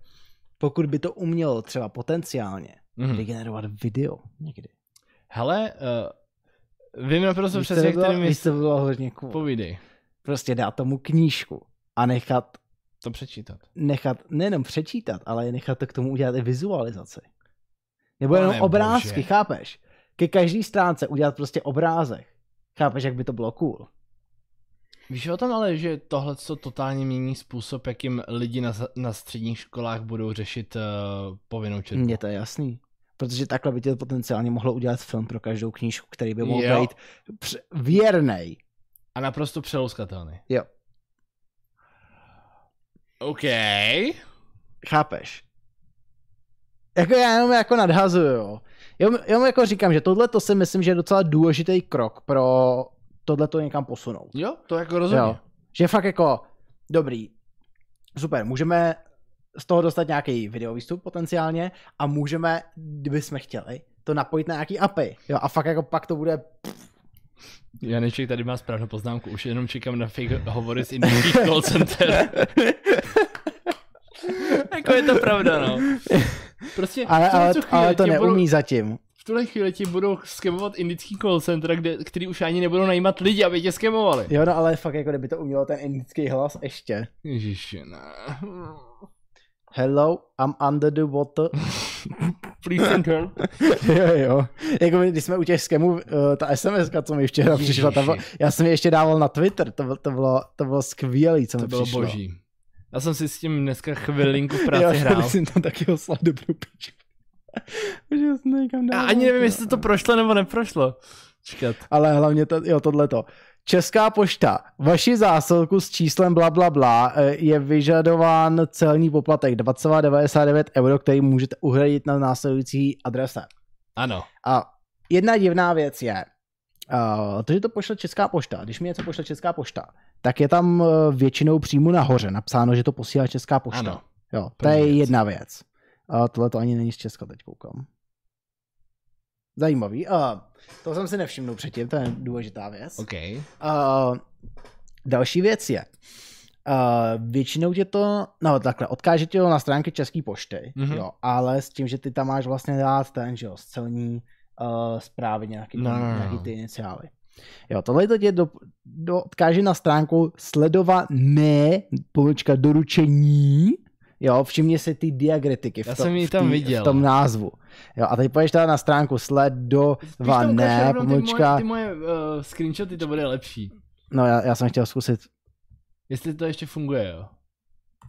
A: pokud by to umělo třeba potenciálně
B: Mhm.
A: vygenerovat video někdy.
B: Hele, uh, vím naprosto
A: Víš, co
B: přesně,
A: by bylo,
B: kterým
A: víš,
B: jsi...
A: to bylo hodně cool.
B: Povídej,
A: Prostě dát tomu knížku a nechat,
B: to přečítat.
A: nechat nejenom přečítat, ale nechat to k tomu udělat i vizualizaci. Nebo
B: Pane
A: jenom
B: bože.
A: obrázky, chápeš? Ke každý stránce udělat prostě obrázek. Chápeš, jak by to bylo cool?
B: Víš o tom ale, že tohle co totálně mění způsob, jakým lidi na, na středních školách budou řešit uh, povinnou četbu.
A: Mně to je jasný. Protože takhle by tě potenciálně mohlo udělat film pro každou knížku, který by mohl
B: Jo.
A: být př- věrnej.
B: A naprosto přelouskatelný.
A: Jo.
B: OK.
A: Chápeš? Jako já jenom jako nadhazuju, jo. Jenom, jenom jako říkám, že tohle to si myslím, že je docela důležitý krok pro tohle to někam posunout.
B: Jo, to jako rozumím.
A: Jo. Že fakt jako, dobrý, super, můžeme z toho dostat nějaký videovýstup potenciálně a můžeme, kdyby jsme chtěli, to napojit na nějaký API. Jo, a fakt jako pak to bude
B: Janeček tady má správnou poznámku, už jenom čekám na fake hovory z indických call center. jako je to pravda, no. Prostě
A: Ale,
B: v tuhle
A: ale,
B: tu chvíli
A: ale to
B: tě budou-
A: neumí zatím.
B: v tuhle chvíli ti budou skemovat indický call centra, kde, který už ani nebudou najímat lidi, aby tě skemovali.
A: Jo, no ale fakt, jako kdyby to umělo ten indický hlas ještě.
B: Ježišina.
A: Hello, I'm under the water.
B: Please and help.
A: jo, jo. Jako my, když jsme u těch skemů, uh, ta SMS, co mi včera přišla, ta byla, já jsem ji ještě dával na Twitter, to, bylo- to bylo, to bylo skvělý, co
B: To
A: mi
B: bylo
A: přišlo.
B: boží. Já jsem si s tím dneska chvilinku v
A: jo,
B: práci hrál.
A: Já jsem tam taky oslal dobrou piču. Že já jsem to někam
B: Já
A: dával,
B: ani nevím,
A: jo.
B: jestli to prošlo nebo neprošlo. Čekat.
A: Ale hlavně to, jo, tohleto. Česká pošta. Vaši zásilku s číslem bla, bla, bla eh, je vyžadován celní poplatek 2,99 euro, který můžete uhradit na následující adrese.
B: Ano.
A: A jedna divná věc je, uh, to, že to pošle Česká pošta, když mi něco pošle Česká pošta, tak je tam eh, většinou přímo nahoře napsáno, že to posílá Česká pošta.
B: Ano.
A: Jo, to
B: První
A: je
B: věc.
A: jedna věc. A tohle to ani není z Česka, teď koukám. Zajímavý. A to jsem si nevšiml předtím, to je důležitá věc.
B: OK.
A: A Eh, další věc je, a většinou tě to, no takhle, odkáže tě to na stránky České pošty,
B: Mhm.
A: jo, ale s tím, že ty tam máš vlastně dát ten, že jo, celní uh, zprávy, nějaký,
B: No,
A: no,
B: no, no.
A: nějaký ty iniciály. Jo, tohle to tě do, do, odkáže na stránku sledované, pomlčka, doručení, jo, všimni si ty diakritiky v,
B: Já
A: to,
B: jsem ji
A: v,
B: tam
A: tý-
B: viděl.
A: v tom názvu. Jo, a teď půjdeš teda na stránku sledované, pomlčka,
B: Ty moje, ty moje uh, screenshoty, to bude lepší.
A: no já, já jsem chtěl zkusit
B: Jestli to ještě funguje, jo.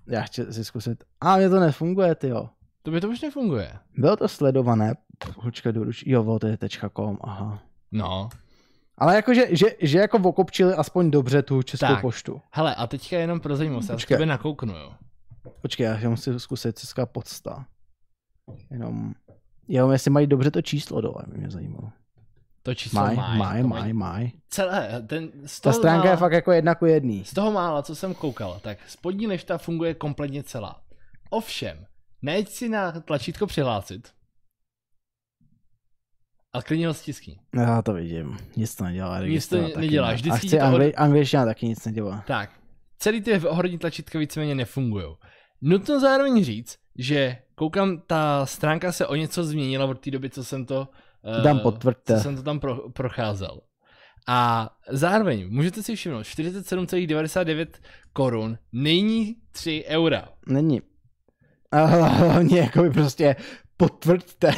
A: Já chci si zkusit. A mě to nefunguje, ty jo.
B: To by to už nefunguje.
A: Bylo to sledované. Počkej, doruč. Jo, bylo to je .com, aha.
B: No.
A: Ale jakože, že, že jako okopčili aspoň dobře tu českou
B: Tak.
A: tak. poštu.
B: Hele, a teďka jenom pro zajímavost, já se
A: Počkej.
B: tebe nakouknu, jo.
A: Počkej, já že musím zkusit česká posta. Jenom, jenom jestli mají dobře to číslo dole, by mě zajímalo.
B: To číslo
A: Maj,
B: má.
A: maj,
B: to
A: maj,
B: mají-
A: maj.
B: Celé, ten, z
A: Ta
B: toho
A: stránka
B: mála,
A: je fakt jako jedna ku jedný.
B: Z toho mála, co jsem koukal, tak spodní nešta funguje kompletně celá. Ovšem, najít si na tlačítko přihlásit a klidně ho stiskni.
A: Já to vidím. Nic to nedělá. registrovat
B: ne-
A: taky
B: nedělá,
A: ne. A
B: vždycky
A: chci
B: to od-
A: angli- angličtina taky nic nedělá.
B: Tak, celý ty horní tlačítka víceméně nefungují. Nutno zároveň říct, že koukám, ta stránka se o něco změnila od té doby, co jsem to... eh,
A: Dám potvrďte.
B: Co jsem to tam pro, procházel. A zároveň můžete si všimnout, 47,99 korun není 3 eura.
A: Není. A hlavně jako by prostě potvrďte.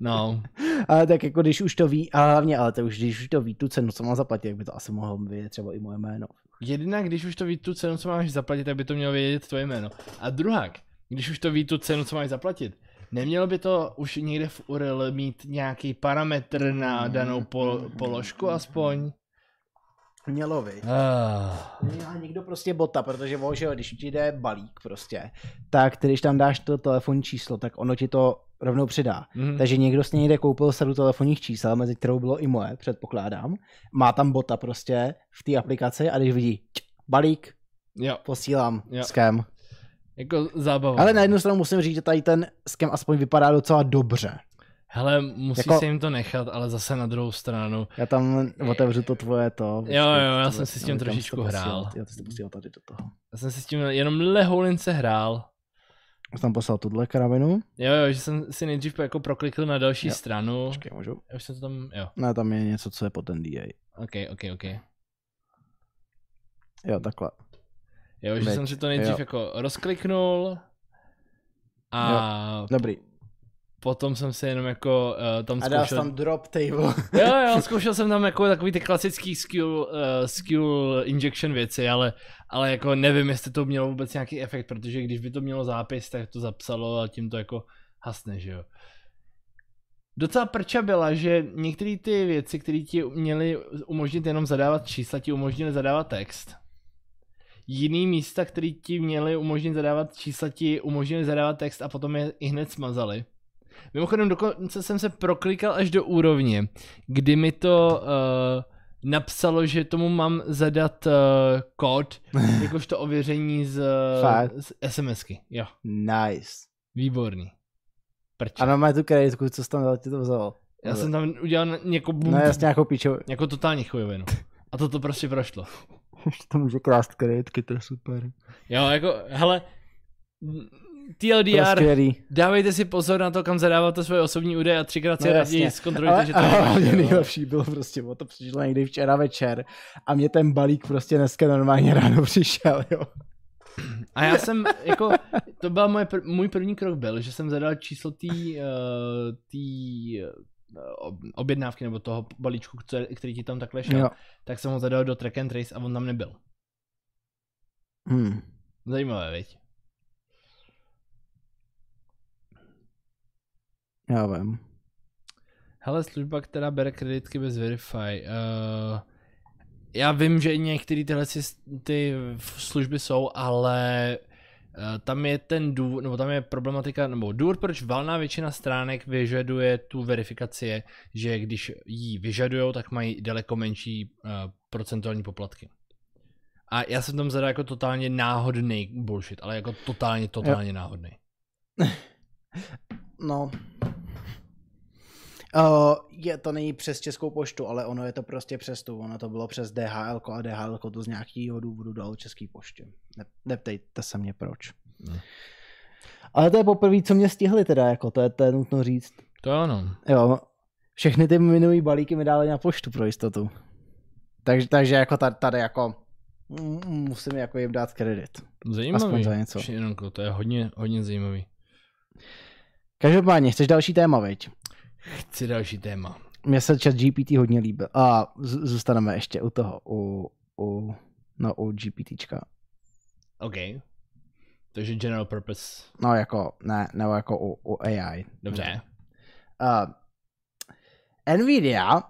B: No,
A: Ale tak jako když už to ví, a hlavně, ale to už když už to ví tu cenu, co má zaplatit, tak by to asi mohlo vědět třeba i moje jméno.
B: Jedna, když už to ví tu cenu, co máš zaplatit, tak by to mělo vědět tvoje jméno. A druhá, když už to ví tu cenu, co máš zaplatit, nemělo by to už někde v URL mít nějaký parametr na danou pol- položku aspoň?
A: Mělo by.
B: Ah.
A: A někdo prostě bota, protože o, že jo, když ti jde balík prostě, tak ty, když tam dáš to telefonní číslo, tak ono ti to rovnou přidá.
B: Mhm.
A: Takže někdo si někde koupil sadu telefonních čísel, mezi kterou bylo i moje, předpokládám. Má tam bota prostě v té aplikaci a když vidí č, balík,
B: Jo,
A: posílám
B: Jo.
A: skem.
B: jako zábava.
A: Ale na jednu stranu musím říct, že tady ten skem aspoň vypadá docela dobře.
B: Hele, musí
A: Jako-
B: se jim to nechat, ale zase na druhou stranu.
A: Já tam otevřu to tvoje to. vlastně,
B: Jo, jo, já
A: tohle,
B: jsem si s tím
A: nevím, kam jsi to
B: trošičku
A: posílal.
B: hrál.
A: Jo, ty jsi to posílal tady do toho.
B: Já jsem si s tím jenom lehoulince hrál.
A: Já jsem tam poslal tuhle karabinu.
B: Jo, jo, že jsem si nejdřív jako proklikl na další
A: Jo.
B: stranu.
A: Počkej, můžu?
B: Já už jsem to tam, jo.
A: Ne, tam je něco, co je pod ten DA.
B: Ok, ok, ok.
A: Jo, takhle.
B: Jo, že
A: Veď,
B: jsem si to nejdřív
A: jo.
B: jako rozkliknul a
A: Dobrý.
B: potom jsem se jenom jako uh, tam
A: A dal jsi
B: zkoušel.
A: tam drop table.
B: Jo, jo, zkoušel jsem tam jako takový ty klasický skill, uh, skill injection věci, ale, ale jako nevím, jestli to mělo vůbec nějaký efekt, protože když by to mělo zápis, tak to zapsalo a tím to jako hasne, že jo. Docela prča byla, že některé ty věci, které ti měly umožnit jenom zadávat čísla, ti umožnily zadávat text. Jiný místa, které ti měly umožnit zadávat čísla, ti umožnily zadávat text a potom je i hned smazali. Mimochodem dokonce jsem se proklikal až do úrovně, kdy mi to uh, napsalo, že tomu mám zadat uh, kód, jakožto ověření z,
A: Fakt?
B: z SMSky. Jo,
A: Nice.
B: výborný. Prč.
A: A na má tu kreditku, co jsi tam dal, ti to vzal.
B: Já jsem tam udělal někoho
A: No jasně, jako píčo,
B: jako totální chujovinu. A to to prostě prošlo.
A: to může krást kreditky, to je super.
B: Jo, jako, hele,
A: Pro
B: TLDR,
A: skvělý.
B: dávejte si pozor na to, kam zadáváte svoje osobní údaje a třikrát si
A: No,
B: no,
A: jasně.
B: raději zkontrolujte, že to
A: ale, ale mě
B: je jo.
A: nejlepší bylo prostě, o to přišlo někdy včera večer a mě ten balík prostě dneska normálně ráno přišel, jo.
B: A já jsem, jako, to byl moje pr- můj první krok byl, že jsem zadal číslo eh, té uh, objednávky nebo toho balíčku, co- který ti tam takhle šel,
A: jo.
B: tak jsem ho zadal do track and trace a on tam nebyl.
A: Hmm.
B: Zajímavé, viď?
A: Já vím.
B: Hele, služba, která bere kreditky bez Verify. Uh, já vím, že některé tyhle si, ty f- služby jsou, ale uh, tam je ten důvod, nebo tam je problematika, nebo důvod, proč valná většina stránek vyžaduje tu verifikaci, je, že když ji vyžadují, tak mají daleko menší uh, procentuální poplatky. A já jsem tam zadal jako totálně náhodný bullshit, ale jako totálně, totálně náhodný.
A: No. Uh, je to není přes Českou poštu, ale ono je to prostě přes tu. Ono to bylo přes DHL a DHL to z nějakého důvodu dalo České poště. Ne, neptejte se mě proč.
B: Ne.
A: Ale to je poprvé, co mě stihli teda, jako to je, to je nutno říct.
B: To je ono.
A: Jo, všechny ty minulý balíky mi dali na poštu pro jistotu. Takže, takže jako tady, tady jako mm, musím jako jim dát kredit.
B: Zajímavý.
A: Aspoň za něco.
B: Šinonko, to je hodně, hodně zajímavý.
A: Každopádně, chceš další téma, veď?
B: Chci další téma.
A: Mně se chat GPT hodně líbil. A z- zůstaneme ještě u toho, u, u, no, u GPTčka.
B: OK. Takže general purpose.
A: No jako, ne, nebo jako u, u AI.
B: Dobře.
A: Uh, Nvidia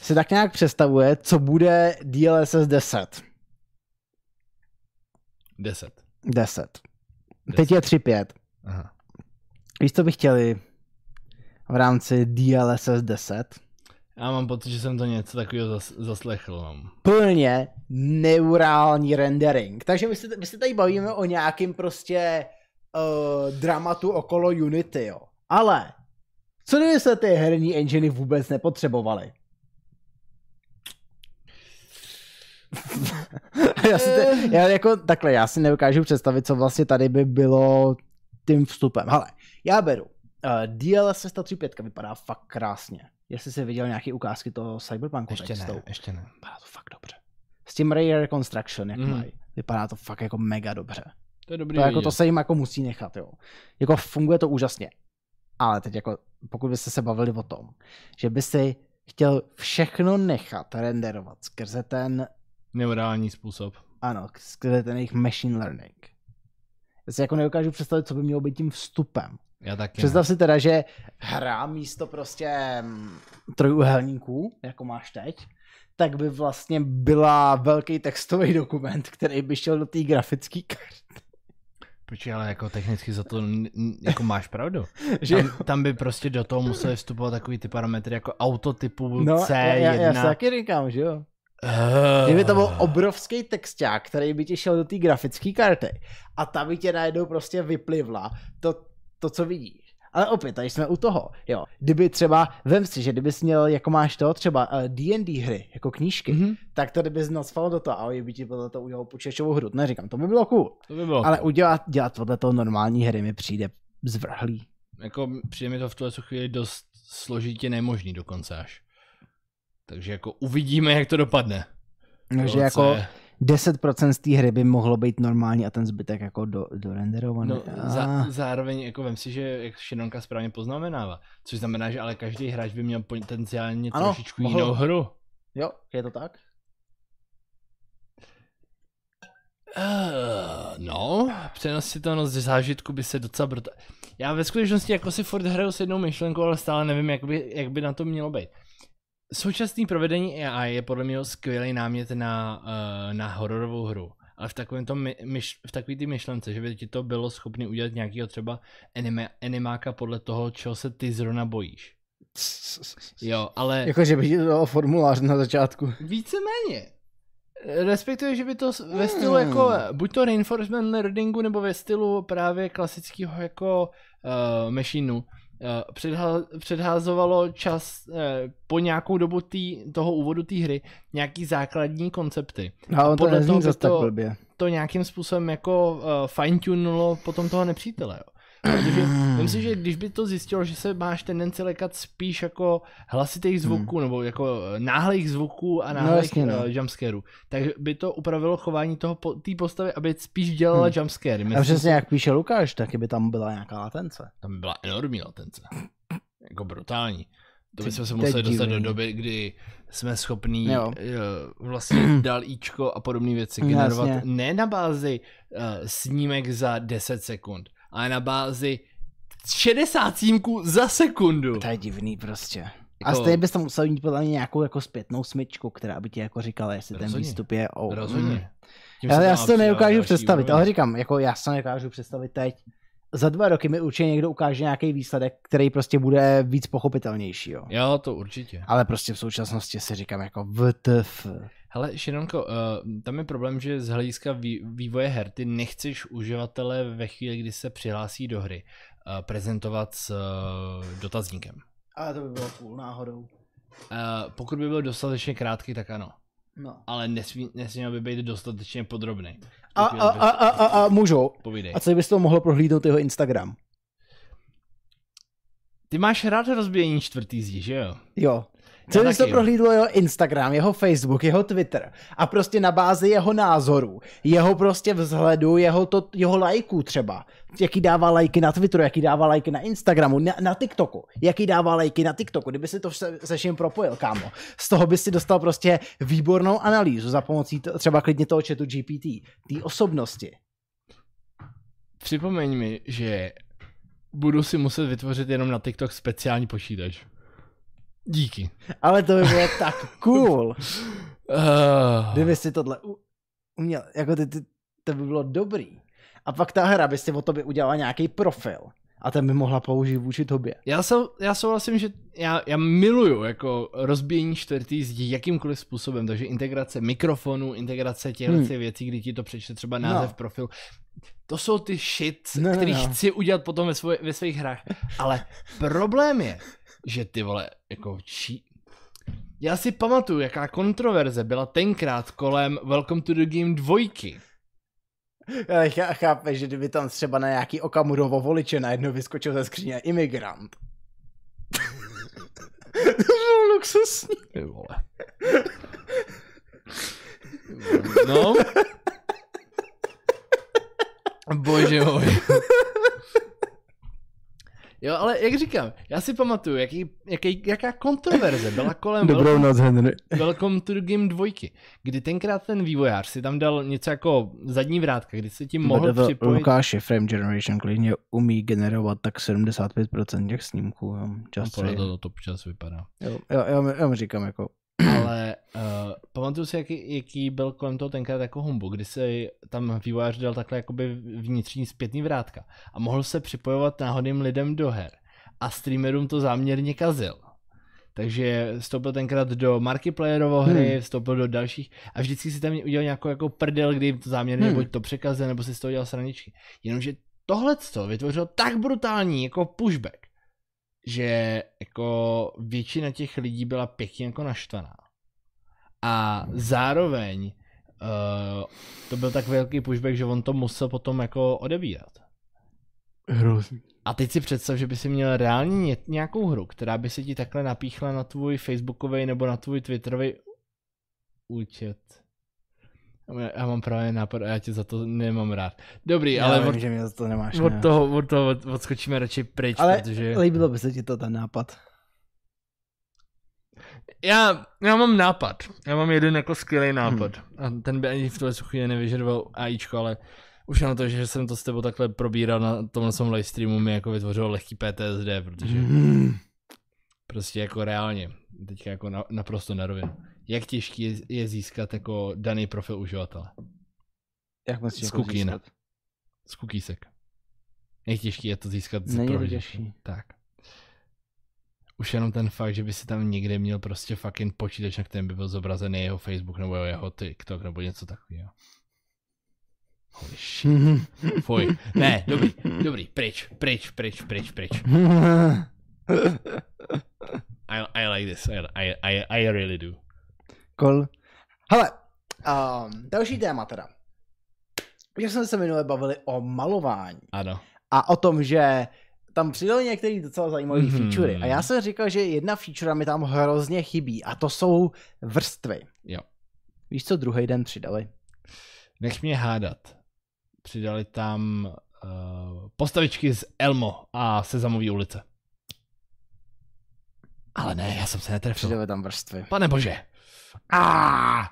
A: se tak nějak představuje, co bude DLSS 10.
B: 10.
A: 10. Teď je 3.5.
B: Aha.
A: Víš, co by chtěli v rámci DLSS 10?
B: Já mám pocit, že jsem to něco takového zas, zaslechl. Mám.
A: Plně neurální rendering. Takže my se, my se tady bavíme o nějakým prostě uh, dramatu okolo Unity, jo. Ale co kdyby se ty herní enginy vůbec nepotřebovaly? já, si
B: Eh.
A: te, já jako takhle, já si neukážu představit, co vlastně tady by bylo tím vstupem. Hele, já beru. Uh, DLSS 135 vypadá fakt krásně. Jestli jsi viděl nějaké ukázky toho Cyberpunku,
B: Ještě
A: tak s tou-
B: ne, ještě ne.
A: vypadá to fakt dobře. S tím Ray Reconstruction, jak
B: Mhm.
A: mm. mají, vypadá to fakt jako mega dobře.
B: To je dobrý
A: To, jako
B: vidět.
A: to se jim jako musí nechat, jo. Jako funguje to úžasně. Ale teď jako, pokud byste se bavili o tom, že by si chtěl všechno nechat renderovat skrze ten,
B: Neurální způsob.
A: ano, skrze ten jejich machine learning. Já si jako nedokážu představit, co by mělo být tím vstupem.
B: Já taky
A: Představ si teda, že hra místo prostě mm, trojuhelníků, jako máš teď, tak by vlastně byla velký textový dokument, který by šel do té grafické karty.
B: ne. Počkej, ale jako technicky za to n- n- jako máš pravdu.
A: Že...
B: Tam, tam, by prostě do toho museli vstupovat takový ty parametry jako auto typu
A: No,
B: C1.
A: já, já, já se taky říkám, že jo.
B: Eh.
A: Kdyby to byl obrovský texták, který by ti šel do té grafické karty a ta by tě najednou prostě vyplivla to, to co vidíš. Ale opět, tady jsme u toho, jo. Kdyby třeba, vem si, že kdybys měl, jako máš to, třeba eh, D&D hry, jako knížky,
B: Mhm.
A: tak to kdyby nacval do toho a oni by ti podle toho udělal počítačovou hru. Neříkám, to by bylo cool,
B: To by bylo.
A: ale udělat dělat podle toho normální hry mi přijde zvrhlý.
B: jako přijde mi to v tuhle chvíli dost složitě nemožný dokonce až. Takže jako uvidíme, jak to dopadne.
A: Takže
B: Jo,
A: jako
B: co je.
A: 10% z té hry by mohlo být normální a ten zbytek jako do, dorenderovaný.
B: No,
A: A-
B: za, zároveň jako vem si, že jak Šinonka správně poznamenává, což znamená, že ale každý hráč by měl potenciálně
A: Ano,
B: ano, trošičku
A: mohl.
B: mohl. jinou hru.
A: Jo, je to tak?
B: Uh, no, přenositelnost ze zážitku by se docela brta... Já ve skutečnosti jako si furt hraju s jednou myšlenkou, ale stále nevím, jak by, jak by na to mělo být. Současný provedení AI je podle mě skvělý námět na, uh, na hororovou hru. Ale v takovém tom my, myš, v takový ty myšlence, že by ti to bylo schopný udělat nějakého třeba anime, animáka podle toho, čeho se ty zrovna bojíš. Jo, ale...
A: Jako, že by ti to dalo formulář na začátku.
B: Víceméně. Respektuje, že by to s- ve stylu
A: Hmm.
B: jako, buď to reinforcement learningu, nebo ve stylu právě klasického jako uh, machine uh, předha- předházovalo čas uh, po nějakou dobu tý, toho úvodu té hry nějaký základní koncepty.
A: A on to
B: podle
A: nezní
B: toho by
A: zas tak
B: to-
A: blbě.
B: to nějakým způsobem jako uh, fine-tunulo potom toho nepřítele, jo. Protože myslím si, že když by to zjistilo, že se máš tendenci lekat spíš jako hlasitých zvuků, hmm. nebo jako eh, náhlých zvuků a náhlých
A: jasně,
B: no,
A: no.
B: uh, jumpscarů, tak by to upravilo chování toho po, té postavy, aby spíš dělala
A: Hmm.
B: hmm. jumpscary.
A: A
B: Myslím si,
A: přesně jak píše Lukáš, taky by tam byla nějaká latence.
B: tam by byla enormní latence. Jako brutální. To
A: To-
B: bychom se
A: to je
B: museli dostat do
A: divný.
B: doby, kdy jsme schopní
A: Jo.
B: jo. vlastně dal íčko a podobné věci
A: No,
B: generovat
A: jasně.
B: ne na bázi uh, snímek za 10 sekund, ale na bázi 60 snímků za sekundu.
A: To je divný prostě. A
B: Jako-
A: stejně bys tam musel mít podle mě nějakou jako zpětnou smyčku, která by ti jako říkala, jestli ten
B: Rozhodně.
A: výstup je... Oh.
B: Rozhodně. Tím se
A: Ale já
B: dá
A: si to
B: přidat
A: neukážu
B: další
A: představit,
B: úroveň.
A: ale říkám, jako já si to neukážu představit teď. Za dva roky mi určitě někdo ukáže nějaký výsledek, který prostě bude víc pochopitelnější, jo.
B: Jo, to určitě.
A: Ale prostě v současnosti si říkám jako VTF.
B: Hele, Šironko, uh, tam je problém, že z hlediska vý- vývoje her ty nechceš uživatele ve chvíli, kdy se přihlásí do hry, uh, prezentovat s uh, dotazníkem.
A: Ale to by bylo cool náhodou.
B: Uh, pokud by byl dostatečně krátký, tak ano.
A: No.
B: Ale nesmí, nesměl by být dostatečně podrobný.
A: A, a, a, a, a, a můžou.
B: Povídej.
A: A co bys to mohlo prohlídnout jeho Instagram?
B: Ty máš rád rozbíjení čtvrtý zdi, že jo?
A: Jo. Co bys to
B: taky.
A: prohlídlo jeho Instagram, jeho Facebook, jeho Twitter a prostě na bázi jeho názorů, jeho prostě vzhledu, jeho, to, jeho lajků třeba. Jaký dává lajky na Twitteru, jaký dává lajky na Instagramu, na, na TikToku, jaký dává lajky na TikToku, kdyby si to se, se vším propojil, kámo. Z toho bys si dostal prostě výbornou analýzu za pomocí to, třeba klidně toho chatu GPT, té osobnosti.
B: Připomeň mi, že budu si muset vytvořit jenom na TikTok speciální počítač. Díky.
A: Ale to by bylo tak cool,
B: Uh,
A: kdyby si tohle u, uměl, jako ty, ty, to by bylo dobrý. A pak ta hra by si o tobě udělala nějaký profil a ten by mohla použít vůči tobě.
B: Já, sou, já souhlasím, že já, já miluju jako rozbíjení čtvrtý zdí jakýmkoliv způsobem, takže integrace mikrofonu, integrace těchto
A: Hmm.
B: hmm. věcí, kdy ti to přečte třeba název
A: No.
B: no. profilu. To jsou ty shit,
A: No,
B: no,
A: no,
B: který
A: no.
B: no. chci udělat potom ve, svoje, ve svých hrách, ale problém je, že ty vole, jako čí... Já si pamatuju, jaká kontroverze byla tenkrát kolem Welcome to the Game 2.
A: Ale chá- chápeš, že kdyby tam třeba na nějaký Okamurovo voliče najednou vyskočil ze skříně imigrant. to bylo luxusní.
B: Ty vole. No. Bože můj. Jo, ale jak říkám, já si pamatuju, jaký, jaký, jaká kontroverze byla kolem Welcome,
A: noc, Henry.
B: Welcome to the Game 2, kdy tenkrát ten vývojář si tam dal něco jako zadní vrátka, kdy se tím mohl
A: BDV
B: připojit.
A: Lukáš je Frame Generation klidně umí generovat tak 75% těch snímků. Jo. Just
B: No, Podle
A: saying.
B: toho to občas vypadá.
A: jo, jo, jo, já mu říkám jako
B: ale uh, pamatuju si, jaký, jaký byl kolem toho tenkrát jako humbuk, kdy se tam vývojář dal takhle jakoby vnitřní zpětný vrátka a mohl se připojovat náhodným lidem do her a streamerům to záměrně kazil. Takže vstoupil tenkrát do Markiplayerovo hry, hmm. vstoupil do dalších a vždycky si tam udělal nějakou jako prdel, kdy jim to záměrně
A: Hmm.
B: hmm. buď to překazil, nebo si z toho dělal sraničky. Jenomže tohle vytvořilo tak brutální jako pushback, že jako většina těch lidí byla pěkně jako naštvaná. A zároveň uh, to byl tak velký pushback, že on to musel potom jako odebírat.
A: hrozný.
B: A teď si představ, že by si měl reálně ně- nějakou hru, která by se ti takhle napíchla na tvůj facebookový nebo na tvůj twitterový účet. Já- Já mám právě nápad a já tě za to nemám rád. Dobrý,
A: Já
B: ale
A: vím,
B: od,
A: že mě za to nemáš.
B: od
A: ne.
B: toho, od toho od, odskočíme radši pryč,
A: Ale
B: protože...
A: líbilo by se ti to ten nápad.
B: Já, já mám nápad. Já mám jeden jako skvělý nápad. Hmm. A ten by ani v tuhle chvíli nevyžadoval AIčko, ale už na to, že jsem to s tebou takhle probíral na tomhle svém livestreamu, mi jako vytvořilo lehký PTSD, protože
A: Mm.
B: prostě jako reálně, teďka jako na, naprosto na rovinu. Jak těžký je, je získat jako daný profil uživatele
A: Jak myslíš,
B: Z
A: jako
B: cookie, ne?
A: získat?
B: z cookiesek? Jak těžký je to získat z
A: Není to
B: prohlížeče.
A: těžší.
B: Tak. Už jenom ten fakt, že by si tam někde měl prostě fucking počítač, na kterém by byl zobrazený jeho Facebook nebo jeho TikTok nebo něco takového. Holy shit. Fuj. Ne, dobrý, dobrý, pryč, pryč, pryč, pryč, pryč. I, I like this, I, I, I, I really do.
A: Kol. Hele, um, další téma Ehm, teda. že jsme se minule bavili o malování
B: Ano.
A: a o tom, že tam přidali některé docela zajímavé
B: Mhm.
A: mm-hmm. featurey. A já jsem říkal, že jedna feature mi tam hrozně chybí a to jsou vrstvy.
B: Jo.
A: Víš, co druhý den přidali?
B: Nech mě hádat. Přidali tam uh, postavičky z Elmo a Sezamový ulice. Ale ne, já jsem se netrefil.
A: Přidali tam vrstvy.
B: Pane bože. Ah!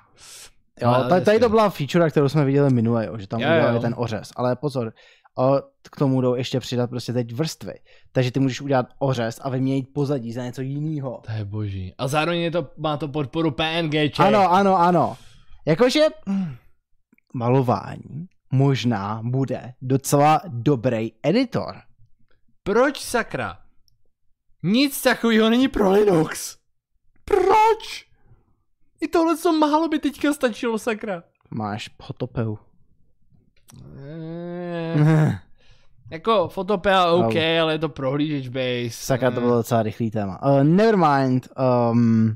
A: Jo,
B: Ale
A: ta, tady
B: hezky.
A: to byla feature, kterou jsme viděli minule, jo, že tam
B: Jo,
A: udělali
B: jo.
A: ten ořez. Ale pozor, o, k tomu jdou ještě přidat prostě teď vrstvy. Takže ty můžeš udělat ořez a vyměnit pozadí za něco jiného.
B: To je boží. A zároveň je to, má to podporu PNG.
A: Ano, ano, ano. Jakože hm, malování možná bude docela dobrý editor.
B: Proč sakra? Nic takového není pro Linux. Proč? I tohle, co málo by teďka stačilo, sakra.
A: Máš potopeu. Mhm.
B: Eee, Eh, jako fotopea OK, ale je to prohlížeč base.
A: Sakra, to bylo docela rychlý téma. Uh, Nevermind. Um,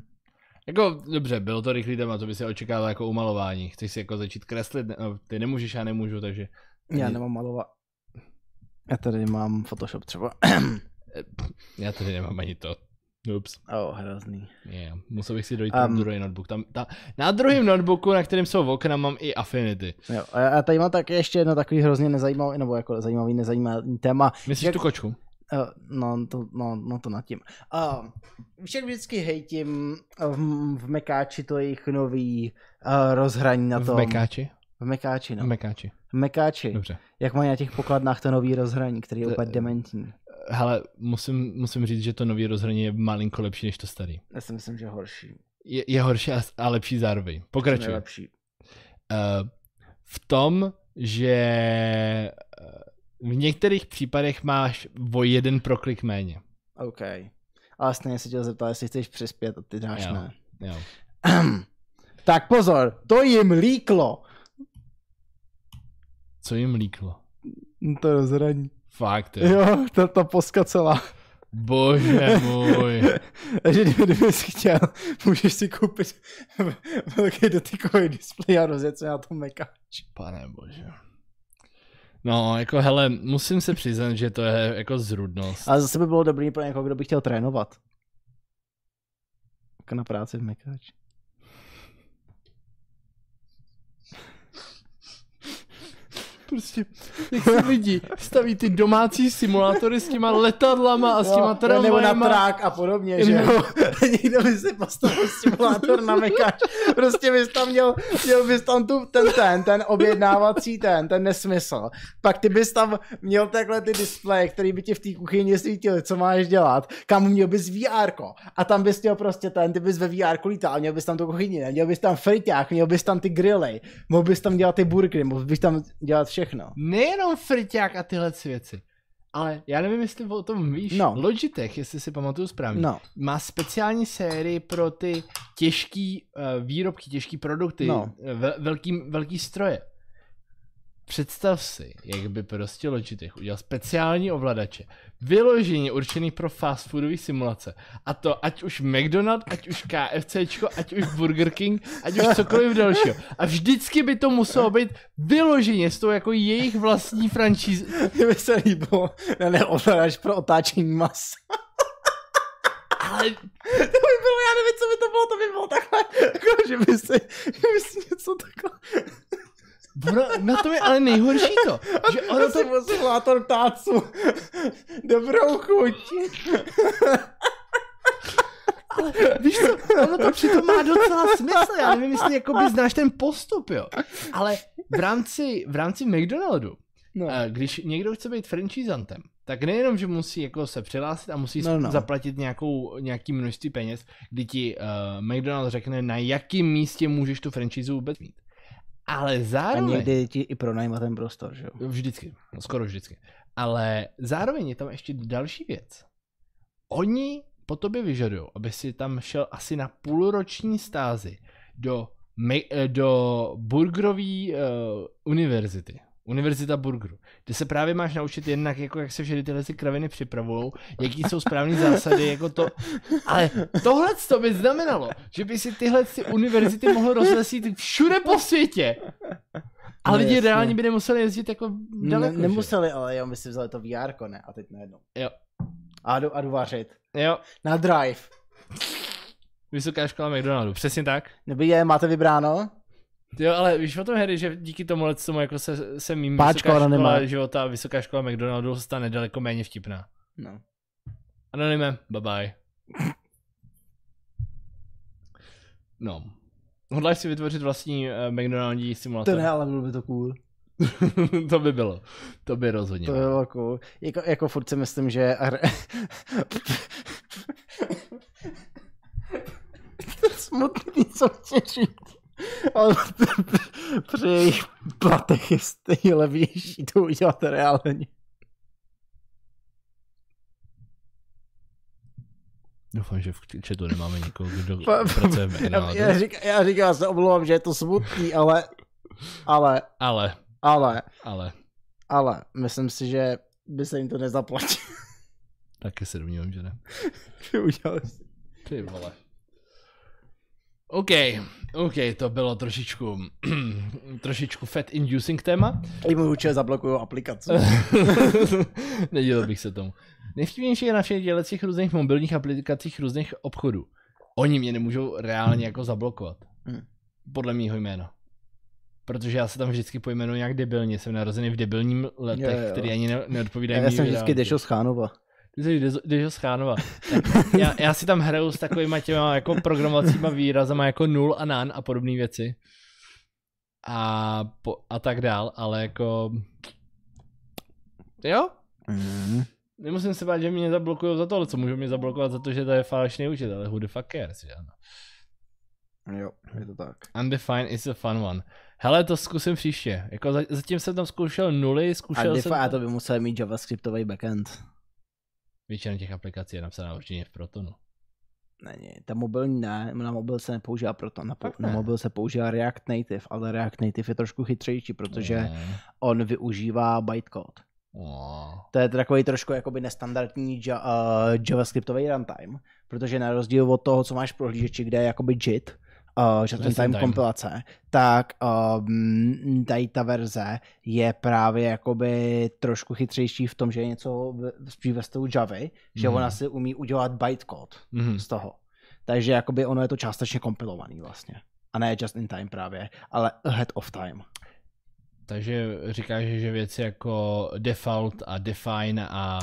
B: Jako, dobře, bylo to rychlý téma, to by se očekával jako umalování. Chceš si jako začít kreslit, ne- no, ty nemůžeš, já nemůžu, takže...
A: já
B: Ani-
A: nemám malovat. Já tady mám Photoshop třeba.
B: Já tady nemám ani to. Ups.
A: oh, hrozný.
B: Yeah. Musel bych si dojít
A: Um.
B: um, druhý notebook. Tam, ta, na druhém notebooku, na kterém jsou okna, mám i Affinity.
A: Jo, a a tady mám tak ještě jedno takový hrozně nezajímavý, nebo jako zajímavý, nezajímavý téma.
B: Myslíš
A: Jak-
B: tu kočku?
A: Eh, no, to, no, no to nad tím. Uh, však vždycky hejtím v, v Mekáči to jejich nový uh, rozhraní na
B: v
A: tom.
B: Mekáči?
A: v Mekáči, no.
B: V Mekáči,
A: v Mekáči.
B: dobře.
A: Jak mají na těch pokladnách to nový rozhraní, který je
B: To-
A: úplně dementní.
B: Hele, musím, musím říct, že to nový rozhraní je malinko lepší než to starý.
A: Já si myslím, že horší.
B: Je, je horší a, a lepší zároveň.
A: Je
B: Pokračuj.
A: lepší.
B: Eh, v tom, že eh, v některých případech máš o jeden proklik méně.
A: OK. Ale stejně se tě zeptal, jestli chceš přispět a ty dáš
B: Jo.
A: ne.
B: Jo.
A: tak pozor, to jim líklo.
B: Co jim líklo?
A: To rozhraní.
B: Fakt, jo.
A: Jo, to, to poskacela.
B: Bože můj.
A: Takže kdyby, kdyby jsi chtěl, můžeš si koupit velký dotykový displej a rozjet se na tom mekáč.
B: Pane bože. No, jako hele, musím se přiznat, že to je jako zrudnost.
A: Ale zase by bylo dobrý pro někoho, kdo by chtěl trénovat. Jako na práci v mekáči.
B: Prostě, jak si lidi staví ty domácí simulátory s těma letadlama a s těma
A: Nebo na
B: tramvajama.
A: trák a podobně, že jo. Někdo by si postavil simulátor na mekáč. Prostě bys tam měl, měl bys tam tu, ten, ten, ten objednávací ten, ten nesmysl. Pak ty bys tam měl takhle ty displeje, který by ti v té kuchyni svítily, co máš dělat. Kam měl bys VR. A tam bys měl prostě ten, ty bys ve VR lítal, měl bys tam tu kuchyni, ne? měl bys tam friťák, měl bys tam ty grily, mohl bys tam dělat ty burgery, mohl bys tam dělat všechno.
B: Nejenom friťák a tyhle věci. Ale já nevím, jestli o tom víš.
A: No.
B: Logitech, jestli si pamatuju správně,
A: No,
B: má speciální sérii pro ty těžký uh, výrobky, těžký produkty,
A: No.
B: no. ve, velký, velký stroje. Představ si, jak by prostě Logitech udělal speciální ovladače, vyloženě určený pro fast foodové simulace. A to ať už McDonald, ať už KFCčko, ať už Burger King, ať už cokoliv dalšího. A vždycky by to muselo být vyloženě s tou jako jejich vlastní franšíz,
A: mě by se líbilo, ne, ne, ovladač pro otáčení masa.
B: ale
A: To by bylo, já nevím, co by to bylo, to by bylo takhle, jako, že by si, že by si něco takhle,
B: ono, na to je ale nejhorší to, že ono
A: ono
B: to
A: si byl simulátor tácu, dobrou chuť.
B: Víš co, ono to přitom má docela smysl, já nevím, jestli jako by znáš ten postup, jo. Ale v rámci, v rámci McDonaldu,
A: No.
B: eh, když někdo chce být franchisantem, tak nejenom, že musí jako se přihlásit a musí
A: No,
B: no,
A: no.
B: no. zaplatit nějakou, nějaký množství peněz, kdy ti uh, McDonald řekne, na jakém místě můžeš tu franchízu vůbec mít. Ale
A: A
B: zároveň...
A: někdy ti i pronajma ten prostor, že jo.
B: Vždycky, no, skoro vždycky. Ale zároveň je tam ještě další věc. Oni po tobě vyžadují, aby si tam šel asi na půlroční stázi do, me- eh, do burgerové uh, univerzity. Univerzita burgeru, kde se právě máš naučit jednak, jako jak se všechny tyhle ty kraviny připravují, jaký jsou správné zásady, jako to. Ale tohle to by znamenalo, že by si tyhle ty univerzity mohl rozlesít všude po světě. Ale
A: No,
B: lidi
A: jasně.
B: reálně by nemuseli jezdit jako
A: Ne,
B: daleko. že?
A: nemuseli, ale jo, my si vzali to VR, ne? A teď najednou.
B: Jo.
A: A jdu, a jdu vařit.
B: Jo,
A: Na drive.
B: vysoká škola McDonaldu, přesně tak.
A: Nebo je, máte vybráno?
B: Jo, ale víš o tom, Harry, že díky tomu tomu jako se, se mým
A: Páčko,
B: vysoká
A: ona
B: škola
A: nemá.
B: života a vysoká škola McDonaldu stane daleko méně vtipná.
A: No.
B: Anonyme, bye bye. No. Hodláš si vytvořit vlastní uh, McDonaldí
A: To ne,
B: simulátor?
A: ale bylo by to cool.
B: to by bylo. To by rozhodně.
A: To by bylo cool. Jako, jako furt si myslím, že... to je smutný, co chci říct. Ale při jejich platech je stejně levnější to udělat reálně.
B: Doufám, že v chatu nemáme někoho, kdo
A: Pa-
B: pracuje v
A: Já,
B: McDonaldu.
A: já, říkám, já říkám, já se omlouvám, že je to smutný, ale... Ale,
B: Ale,
A: ale,
B: ale,
A: ale, myslím si, že by se jim to nezaplatilo.
B: taky se domnívám, že ne.
A: Udělali si
B: Ty vole. OK, OK, to bylo trošičku, trošičku fat inducing téma.
A: Tady mu určitě zablokují aplikaci.
B: Nedělal bych se tomu. Nejvtipnější je na všech dělecích různých mobilních aplikacích různých obchodů. Oni mě nemůžou reálně jako zablokovat.
A: Hmm.
B: Podle mýho jména. Protože já se tam vždycky pojmenuji nějak debilně. Jsem narozený v debilním letech,
A: Jo, jo, jo.
B: který ani ne- neodpovídají
A: Já
B: mý
A: jsem vždycky
B: realitě.
A: Dešo z Chánova.
B: Ty jsi Dezo- Dežo z Chánova. Tak já, já, si tam hraju s takovýma těma jako programovacíma výrazama jako nul a nan a podobné věci. A, po, a tak dál, ale jako... Jo, nemusím se bát, že mě zablokují za tohle, co můžou mě zablokovat za to, že to je falešný účet, ale who the fuck cares, že ano.
A: Jo, je to tak.
B: Undefined is a fun one. Hele, to zkusím příště. Jako za, zatím jsem tam zkoušel nuly,
A: A,
B: zkoušel jsem...
A: defa, a to by musel mít javascriptový backend.
B: Většina těch aplikací je napsaná určitě v Protonu.
A: Není, ta mobilní ne, na mobil se nepoužívá proto, na, po,
B: Fakt ne.
A: na mobil se používá React Native, ale React Native je trošku chytřejší, protože
B: Mm.
A: on využívá bytecode.
B: Oh.
A: To je takový trošku jakoby nestandardní ja, uh, javascriptový runtime, protože na rozdíl od toho, co máš v prohlížeči, kde je jakoby JIT, uh, just in
B: Just in
A: time
B: time.
A: kompilace, tak um, tady ta verze je právě jakoby trošku chytřejší v tom, že je něco v- spíš ve stylu Javy, že
B: Mhm.
A: ona si umí udělat bytecode
B: Mm.
A: z toho. Takže jakoby ono je to částečně kompilovaný vlastně. A ne just in time právě, ale ahead of time.
B: Takže říkáš, že věci jako default a define a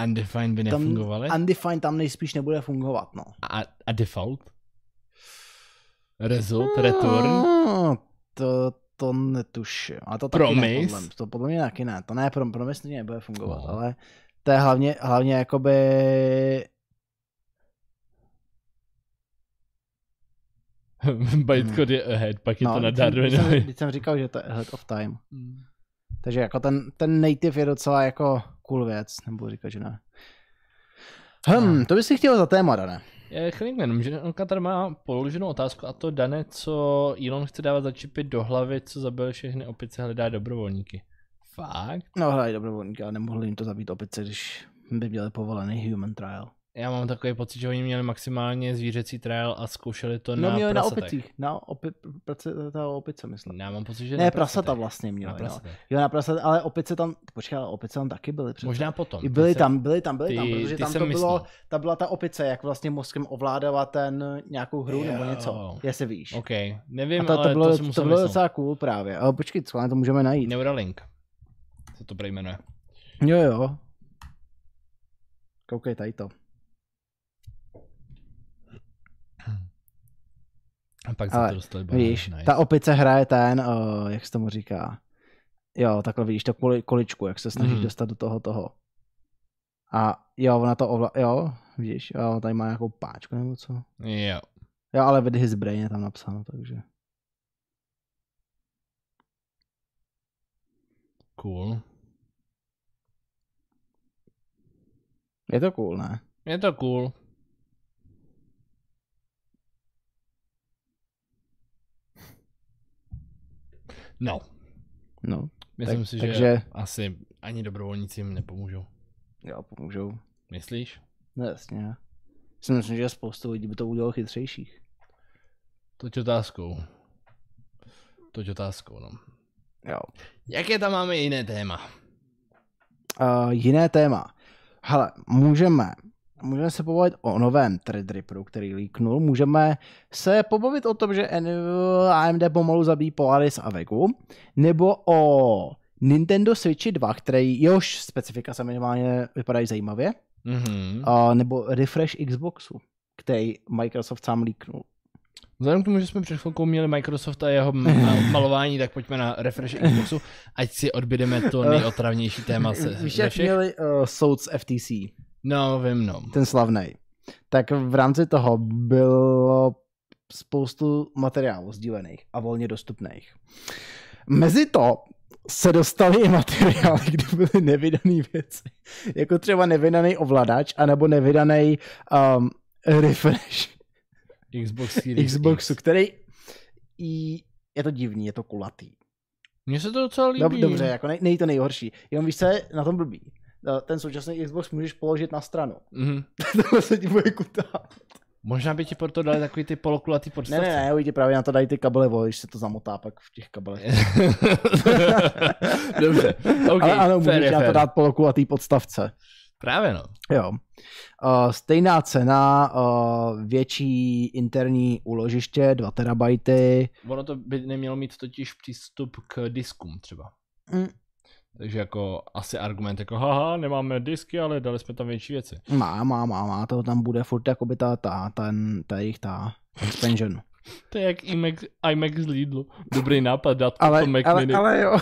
B: undefined by
A: Tam
B: nefungovaly?
A: undefined tam nejspíš nebude fungovat, no.
B: A, a default? Result, return?
A: Mm, To, to netuším. A to taky Ne,
B: Promise?
A: podle, to podle mě taky ne. To ne, pro, promise mě nebude fungovat,
B: No.
A: no. ale to je hlavně, hlavně jakoby...
B: Bytecode je ahead, pak je to na
A: teď jsem- teď Hmm. No, jsem,
B: Darwinovi.
A: teď jsem říkal, že to je ahead of time. Takže jako ten, ten native je docela jako cool věc, nebudu říkat, že ne. Hm,
B: No.
A: to bys si chtěl za téma, Dané.
B: Je Chlingman, že onka tady má položenou otázku a to dané, co Elon chce dávat začipit do hlavy, co zabil všechny opice, hledá dobrovolníky. Fakt?
A: No hledaj dobrovolníka, nemohli jim to zabít opice, když by měli povolený human trial.
B: Já mám takový pocit, že oni měli maximálně zvířecí trial a zkoušeli to
A: no
B: na
A: měli na
B: prasatech.
A: opicích, na opi, praceta, opice myslím.
B: Já mám pocit, že
A: ne,
B: na
A: prasata
B: prasatech.
A: vlastně měli,
B: Na
A: no.
B: prasatech.
A: Jo, na prasat, ale opice tam, počkej, ale opice tam taky byly přece.
B: Možná potom.
A: I byly
B: Ty
A: tam, byly tam, byly
B: ty-
A: tam, protože
B: ty
A: tam
B: jsem
A: to bylo,
B: myslel.
A: ta byla ta opice, jak vlastně mozkem ovládala ten jsem hru nebo
B: Jo.
A: něco, jestli víš.
B: OK, nevím,
A: A
B: to,
A: to,
B: ale
A: to bylo,
B: si
A: to,
B: musel
A: bylo
B: myslet.
A: docela cool právě. Ale počkej, schválně to můžeme najít.
B: Neuralink. Co to prejmenuje?
A: Jo, jo. Koukej, tady to.
B: A pak se
A: Ale
B: to dostali banán.
A: Víš,
B: Nice.
A: ta opice hraje ten, uh, jak se tomu říká. Jo, takhle vidíš to koli, količku, jak se snažíš
B: Mhm.
A: dostat do toho toho. A jo, ona to ovla... Jo, vidíš, jo, tady má nějakou páčku nebo co.
B: Jo.
A: Jo, ale with his brain je tam napsáno, takže.
B: Cool.
A: Je to cool, ne?
B: Je to cool. No,
A: No,
B: myslím si, že
A: takže-
B: asi ani dobrovolníci jim nepomůžou.
A: jo, pomůžou.
B: Myslíš?
A: No jasně. Si myslím, že spoustu lidí by to udělalo chytřejších.
B: Toť otázkou. Toť otázkou, no.
A: Jo.
B: Jaké tam máme jiné téma?
A: Uh, jiné téma. Hele, můžeme, můžeme se pobavit o novém Threadripperu, který líknul. Můžeme se pobavit o tom, že N- AMD pomalu zabíjí Polaris a Vegu, nebo o Nintendo Switchi 2, který, jehož specifikace minimálně vypadají zajímavě,
B: Mhm.
A: uh, nebo refresh Xboxu, který Microsoft sám líknul.
B: Vzhledem k tomu, že jsme před chvilkou měli Microsoft a jeho m- a malování, tak pojďme na refresh Xboxu, ať si odbědeme to nejotravnější téma se
A: Víš,
B: ze
A: jak
B: všech.
A: měli uh, soud z FTC?
B: No, vím, no.
A: ten slavný. Tak v rámci toho bylo spoustu materiálů sdílených a volně dostupných. Mezi to se dostaly i materiály, kde byly nevydané věci. Jako třeba nevydaný ovladač, anebo nevydaný um, refresh
B: Xbox Series
A: Xboxu,
B: X.
A: který i, je to divný, je to kulatý.
B: Mně se to docela líbí.
A: Dob, dobře, jako nej, nej to nejhorší. Jenom víš, co je na tom blbý. Eh, Ten současný Xbox můžeš položit na stranu.
B: Mhm.
A: Tohle se ti bude kutat.
B: Možná by ti proto dali takový ty polokulatý podstavce.
A: Ne, ne, ne, oni ti právě na to dají ty kabely, vole, když se to zamotá pak v těch kabelech.
B: Dobře, okay,
A: Ale ano,
B: fair
A: můžeš
B: je
A: na to
B: fair.
A: dát polokulatý podstavce.
B: Právě no.
A: Jo. Uh, stejná cena, uh, větší interní úložiště, 2 terabajty.
B: Ono to by nemělo mít totiž přístup k diskům třeba.
A: Mm.
B: Takže jako asi argument jako haha, nemáme disky, ale dali jsme tam větší věci.
A: Má, má, má, má, to tam bude furt jakoby ta, ta, ten, ta jejich ta expansion.
B: To je jak iMac, iMac z Lidlu. Dobrý nápad dát ale,
A: Ale,
B: to Mac
A: ale,
B: Mini.
A: ale jo.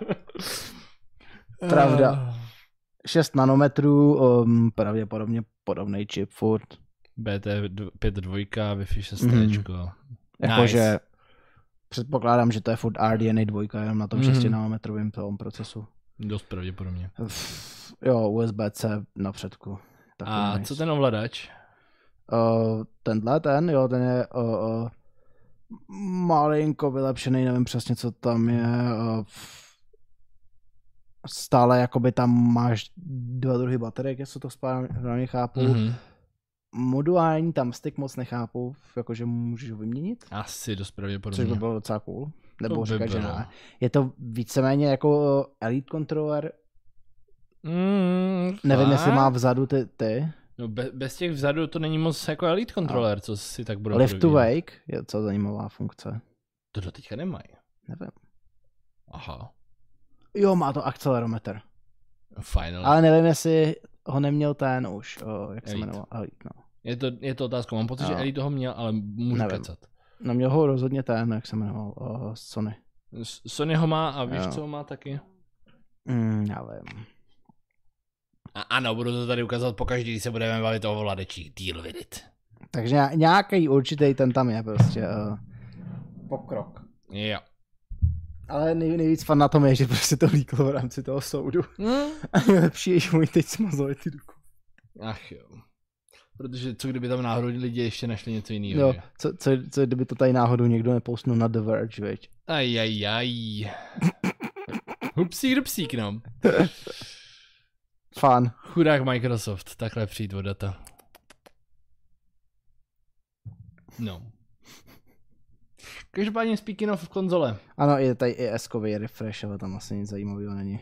A: Pravda.
B: Eh,
A: 6 nanometrů, um, pravděpodobně podobný čip furt.
B: BT52, Wi-Fi 6.
A: Mhm. Jakože
B: Nice.
A: nice. Jako, předpokládám, že to je furt RDNA 2 jenom na tom
B: Mhm.
A: 6 nanometrovém tom procesu.
B: Dost pravděpodobně.
A: F- Jo, USB-C na předku. Takový
B: A
A: nice.
B: co ten ovladač?
A: Uh, tenhle ten, jo, ten je uh, uh, malinko vylepšený, nevím přesně, co tam je. Uh, f- stále jakoby tam máš dva druhy baterek, jestli to správně chápu. Mm-hmm.
B: Mhm.
A: Modulární tam styk moc nechápu, jakože můžeš ho vyměnit,
B: Asi dost pravděpodobně.
A: což by bylo docela cool. Nebo
B: by
A: říkat, že
B: bylo.
A: ne. Je to víceméně jako Elite controller,
B: Mm,
A: nevím, jestli
B: fakt?
A: má vzadu ty, ty.
B: No be, bez těch vzadu to není moc jako Elite Controller, co si tak budou
A: No. Lift to
B: povídat.
A: wake je docela zajímavá funkce.
B: To do teďka nemají.
A: Nevím.
B: Aha.
A: Jo, má to akcelerometr.
B: Fajn, ale...
A: Ale nevím, jestli ho neměl ten už, o, jak se
B: No. Elite.
A: jmenoval. Elite, no.
B: Je, to, je to otázka, mám pocit, že
A: No.
B: Elite toho měl, ale můžu
A: Nevím.
B: kecat.
A: no měl ho rozhodně ten, jak se jmenoval, o, Sony.
B: S- Sony ho má a víš,
A: Jo.
B: co ho má taky?
A: Mm, já vím.
B: A ano, budu to tady ukazovat pokaždý, když se budeme bavit o voladečích. Deal with it.
A: Takže ně- nějaký určitý ten tam je prostě. O, pokrok.
B: Jo.
A: Ale nej, nejvíc fan na tom je, že prostě to líklo v rámci toho soudu. A nejlepší je, že oni teď smazali ty ruku.
B: Ach jo. Protože co kdyby tam náhodou lidi ještě našli něco jiného?
A: Jo, co, co, co, kdyby to tady náhodou někdo nepousnul na The Verge, viď?
B: Ajajaj. Hupsík dupsík, no.
A: Fan.
B: Chudák Microsoft, takhle přijít o data. No. Každopádně speaking of konzole.
A: Ano, je tady i S-kový refresh, ale tam asi nic zajímavého není.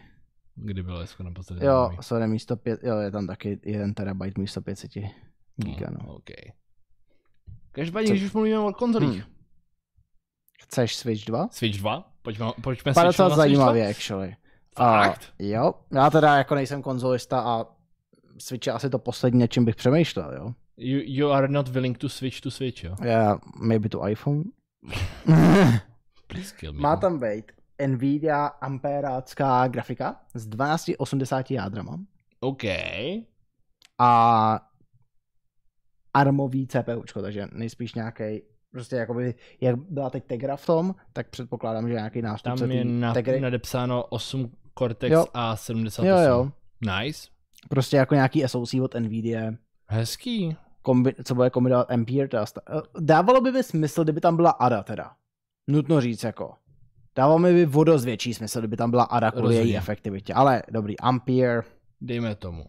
B: Kdy bylo Esko na poslední
A: Jo, sorry, místo pět, jo, je tam taky 1 terabyte místo 500 giga, no.
B: OK. Každopádně,
A: Co-
B: když už mluvíme o konzolích.
A: Hmm. Chceš Switch 2?
B: Switch 2? Pojďme, pojďme
A: Vypadá docela
B: switchnout na Switch 2?
A: zajímavě, actually.
B: Fakt?
A: A, jo, já teda jako nejsem konzolista a Switch je asi to poslední, nad čím bych přemýšlel, jo.
B: You, you are not willing to switch to Switch, jo?
A: Yeah, maybe to iPhone.
B: Please kill me.
A: Má tam být Nvidia amperácká grafika s 1280 jádrama
B: OK.
A: a armový CPUčko, takže nejspíš nějaký prostě jakoby, jak byla teď Tegra v tom, tak předpokládám, že nějaký
B: Tam
A: nástupce
B: je
A: tý
B: na,
A: Tegry.
B: nadepsáno 8 Cortex
A: Jo.
B: A78.
A: Jo, jo.
B: Nice.
A: Prostě jako nějaký SoC od Nvidia,
B: Hezký.
A: kombi, co bude kombinovat Ampere Dust. eh, Dávalo by mi smysl, kdyby tam byla ADA teda. Nutno říct jako. Dávalo mi by o dost větší smysl, kdyby tam byla ADA kvůli
B: Rozhodně.
A: její efektivitě. Ale dobrý, Ampere.
B: Dejme tomu.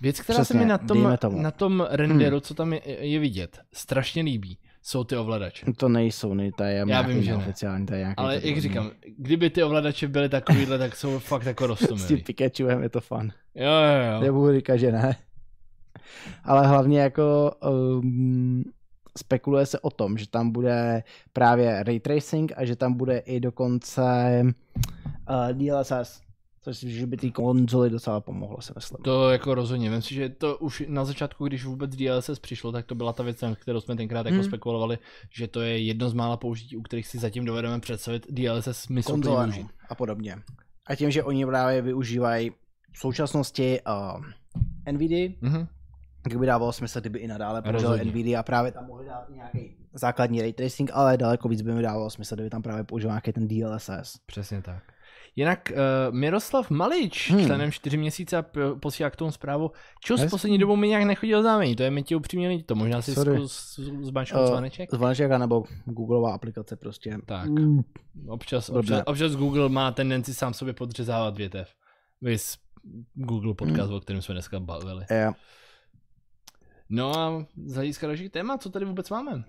B: Věc, která
A: Přesně,
B: se mi na
A: dejme
B: tom,
A: tomu. Hmm.
B: na tom renderu, co tam je, je vidět, strašně líbí, jsou ty ovladače.
A: To nejsou, ne, to je
B: Já vím, že ne.
A: oficiální, to Hmm, je nějaký
B: Ale jak
A: podvodný.
B: říkám, kdyby ty ovladače byly takovýhle, tak jsou fakt jako
A: S tím
B: roztomilý.
A: Pikachuem Prostě je to fun.
B: Jo, jo, jo.
A: Nebudu říkat, že ne. Ale hlavně jako um, spekuluje se o tom, že tam bude právě ray tracing a že tam bude i dokonce uh, DLSS, což že by té konzoli docela pomohlo, si myslím.
B: To jako rozhodně. Myslím si, že to už na začátku, když vůbec DLSS přišlo, tak to byla ta věc, na kterou jsme tenkrát jako
A: Hmm.
B: spekulovali, že to je jedno z mála použití, u kterých si zatím dovedeme představit DLSS smysluplně
A: konzole
B: využít.
A: no, a podobně. A tím, že oni právě využívají v současnosti uh, NVIDIA,
B: Mhm.
A: tak by dávalo smysl, kdyby i nadále používali
B: Rozhodně.
A: NVIDIA a právě tam mohli dát nějaký základní ray tracing, ale daleko víc by mi dávalo smysl, kdyby tam právě používal nějaký ten DLSS.
B: Přesně tak. Jinak uh, Miroslav Malič,
A: Hmm.
B: hmm. členem 4 měsíce, p- posílá k tomu zprávu. Čus,
A: Hezky.
B: poslední dobou mi nějak nechodil oznámení, to je mi ti upřímně líto. Možná si
A: Sorry.
B: zkus zbačku
A: Eh,
B: uh, čvaneček?
A: Zvlášť nebo Googleová aplikace prostě.
B: Tak.
A: Mm.
B: Občas,
A: Blbne.
B: občas, občas Google má tendenci sám sobě podřezávat větev. Vys Google podcast,
A: Hmm.
B: o kterém jsme dneska bavili.
A: Je,
B: No a z hlediska dalších témat, co tady vůbec máme?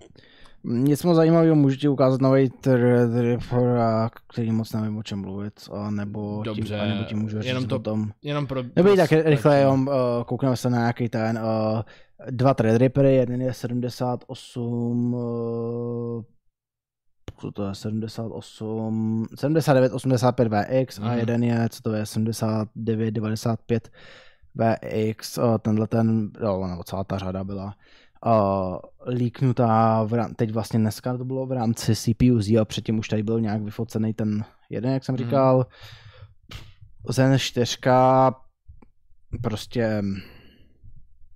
A: nic moc zajímavého, můžu ti ukázat nový tr- tr- for- který moc nevím o čem mluvit, a nebo, ti,
B: Dobře,
A: a nebo ti můžu říct
B: jenom
A: jenom to...
B: to-
A: o tom.
B: Jenom pro...
A: Nebo i tak
B: pro-
A: rychle, jenom uh, koukneme se na nějaký ten uh, dva Threadrippery, jeden je 78, uh, co to je, 78, 79, 85 VX a
B: Mhm.
A: jeden je, co to je, 79, 95 VX, uh, tenhle ten, no, nebo celá ta řada byla uh, líknutá, v rám- teď vlastně dneska to bylo v rámci CPU Z, a předtím už tady byl nějak vyfocený ten jeden, jak jsem
B: Mhm.
A: říkal, Zen 4 prostě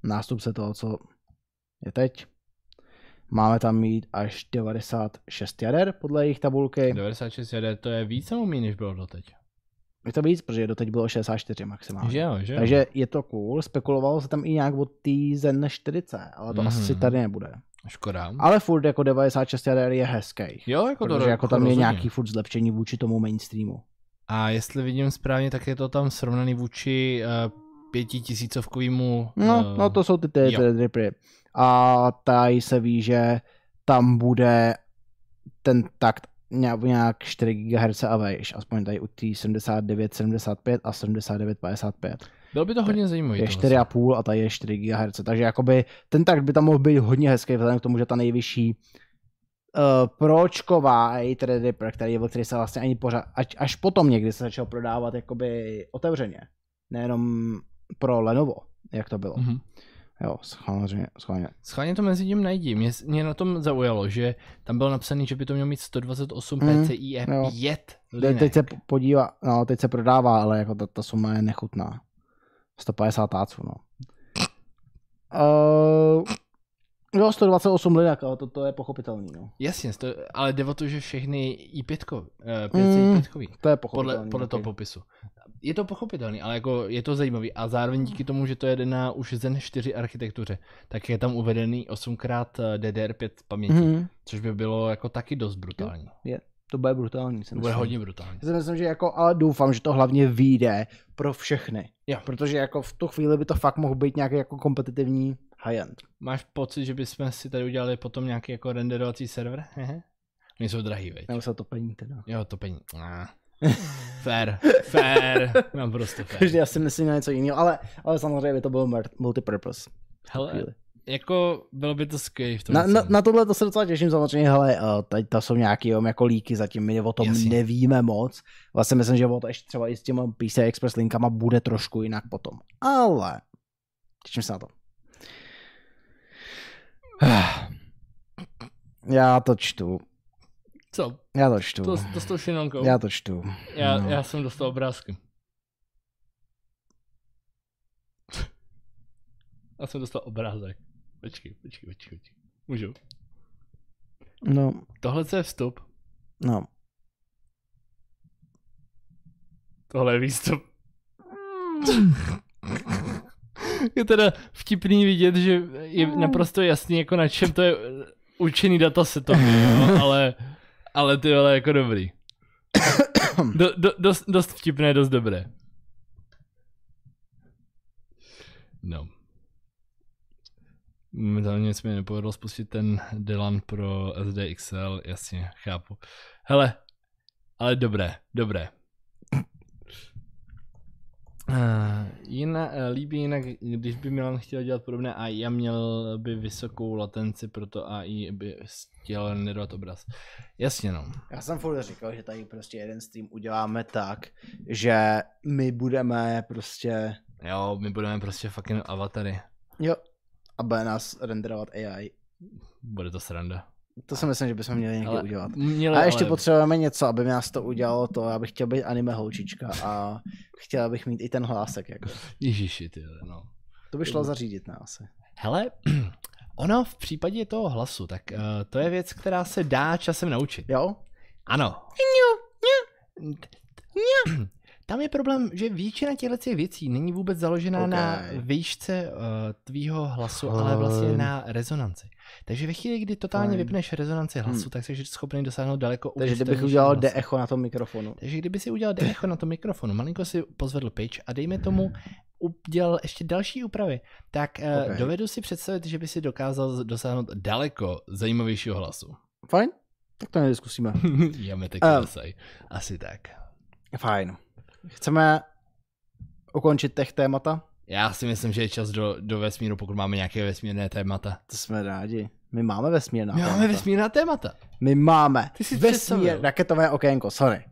A: nástupce toho, co je teď. Máme tam mít až 96 jader podle jejich tabulky.
B: 96 jede, to je víc nebo méně, než bylo doteď.
A: Je to víc, protože doteď bylo 64 maximálně.
B: Že jo, že jo.
A: No. Takže je to cool, spekulovalo se tam i nějak o té Zen 40, ale to
B: Mhm.
A: asi tady nebude.
B: Škoda.
A: Ale furt jako 96 jader je hezký.
B: Jo, jako to
A: Protože jako tam je
B: rozhodně.
A: nějaký furt zlepšení vůči tomu mainstreamu.
B: A jestli vidím správně, tak je to tam srovnaný vůči uh, pětitisícovkovýmu...
A: No,
B: eh,
A: no to jsou ty ty
B: jo.
A: Threadrippery. A tady se ví, že tam bude ten takt nějak, nějak 4 GHz a vejš, aspoň tady u té 79, 75 a 79, 55.
B: Bylo by to hodně zajímavé.
A: Je
B: tohle.
A: 4,5 a tady je 4 GHz, takže jakoby ten takt by tam mohl být hodně hezký, vzhledem k tomu, že ta nejvyšší uh, pročková i Threadripper, který, byl, který se vlastně ani pořád, až, až potom někdy se začal prodávat jakoby otevřeně, nejenom pro Lenovo, jak to bylo.
B: Mhm.
A: Jo, samozřejmě, schválně.
B: Schválně to mezi tím najdi. Mě, mě na tom zaujalo, že tam bylo napsané, že by to mělo mít 128
A: Mhm,
B: PCIe
A: jo.
B: 5
A: Te,
B: E linek.
A: teď se podívá, no, teď se prodává, ale jako ta, ta suma je nechutná. 150 táců, no. Uh, jo, 128 linek, ale to, to je pochopitelný, no.
B: Jasně, to, ale jde o to, že všechny eh, i5,
A: Mm,
B: PCIe 5
A: To je pochopitelný.
B: podle, podle toho
A: taky.
B: popisu. Je to pochopitelný, ale jako je to zajímavý a zároveň díky tomu, že to jede na už Zen 4 architektuře, tak je tam uvedený eh, 8x DDR5 paměti, mm-hmm.
A: Mhm,
B: což by bylo jako taky dost brutální.
A: to bude brutální, si
B: To bude
A: myslím.
B: hodně brutální.
A: Já si myslím, že jako, ale doufám, že to hlavně vyjde pro všechny.
B: Jo.
A: Protože jako v tu chvíli by to fakt mohl být nějaký jako kompetitivní high-end.
B: Máš pocit, že bychom si tady udělali potom nějaký jako renderovací server? Hehe. Oni jsou drahý, veď?
A: Nebo se to plní teda.
B: Jo, to peníze. Fair, fair, mám prostě
A: Takže
B: fair.
A: já si myslím na něco jiného, ale, ale samozřejmě by to bylo mult- multipurpose.
B: Hele, jako bylo by to skvělé v tom.
A: Na, na, na tohle to se docela těším samozřejmě, hele, eh, teď to jsou nějaký jenom jako líky, zatím my o tom Jasně.
B: Jasně.
A: nevíme moc. Vlastně myslím, že o to ještě třeba i s těma PC Express linkama bude trošku jinak potom. Ale těším se na to. Já to čtu,
B: Co?
A: já to čtu,
B: To, to s tou šinonkou.
A: já to čtu.
B: Já,
A: No.
B: já jsem dostal obrázky. Já jsem dostal obrázek. Počkej, počkej, počkej, počkej. Můžu?
A: No,
B: Tohle co je vstup,
A: no.
B: tohle je výstup. Je teda vtipný vidět, že je naprosto jasný, jako na čem to je eh, učený datasetově, jo, ale, ale ty vole, jako dobrý. Do, do, dost, dost vtipné, dost dobré. No. Momentálně se mi nepovedlo spustit ten Dylan pro SDXL, jasně, chápu. Hele, ale dobré, dobré. Eh, Jina, eh, líbí jinak, když by Milan chtěl dělat podobné AI a měl by vysokou latenci, proto AI by chtěl nedovat obraz. Jasně no.
A: Já jsem furt říkal, že tady prostě jeden stream uděláme tak, že my budeme prostě,
B: Jo, my budeme prostě fucking avatary.
A: jo, a bude nás renderovat AI.
B: Bude to sranda.
A: To si myslím, že bychom měli někdy
B: Ale-
A: udělat.
B: Měli,
A: A ještě
B: ale-
A: potřebujeme něco, aby nás to udělalo to, já bych chtěl být anime holčička a chtěla bych mít i ten hlásek. Jako.
B: Ježiši, ty, jo, no.
A: To by šlo zařídit na asi.
B: Hele, ono v případě toho hlasu, tak uh, to je věc, která se dá časem naučit.
A: Jo?
B: Ano. Hm. Tam je problém, že většina těchto těch věcí není vůbec založená okay. na
A: Okej.
B: výšce uh, tvýho hlasu, ale vlastně
A: Fajn.
B: na rezonanci. Takže ve chvíli, kdy totálně
A: Fajn.
B: vypneš rezonanci hlasu,
A: Hm.
B: tak jsi schopný dosáhnout daleko
A: Takže kdybych
B: udržitelnějšího
A: udělal
B: hlasu.
A: de-echo na tom mikrofonu.
B: Takže kdyby si udělal decho na tom mikrofonu, malinko si pozvedl pitch a dejme tomu, udělal ještě další úpravy, tak okay.
A: Ok.
B: dovedu si představit, že by si dokázal z- dosáhnout daleko zajímavějšího hlasu.
A: Fajn? Tak to nediskusíme.
B: Jametek
A: Ehm.
B: um. Asi tak.
A: Fajn. Chceme ukončit tech témata?
B: Já si myslím, že je čas do, do vesmíru, pokud máme nějaké vesmírné témata.
A: To jsme rádi. My máme vesmírná
B: My máme
A: témata.
B: vesmírná témata.
A: My máme
B: Ty jsi
A: vesmír,
B: představil.
A: raketové okénko, sorry.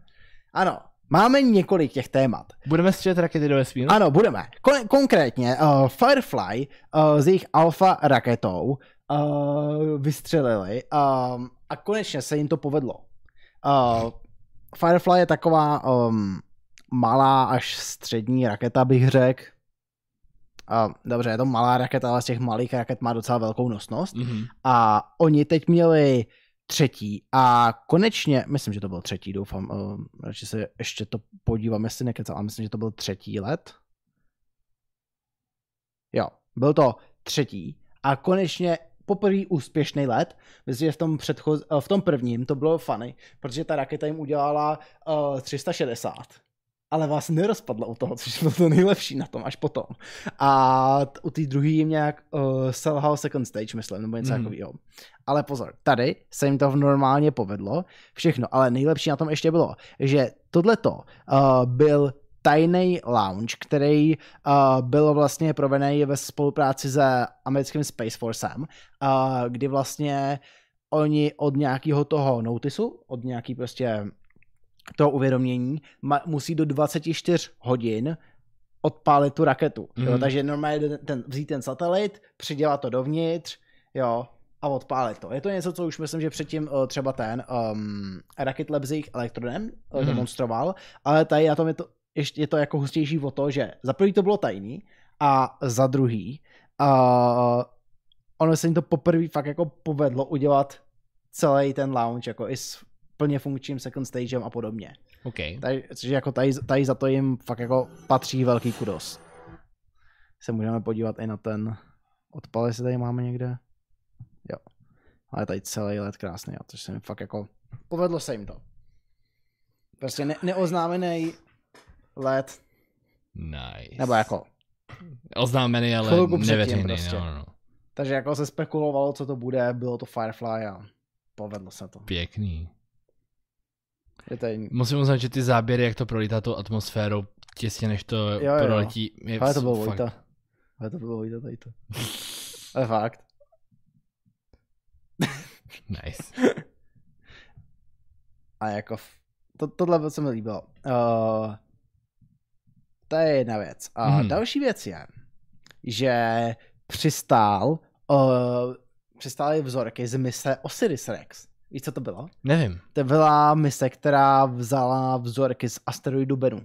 A: Ano, máme několik těch témat.
B: Budeme střílet rakety do vesmíru?
A: Ano, budeme. Kon- konkrétně uh, Firefly uh, s jejich alfa raketou uh, vystřelili um, a konečně se jim to povedlo. Uh, Firefly je taková um, malá až střední raketa, bych řekl. Uh, dobře, je to malá raketa, ale z těch malých raket má docela velkou nosnost.
B: Mhm.
A: A oni teď měli třetí a konečně, myslím, že to byl třetí, doufám, uh, radši se ještě to podívám, jestli nekecal, ale myslím, že to byl třetí let. Jo, byl to třetí a konečně poprvé úspěšný let. Myslím, že v tom, předchoz, eh, v tom prvním to bylo funny, protože ta raketa jim udělala uh, 360. Ale vás nerozpadla u toho, což bylo to nejlepší na tom až potom. A t- u té druhé jim nějak uh, selhal second stage, myslím, nebo něco
B: Mhm.
A: mm. takového. Ale pozor, tady se jim to normálně povedlo, všechno, ale nejlepší na tom ještě bylo, že tohleto uh, byl tajný lounge, který uh, byl vlastně provedený ve spolupráci se americkým Space Forcem, uh, kdy vlastně oni od nějakého toho notisu, od nějaký prostě toho uvědomění, ma- musí do 24 hodin odpálit tu raketu. Mm. Jo,
B: Mhm.
A: takže normálně ten, ten, vzít ten satelit, přidělat to dovnitř, jo, a odpálit to. Je to něco, co už myslím, že předtím eh, třeba ten um, Rocket Lab s jejich elektronem eh,
B: Mhm.
A: demonstroval, ale tady na tom je to, ještě je to jako hustější o to, že za prvý to bylo tajný a za druhý uh, ono se jim to poprvé fakt jako povedlo udělat celý ten lounge jako i s plně funkčním second stagem a podobně.
B: OK.
A: Takže jako tady, tady za to jim fakt jako patří velký kudos. Se můžeme podívat i na ten odpal, jestli tady máme někde. Jo. Ale tady celý let krásný, jo, což se mi fakt jako... Povedlo se jim to. Prostě ne- neoznámený let,
B: Nice.
A: nebo jako...
B: Oznámený, ale
A: Chvilku předtím
B: neveřejný.
A: prostě.
B: Prostě. No, no.
A: Takže jako se spekulovalo, co to bude, bylo to Firefly a povedlo se to.
B: Pěkný.
A: Je tady...
B: Musím uznat, že ty záběry, jak to prolítá tou atmosférou, těsně než to
A: jo.
B: jo, jo. proletí, je
A: Ale to bylo
B: fakt-
A: Vojta. Ale to bylo Vojta tady to. Ale fakt.
B: Nice.
A: A jako, f- to, tohle se mi líbilo. Uh, to je jedna věc. A
B: Mhm.
A: další věc je, že přistál, uh, přistály vzorky z mise Osiris Rex. Víš, co to bylo?
B: Nevím.
A: To byla mise, která vzala vzorky z asteroidu Bennu.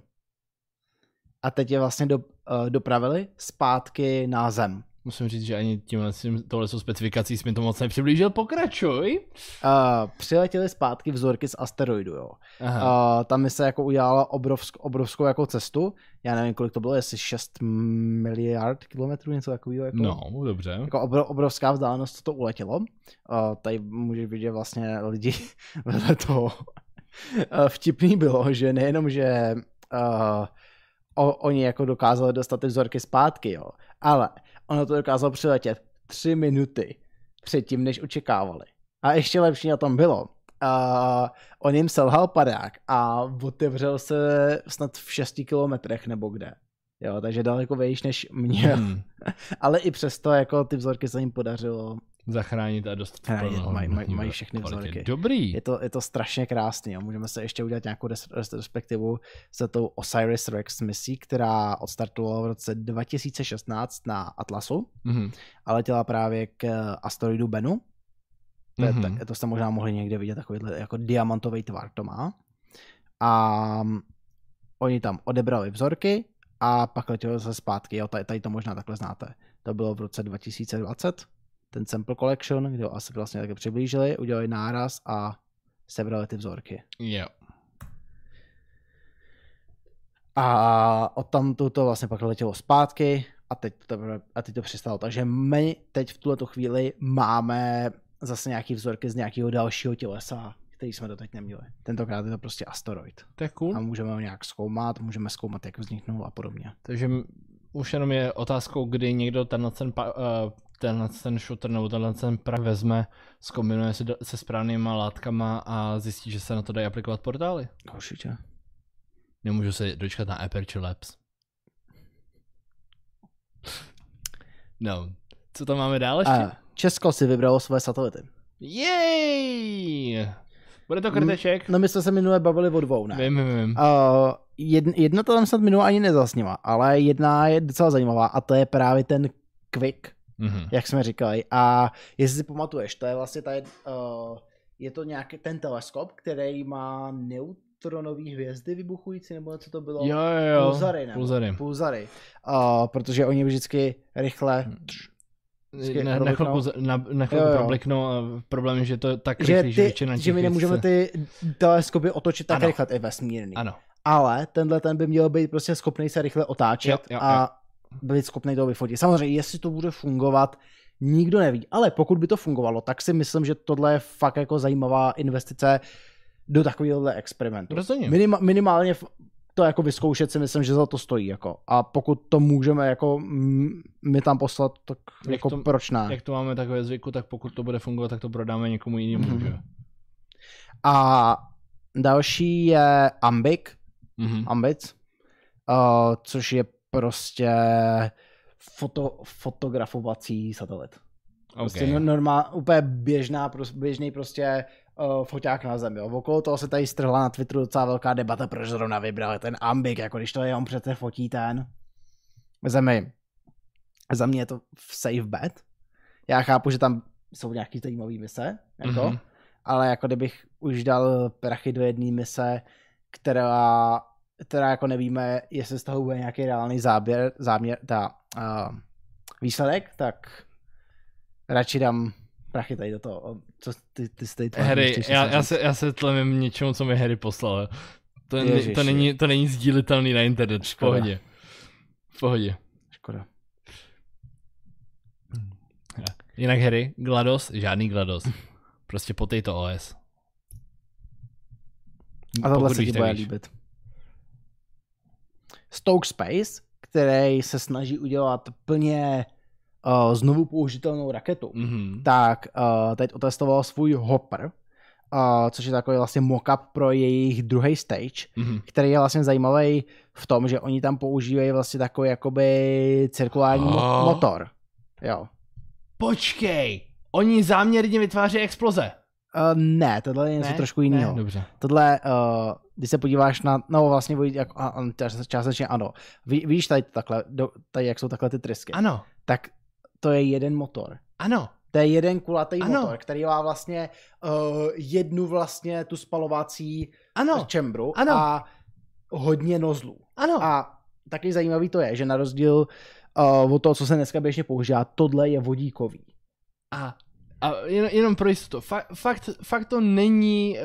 A: A teď je vlastně do, uh, dopravili zpátky na Zem.
B: Musím říct, že ani tímhle, svým- tohle jsou specifikací jsi mi to moc nepřiblížil. Pokračuj.
A: Uh, přiletěly zpátky vzorky z asteroidu, jo.
B: Aha.
A: A ta mise jako udělala obrovsk, obrovskou jako cestu. Já nevím, kolik to bylo, jestli 6 miliard kilometrů, něco takového. Jako,
B: No, dobře.
A: Jako obro, obrovská vzdálenost to uletělo. A tady můžeš vidět, že vlastně lidi vedle toho A vtipný bylo, že nejenom, že uh, o, oni jako dokázali dostat ty vzorky zpátky, jo, ale ono to dokázalo přiletět tři minuty předtím, než očekávali. A ještě lepší na tom bylo. Uh, on jim selhal padák a otevřel se snad v 6 kilometrech nebo kde. Jo, takže daleko vejš než měl.
B: Hmm.
A: Ale i přesto jako ty vzorky se jim podařilo.
B: Zachránit a dostat
A: Chránit,
B: plnohodnotný
A: mají- mají- mají
B: ve-
A: všechny
B: kvalitě.
A: vzorky.
B: Dobrý.
A: Je to, je to strašně krásný. Jo. Můžeme se ještě udělat nějakou res- retrospektivu za tou Osiris Rex misí, která odstartovala v roce 2016 na Atlasu
B: Mhm.
A: a letěla právě k eh, asteroidu Bennu. To, je,
B: Mhm.
A: tak, to jste možná mohli někde vidět, takovýhle jako diamantový tvar to má. A mm, oni tam odebrali vzorky a pak letěli zase zpátky. Jo, tady, tady to možná takhle znáte. To bylo v roce 2020, ten sample collection, kde ho asi vlastně také přiblížili, udělali náraz a sebrali ty vzorky.
B: Jo.
A: A od tamtu to vlastně pak letělo zpátky a teď to, teprve- a teď to přistalo. Takže my teď v tuhle chvíli máme zase nějaký vzorky z nějakého dalšího tělesa, který jsme doteď neměli. Tentokrát je to prostě asteroid.
B: To je cool.
A: A můžeme ho nějak zkoumat, můžeme zkoumat, jak vzniknul a podobně.
B: Takže m- už jenom je otázkou, kdy někdo tenhle ten, pa, eh, tenhle ten shooter nebo tenhle ten prak vezme, zkombinuje se, do- se správnýma látkama a zjistí, že se na to dají aplikovat portály.
A: Určitě.
B: Nemůžu se dočkat na Aperture Labs. No, co tam máme dál ještě?
A: A Česko si vybralo svoje satelity.
B: Jej! Bude to krteček?
A: No my jsme se minule bavili o dvou, ne?
B: Vím, vím, vím.
A: Uh, jedna, jedna to tam snad minule ani nezasněla, ale jedna je docela zajímavá a to je právě ten Quick,
B: Mhm.
A: jak jsme říkali. A jestli si pamatuješ, to je vlastně tady, uh, je to nějaký ten teleskop, který má neutronové hvězdy vybuchující, nebo co to bylo?
B: Jo, jo, jo.
A: Pulzary, nebo?
B: Pulzary.
A: Pulzary. Uh, protože oni vždycky rychle,
B: Hmm,
A: Vždycky
B: Na, na chvilku,
A: probliknou.
B: z- na, na chvilku
A: Jo, jo.
B: probliknou a problém je, že to je tak
A: že,
B: rychlý,
A: ty,
B: že, většina těch
A: že my
B: věcí
A: nemůžeme
B: se-
A: ty teleskopy otočit tak
B: Ano.
A: rychle, i vesmírný.
B: Ano.
A: ale tenhle ten by měl být prostě schopný se rychle otáčet
B: Jo, jo,
A: a být schopný toho vyfotit. Samozřejmě, jestli to bude fungovat, nikdo neví, ale pokud by to fungovalo, tak si myslím, že tohle je fakt jako zajímavá investice do takovéhohle experimentu.
B: Rozhodně.
A: Minima, minimálně v- to jako vyzkoušet si myslím, že za to stojí. Jako. A pokud to můžeme jako m- my tam poslat, tak
B: Jak
A: jako
B: to-
A: proč ne?
B: Jak to máme takové zvyku, tak pokud to bude fungovat, tak to prodáme někomu jinému.
A: Mhm.
B: Mm-hmm. Že?
A: A další je Ambik,
B: Mm-hmm.
A: Ambic, uh, což je prostě foto, fotografovací satelit. Prostě okay.
B: Okay.
A: normál, úplně běžná, pros- běžný prostě uh, foťák na zemi. Jo. Okolo toho se tady strhla na Twitteru docela velká debata, proč zrovna vybrali ten Ambik, jako když to je, on přece fotí ten zemi. Za mě je to safe bet. Já chápu, že tam jsou nějaký zajímavý mise, jako,
B: Mhm.
A: mm-hmm. ale jako kdybych už dal prachy do jedné mise, která, která jako nevíme, jestli z toho bude nějaký reálný záběr, záměr, ta uh, výsledek, tak radši dám prachy tady do toho. O, Co ty, ty jsi tady tvořil,
B: Eh, Harry,
A: nechceš
B: já,
A: něco
B: já,
A: říct?
B: se, já se tlemím něčemu, co mi Harry poslal. To, je,
A: Ježiši.
B: to, není, to není sdílitelný na internet. V
A: Škoda.
B: pohodě. V pohodě.
A: Škoda.
B: Jinak Harry, GLaDOS, žádný GLaDOS. Prostě potej to OS.
A: A tohle
B: Pokud
A: se
B: víš,
A: ti
B: tak
A: bude
B: víš.
A: líbit. Stoke Space, který se snaží udělat plně uh, znovu použitelnou raketu,
B: Mhm.
A: tak uh, teď otestoval svůj Hopper, uh, což je takový vlastně mock-up pro jejich druhý stage,
B: Mhm.
A: který je vlastně zajímavý v tom, že oni tam používají vlastně takový jakoby cirkulární
B: Oh.
A: mo- motor. Jo.
B: Počkej! Oni záměrně vytváří exploze.
A: Uh, ne, tohle je něco
B: Ne,
A: trošku jiného.
B: Dobře.
A: Tohle, uh, když se podíváš na, no vlastně oni jako, a, a, čas- částečně ano. Ví, víš tady, to takhle, do, tady jak jsou takhle ty trysky,
B: Ano,
A: tak to je jeden motor.
B: ano.
A: To je jeden kulatý
B: Ano.
A: motor, který má vlastně uh, jednu vlastně tu spalovací
B: Ano,
A: čembru
B: No. Ano.
A: a hodně nozlů.
B: ano.
A: A taky zajímavý to je, že na rozdíl uh, od toho, co se dneska běžně používá, tohle je vodíkový.
B: A, a jen, jenom pro jistotu, fakt, fakt, fakt to není uh,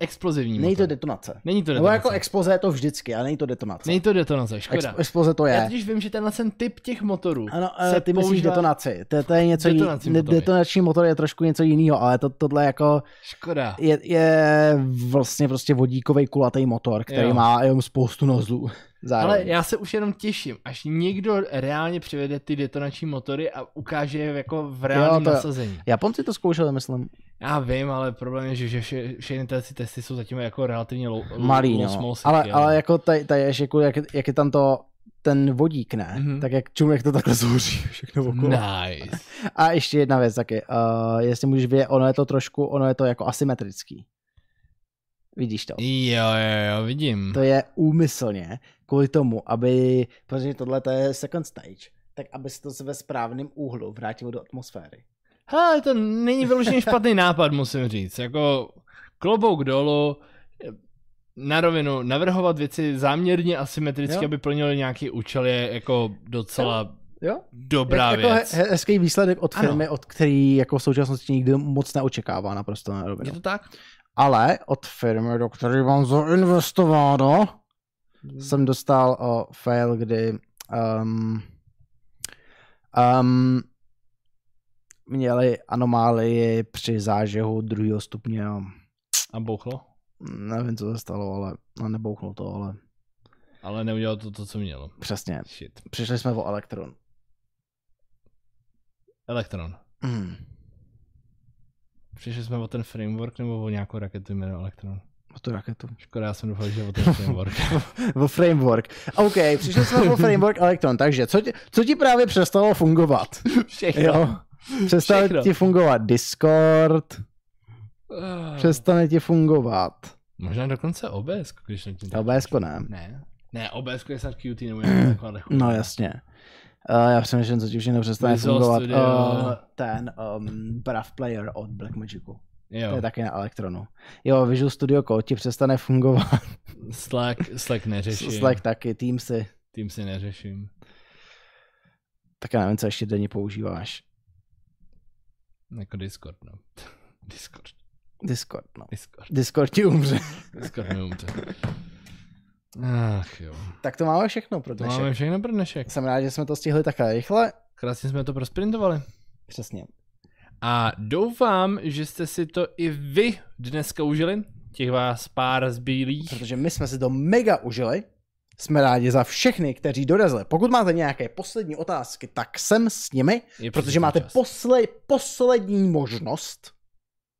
B: explozivní
A: Není to
B: motor.
A: detonace.
B: není to
A: Nebo
B: detonace.
A: jako expoze je to vždycky, ale není to detonace.
B: není to detonace, škoda.
A: Ex- expoze to je.
B: Já totiž vím, že tenhle ten typ těch motorů
A: Ano,
B: se
A: se ty myslíš
B: používá-
A: detonaci. To, to je něco jiného.
B: Detonací motor je.
A: Detonační motor je trošku něco jiného, ale to, tohle jako
B: Škoda.
A: je, je vlastně prostě vodíkový kulatý motor, který
B: Jo.
A: jo. má jenom spoustu nozlů. Zároveň.
B: Ale já se už jenom těším, až někdo reálně přivede ty detonační motory a ukáže je jako v reálném
A: to-
B: nasazení.
A: Japonci to zkoušeli, myslím.
B: Já vím, ale problém je, že, že vše, všechny ty ty testy jsou zatím jako relativně low, low,
A: malý,
B: low
A: no.
B: small city,
A: Ale, ale jako tady, tady ještě, jako jak, jak je tam to ten vodík, ne?
B: Mhm.
A: Mm-hmm. Tak jak čum, jak to takhle zhoří všechno okolo.
B: Nice.
A: A ještě jedna věc taky. Uh, jestli můžeš vědět, ono je to trošku, ono je to jako asymetrický. Vidíš to?
B: Jo, jo, jo, vidím.
A: To je úmyslně kvůli tomu, aby, protože tohle to je second stage, tak aby se to ve správném úhlu vrátilo do atmosféry.
B: Hele, to není vyloženě špatný nápad, musím říct. Jako klobouk dolů, na rovinu, navrhovat věci záměrně
A: Jo.
B: asymetricky, aby plnili nějaký účel, je jako docela
A: Jo?
B: dobrá
A: Jak-
B: věc.
A: jako he- hezký výsledek od
B: Ano.
A: firmy, od který jako v současnosti nikdo moc neočekává naprosto na rovinu.
B: Je to tak?
A: Ale od firmy, do které mám zainvestováno, jsem dostal o fail, kdy um, um, měli anomálii při zážehu druhého stupně. a
B: A bouchlo?
A: Nevím, co se stalo, ale no, nebouchlo to, ale
B: Ale neudělal to, to co mělo.
A: přesně.
B: Shit.
A: Přišli jsme o elektron.
B: Elektron.
A: Mm.
B: Přišli jsme o ten framework nebo o nějakou raketu jméno Elektron?
A: O tu raketu.
B: Škoda, já jsem doufal, že o ten framework.
A: O framework. OK, přišli jsme o framework elektron, takže co ti, co ti právě přestalo fungovat?
B: Všechno.
A: Jo. Přestane
B: Všechno.
A: ti fungovat Discord,
B: Ah.
A: přestane ti fungovat.
B: Možná dokonce OBS, když na tím tak
A: OBS ko ne.
B: Ne. Ne, OBS je snad QT nebo nějaká taková nechutná.
A: No jasně. Uh, já přemýšlím, co ti všechno přestane
B: Visual
A: fungovat.
B: Studio.
A: Uh, ten um, Brav Player od Blackmagicu. To
B: Jo,
A: je taky na Electronu. Jo, Visual Studio Code ti přestane fungovat.
B: Slack, Slack neřeším.
A: Slack taky, Teamsy.
B: Team si neřeším.
A: Tak já nevím, co ještě denně používáš.
B: Jako Discord, no. Discord,
A: Discord, no.
B: Discord.
A: Discord ti umře.
B: Discord neumře. Ach jo.
A: tak to máme všechno pro
B: To
A: dnešek.
B: máme všechno pro dnešek.
A: Jsem rád, že jsme to stihli takhle rychle.
B: Krásně jsme to prosprintovali.
A: Přesně.
B: A doufám, že jste si to i vy dneska užili. Těch vás pár zbýlých.
A: protože my jsme si to mega užili. Jsme rádi za všechny, kteří dorazili. Pokud máte nějaké poslední otázky, tak jsem s nimi,
B: Je
A: protože máte
B: čas.
A: posle, poslední možnost.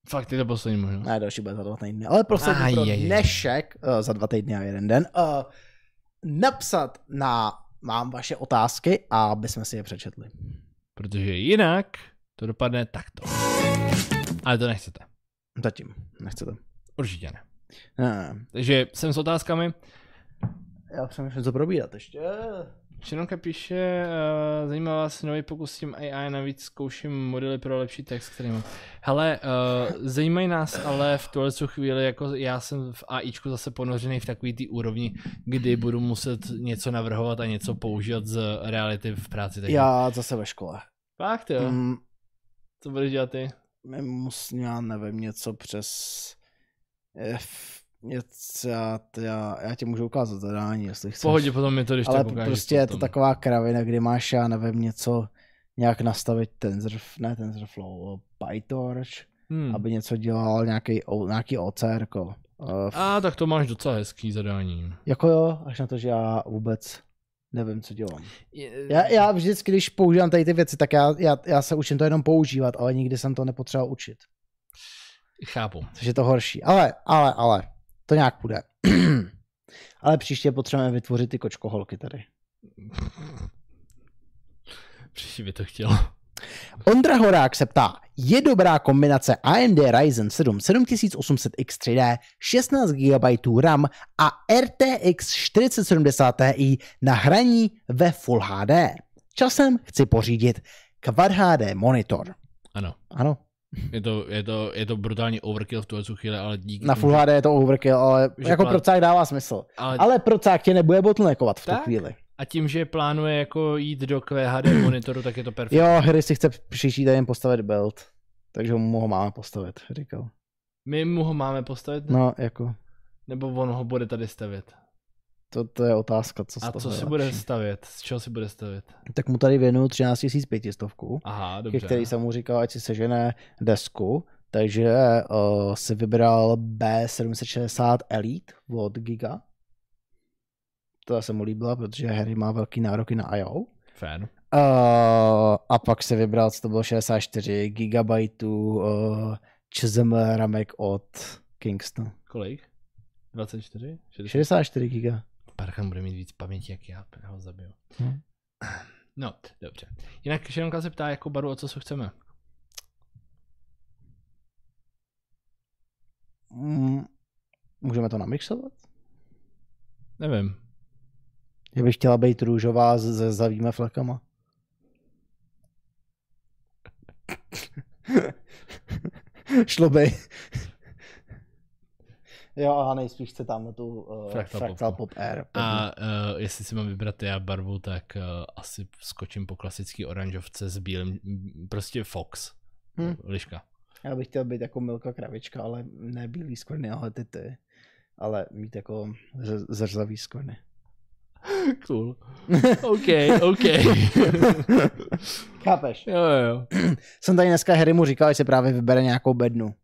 B: Fakt je to poslední možnost.
A: Ne, další bude za dva týdny, ale poslední
B: Aj,
A: pro
B: je, je, je.
A: dnešek, eh, za dva týdny a jeden den, eh, napsat na mám vaše otázky, aby jsme si je přečetli.
B: Protože jinak to dopadne takto. Ale to nechcete.
A: Zatím, nechcete.
B: Určitě ne.
A: Ne, ne, ne.
B: Takže jsem s otázkami.
A: Já přemýšlím, co probírat ještě.
B: Šenonka píše, uh, zajímá vás nový pokus s tím AI, navíc zkouším modely pro lepší text, který mám. Hele, uh, zajímají nás ale v tuhle tu chvíli, jako já jsem v AIčku zase ponořený v takový té úrovni, kdy budu muset něco navrhovat a něco používat z reality v práci. Takže...
A: Já zase ve škole.
B: Fakt jo,
A: Mm,
B: co budeš dělat ty?
A: Mus, já nevím, něco přes eh, F, něco, já, já, já ti můžu ukázat zadání, jestli
B: V
A: chceš.
B: pohodě potom mi to, když
A: Ale
B: tak ukážeš
A: prostě je to
B: potom.
A: taková kravina, kdy máš, já nevím, něco nějak nastavit Tensorf, ne TensorFlow, eh, PyTorch,
B: Hmm.
A: hmm. aby něco dělal nějaký, o- nějaký OCR. Uh,
B: A tak to máš docela hezký zadání.
A: jako jo, až na to, že já vůbec nevím, co dělám. Já,
B: Eh.
A: já vždycky, když používám tady ty věci, tak já, já, já se učím to jenom používat, ale nikdy jsem to nepotřeboval učit.
B: Chápu.
A: což je to horší. Ale, ale, ale, to nějak půjde. ale příště potřebujeme vytvořit ty kočkoholky tady.
B: Příště by to chtělo.
A: Ondra Horák se ptá, je dobrá kombinace AMD Ryzen 7 7800X 3D, 16 GB RAM a RTX 4070 Ti na hraní ve Full HD. Časem chci pořídit Quad HD monitor.
B: Ano.
A: Ano,
B: Je to, je to, je to brutální overkill v tuhle tu chvíli, ale díky
A: na
B: tomu,
A: Full
B: že-
A: HD je to overkill, ale
B: Že
A: jako
B: plán-
A: procák dává smysl.
B: ale, ale...
A: Ale procák tě nebude botlnekovat v tu
B: Tak.
A: chvíli.
B: A tím, že plánuje jako jít do QHD monitoru, tak je to perfektní.
A: Jo, Harry si chce příští týden postavit build, takže mu ho máme postavit, říkal.
B: My mu ho máme postavit, no.
A: No, jako,
B: nebo on ho bude tady stavět.
A: to, to je otázka, co z
B: A
A: toho
B: co
A: je
B: si
A: lepší.
B: bude stavět? Z čeho si bude stavět?
A: Tak mu tady věnuju 13 500, ke
B: Aha, dobře.
A: který jsem mu říkal, ať si sežene desku, takže uh, si vybral B760 Elite od Giga. ta se mu líbila, protože Harry má velký nároky na I.O. Uh,
B: Fair.
A: a pak se vybral, co to bylo 64 gigabajtů uh, ČZM ramek od Kingstonu.
B: Kolik? 24? 60?
A: 64 giga.
B: Parchan bude mít víc paměti, jak já, já ho zabiju.
A: Hm.
B: No, dobře. Jinak Šenka se ptá jako baru, o co se chceme.
A: Mm, můžeme to namixovat?
B: Nevím.
A: Já bych chtěla být růžová s- se zavíme flekama. Šlo by. jo, a nejspíš chce tam tu uh,
B: Fraktal
A: Fractal,
B: Popku.
A: Pop Air.
B: A uh, jestli si mám vybrat já barvu, tak uh, asi skočím po klasický oranžovce s bílým, m, prostě Fox.
A: Hm.
B: Hmm. Liška.
A: Já bych chtěl být jako Milka Kravička, ale ne bílý skvrny, ale ty ty. Ale mít jako z- zrzavý skvrny.
B: Cool. OK, OK.
A: Chápeš?
B: jo, jo, jo.
A: Jsem tady dneska Harry mu říkal, že si právě vybere nějakou bednu.
B: Hmm.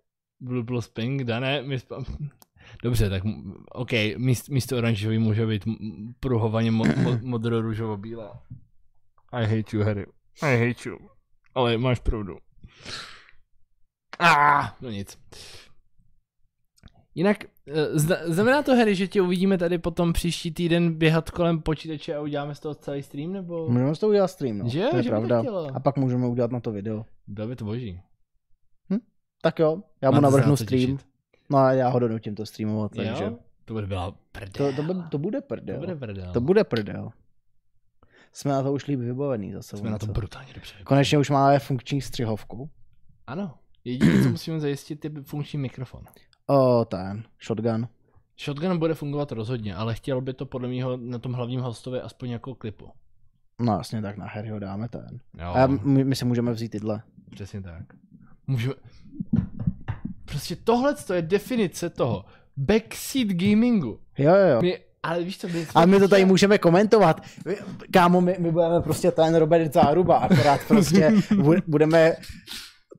B: Blue plus pink, dané, my spa... Dobře, tak m- OK, míst, místo oranžový může být m- m- pruhovaně mo, mo, modro-růžovo-bílá. I hate you, Harry. I hate you. Ale máš pravdu. Ah, no nic. Jinak, eh, zna, znamená to, Harry, že tě uvidíme tady potom příští týden běhat kolem počítače a uděláme z toho celý stream, nebo?
A: Můžeme z toho udělat stream, no.
B: Že jo,
A: to je
B: že by to
A: pravda.
B: chtělo.
A: a pak můžeme udělat na to video.
B: Kdo by to boží?
A: Tak jo, já mu
B: Máte se na
A: navrhnu
B: co
A: stream.
B: těšit.
A: No a já ho donutím to streamovat, takže.
B: Jo? To bude byla prdel.
A: To, to, by, to bude
B: to
A: prdel.
B: bude prdel.
A: To bude prdel. Jsme na to už líp vybavený zase.
B: Jsme na to
A: co?
B: brutálně dobře. vybrali.
A: Konečně už máme funkční střihovku.
B: Ano. Jediné, co musíme zajistit, je funkční mikrofon.
A: O, ten, shotgun.
B: Shotgun bude fungovat rozhodně, ale chtěl by to podle mého na tom hlavním hostovi aspoň jako klipu.
A: No jasně, tak na Harryho dáme ten.
B: Jo,
A: A my, my si můžeme vzít tyhle.
B: přesně tak. Můžeme... Prostě tohle to je definice toho backseat gamingu.
A: Jo, jo, jo.
B: My, ale víš co, my jsme-
A: A my to tady můžeme komentovat. Vy- Kámo, my, my budeme prostě ten Robert Záruba, akorát prostě bu- budeme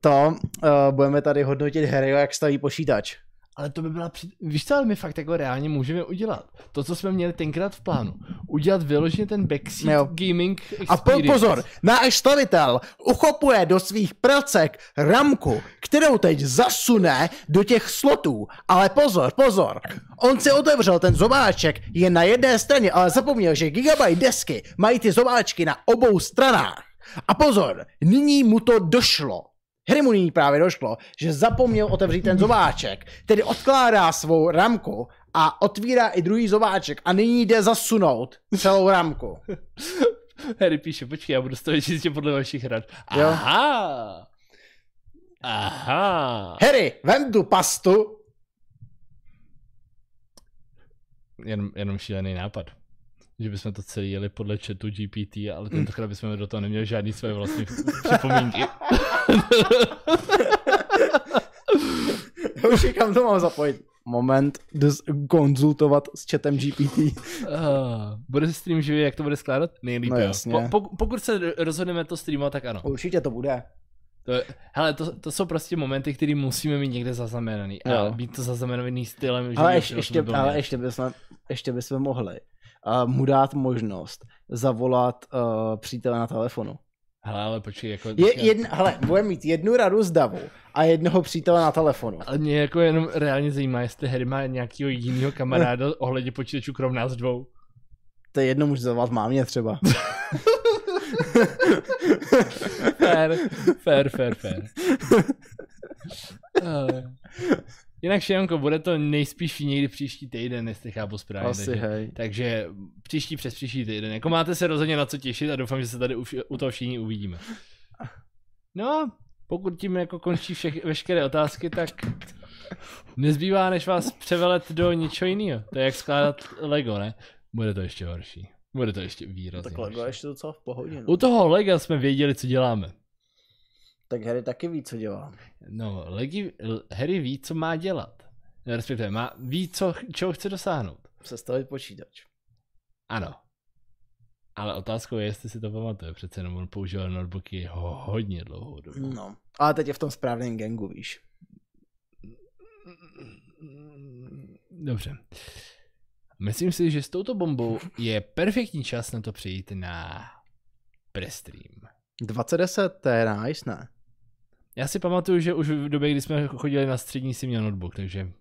A: to, uh, budeme tady hodnotit Harryho, jak staví počítač.
B: Ale to by byla při... Víš co, ale my fakt jako reálně můžeme udělat. To, co jsme měli tenkrát v plánu. Udělat vyloženě ten backseat
A: Jo.
B: gaming experience.
A: A po, pozor, náš stavitel uchopuje do svých pracek ramku, kterou teď zasune do těch slotů. Ale pozor, pozor, on si otevřel ten zobáček je na jedné straně, ale zapomněl, že gigabyte desky mají ty zobáčky na obou stranách. A pozor, nyní mu to došlo. Hry mu nyní právě došlo, že zapomněl otevřít ten zobáček, tedy odkládá svou ramku a otvírá i druhý zobáček a nyní jde zasunout celou ramku.
B: Harry píše, počkej, já budu stavit čistě podle vašich rad.
A: Jo.
B: Aha! Aha!
A: Harry, vem tu pastu.
B: Jenom, jenom šílený nápad. Že bychom to celý jeli podle chatu GPT, ale tentokrát bychom do toho neměli žádný své vlastní připomínky.
A: Už kam to mám zapojit. Moment, jdu s- konzultovat s chatem GPT.
B: Uh, bude stream živý, jak to bude skládat? Nejlíp,
A: No
B: jo.
A: jasně.
B: Po, po, pokud se r- rozhodneme to streamovat, tak ano.
A: Určitě to bude.
B: To, je- hele, to, to jsou prostě momenty, které musíme mít někde zaznamenaný. A
A: Jo.
B: být to zaznamenaný stylem, že
A: Ale,
B: jo,
A: ještě,
B: to
A: ještě,
B: by bylo
A: ale
B: mě.
A: ještě, bychom, ještě bychom mohli uh, mu dát možnost zavolat uh, přítele na telefonu.
B: Hele, ale počkej, jako...
A: Je, jedna, hele, budeme mít jednu radu z davu a jednoho přítele na telefonu.
B: Ale mě jako jenom reálně zajímá, jestli Harry má nějakého jiného kamaráda ohledně počítačů krom nás dvou.
A: To je jedno můžu zavolat mámě třeba.
B: Fair, fair, fair, fair. Eh, Jinak Šianko, bude to nejspíš někdy příští týden, jestli chápu správně.
A: Asi
B: takže,
A: hej.
B: takže příští přes příští týden. Jako máte se rozhodně na co těšit a doufám, že se tady u, vš- u toho všichni uvidíme. No a pokud tím jako končí všech, veškeré otázky, tak nezbývá, než vás převelet do něčeho jiného. To je jak skládat Lego, ne? Bude to ještě horší. Bude to ještě výrazně
A: Tak Lego je
B: horší.
A: no, ještě docela v pohodě. No.
B: U toho Lega jsme věděli, co děláme.
A: Tak Harry taky ví, co dělá.
B: No, Legi, L- Harry ví, co má dělat. Respektive má, ví, co, ch- čeho chce dosáhnout.
A: Sestavit počítač.
B: Ano. Ale otázkou je, jestli si to pamatuje. Přece jenom on používal notebooky ho hodně dlouhou dobu.
A: No, ale teď je v tom správném gangu, víš.
B: Dobře. Myslím si, že s touto bombou je perfektní čas na to přejít na prestream.
A: 2010, to je nice, ne?
B: Já si pamatuju, že už v době, kdy jsme chodili na střední, si měl notebook, takže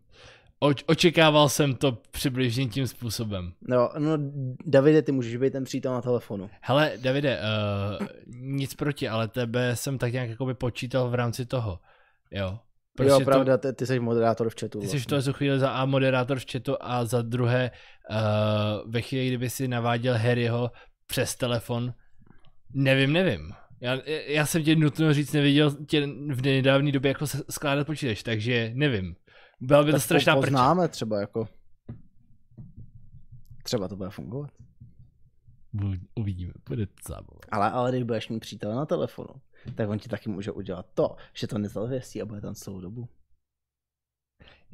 B: oč- očekával jsem to přibližně tím způsobem.
A: No, no, Davide, ty můžeš být ten přítel na telefonu.
B: Hele, Davide, uh, nic proti, ale tebe jsem tak nějak jakoby počítal v rámci toho. Jo.
A: Prostě jo, pravda, ty, ty jsi moderátor v chatu. vlastně.
B: Ty jsi v tuhle chvíli za A moderátor v chatu a za druhé uh, ve chvíli, kdyby si naváděl Harryho přes telefon, nevím, nevím. Já, já jsem tě nutno říct, neviděl tě v nedávné době jako se- skládat počítač, takže nevím. Byla by to
A: Tak
B: strašná
A: po-
B: prč.
A: poznáme třeba jako. Třeba to bude fungovat.
B: Uvidíme, bude to zábava.
A: Ale, ale když budeš mít přítele na telefonu, tak on ti taky může udělat to, že to nezalvěstí a bude tam celou dobu.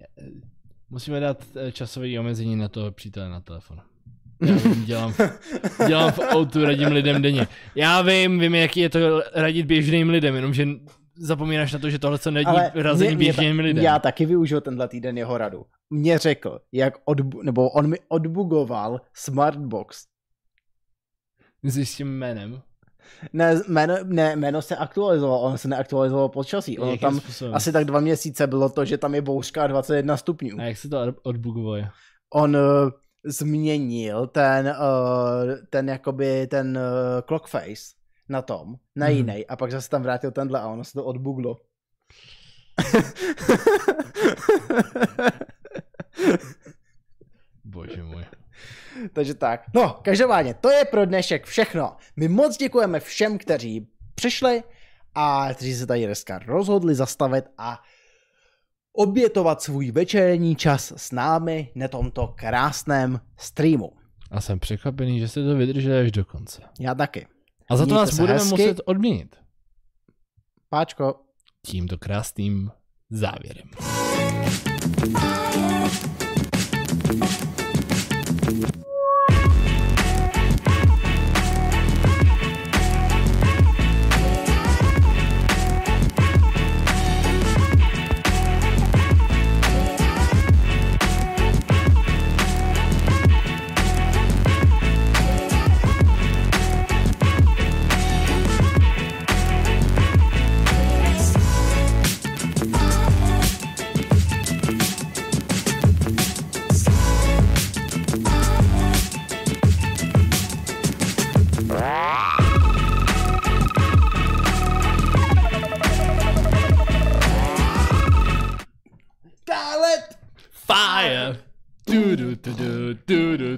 B: Eh, Musíme dát eh, časové omezení na toho přítele na telefon. Já vím, dělám, dělám v outu, radím lidem denně. Já vím, vím, jaký je to radit běžným lidem, jenomže zapomínáš na to, že tohle co není razení
A: mě- mě
B: běžným
A: ta-
B: lidem.
A: Já taky využil tenhle týden jeho radu. Mně řekl, jak odbu, nebo on mi odbugoval Smartbox.
B: S tím jménem.
A: Ne, jméno, ne, jméno se aktualizovalo, ono se neaktualizovalo počasí. Ono
B: Jakým
A: tam
B: způsobem?
A: asi tak dva měsíce bylo to, že tam je bouřka a 21 stupňů.
B: A jak se to od- odbugovalo?
A: on uh, změnil ten, uh, ten jakoby ten uh, clock face na tom, na
B: Mhm.
A: jiný, a pak zase tam vrátil tenhle a ono se to odbuglo.
B: Bože můj.
A: Takže tak. No, každopádně, to je pro dnešek všechno. My moc děkujeme všem, kteří přišli a kteří se tady dneska rozhodli zastavit a obětovat svůj večerní čas s námi na tomto krásném streamu.
B: A jsem překvapený, že jste to vydrželi až do konce.
A: Já taky.
B: A za to
A: Mějte
B: vás
A: se
B: budeme
A: hezky.
B: muset odměnit.
A: Páčko,
B: Tímto krásným závěrem.
A: Dálet!
B: Fire! Tudu, tudu, tudu,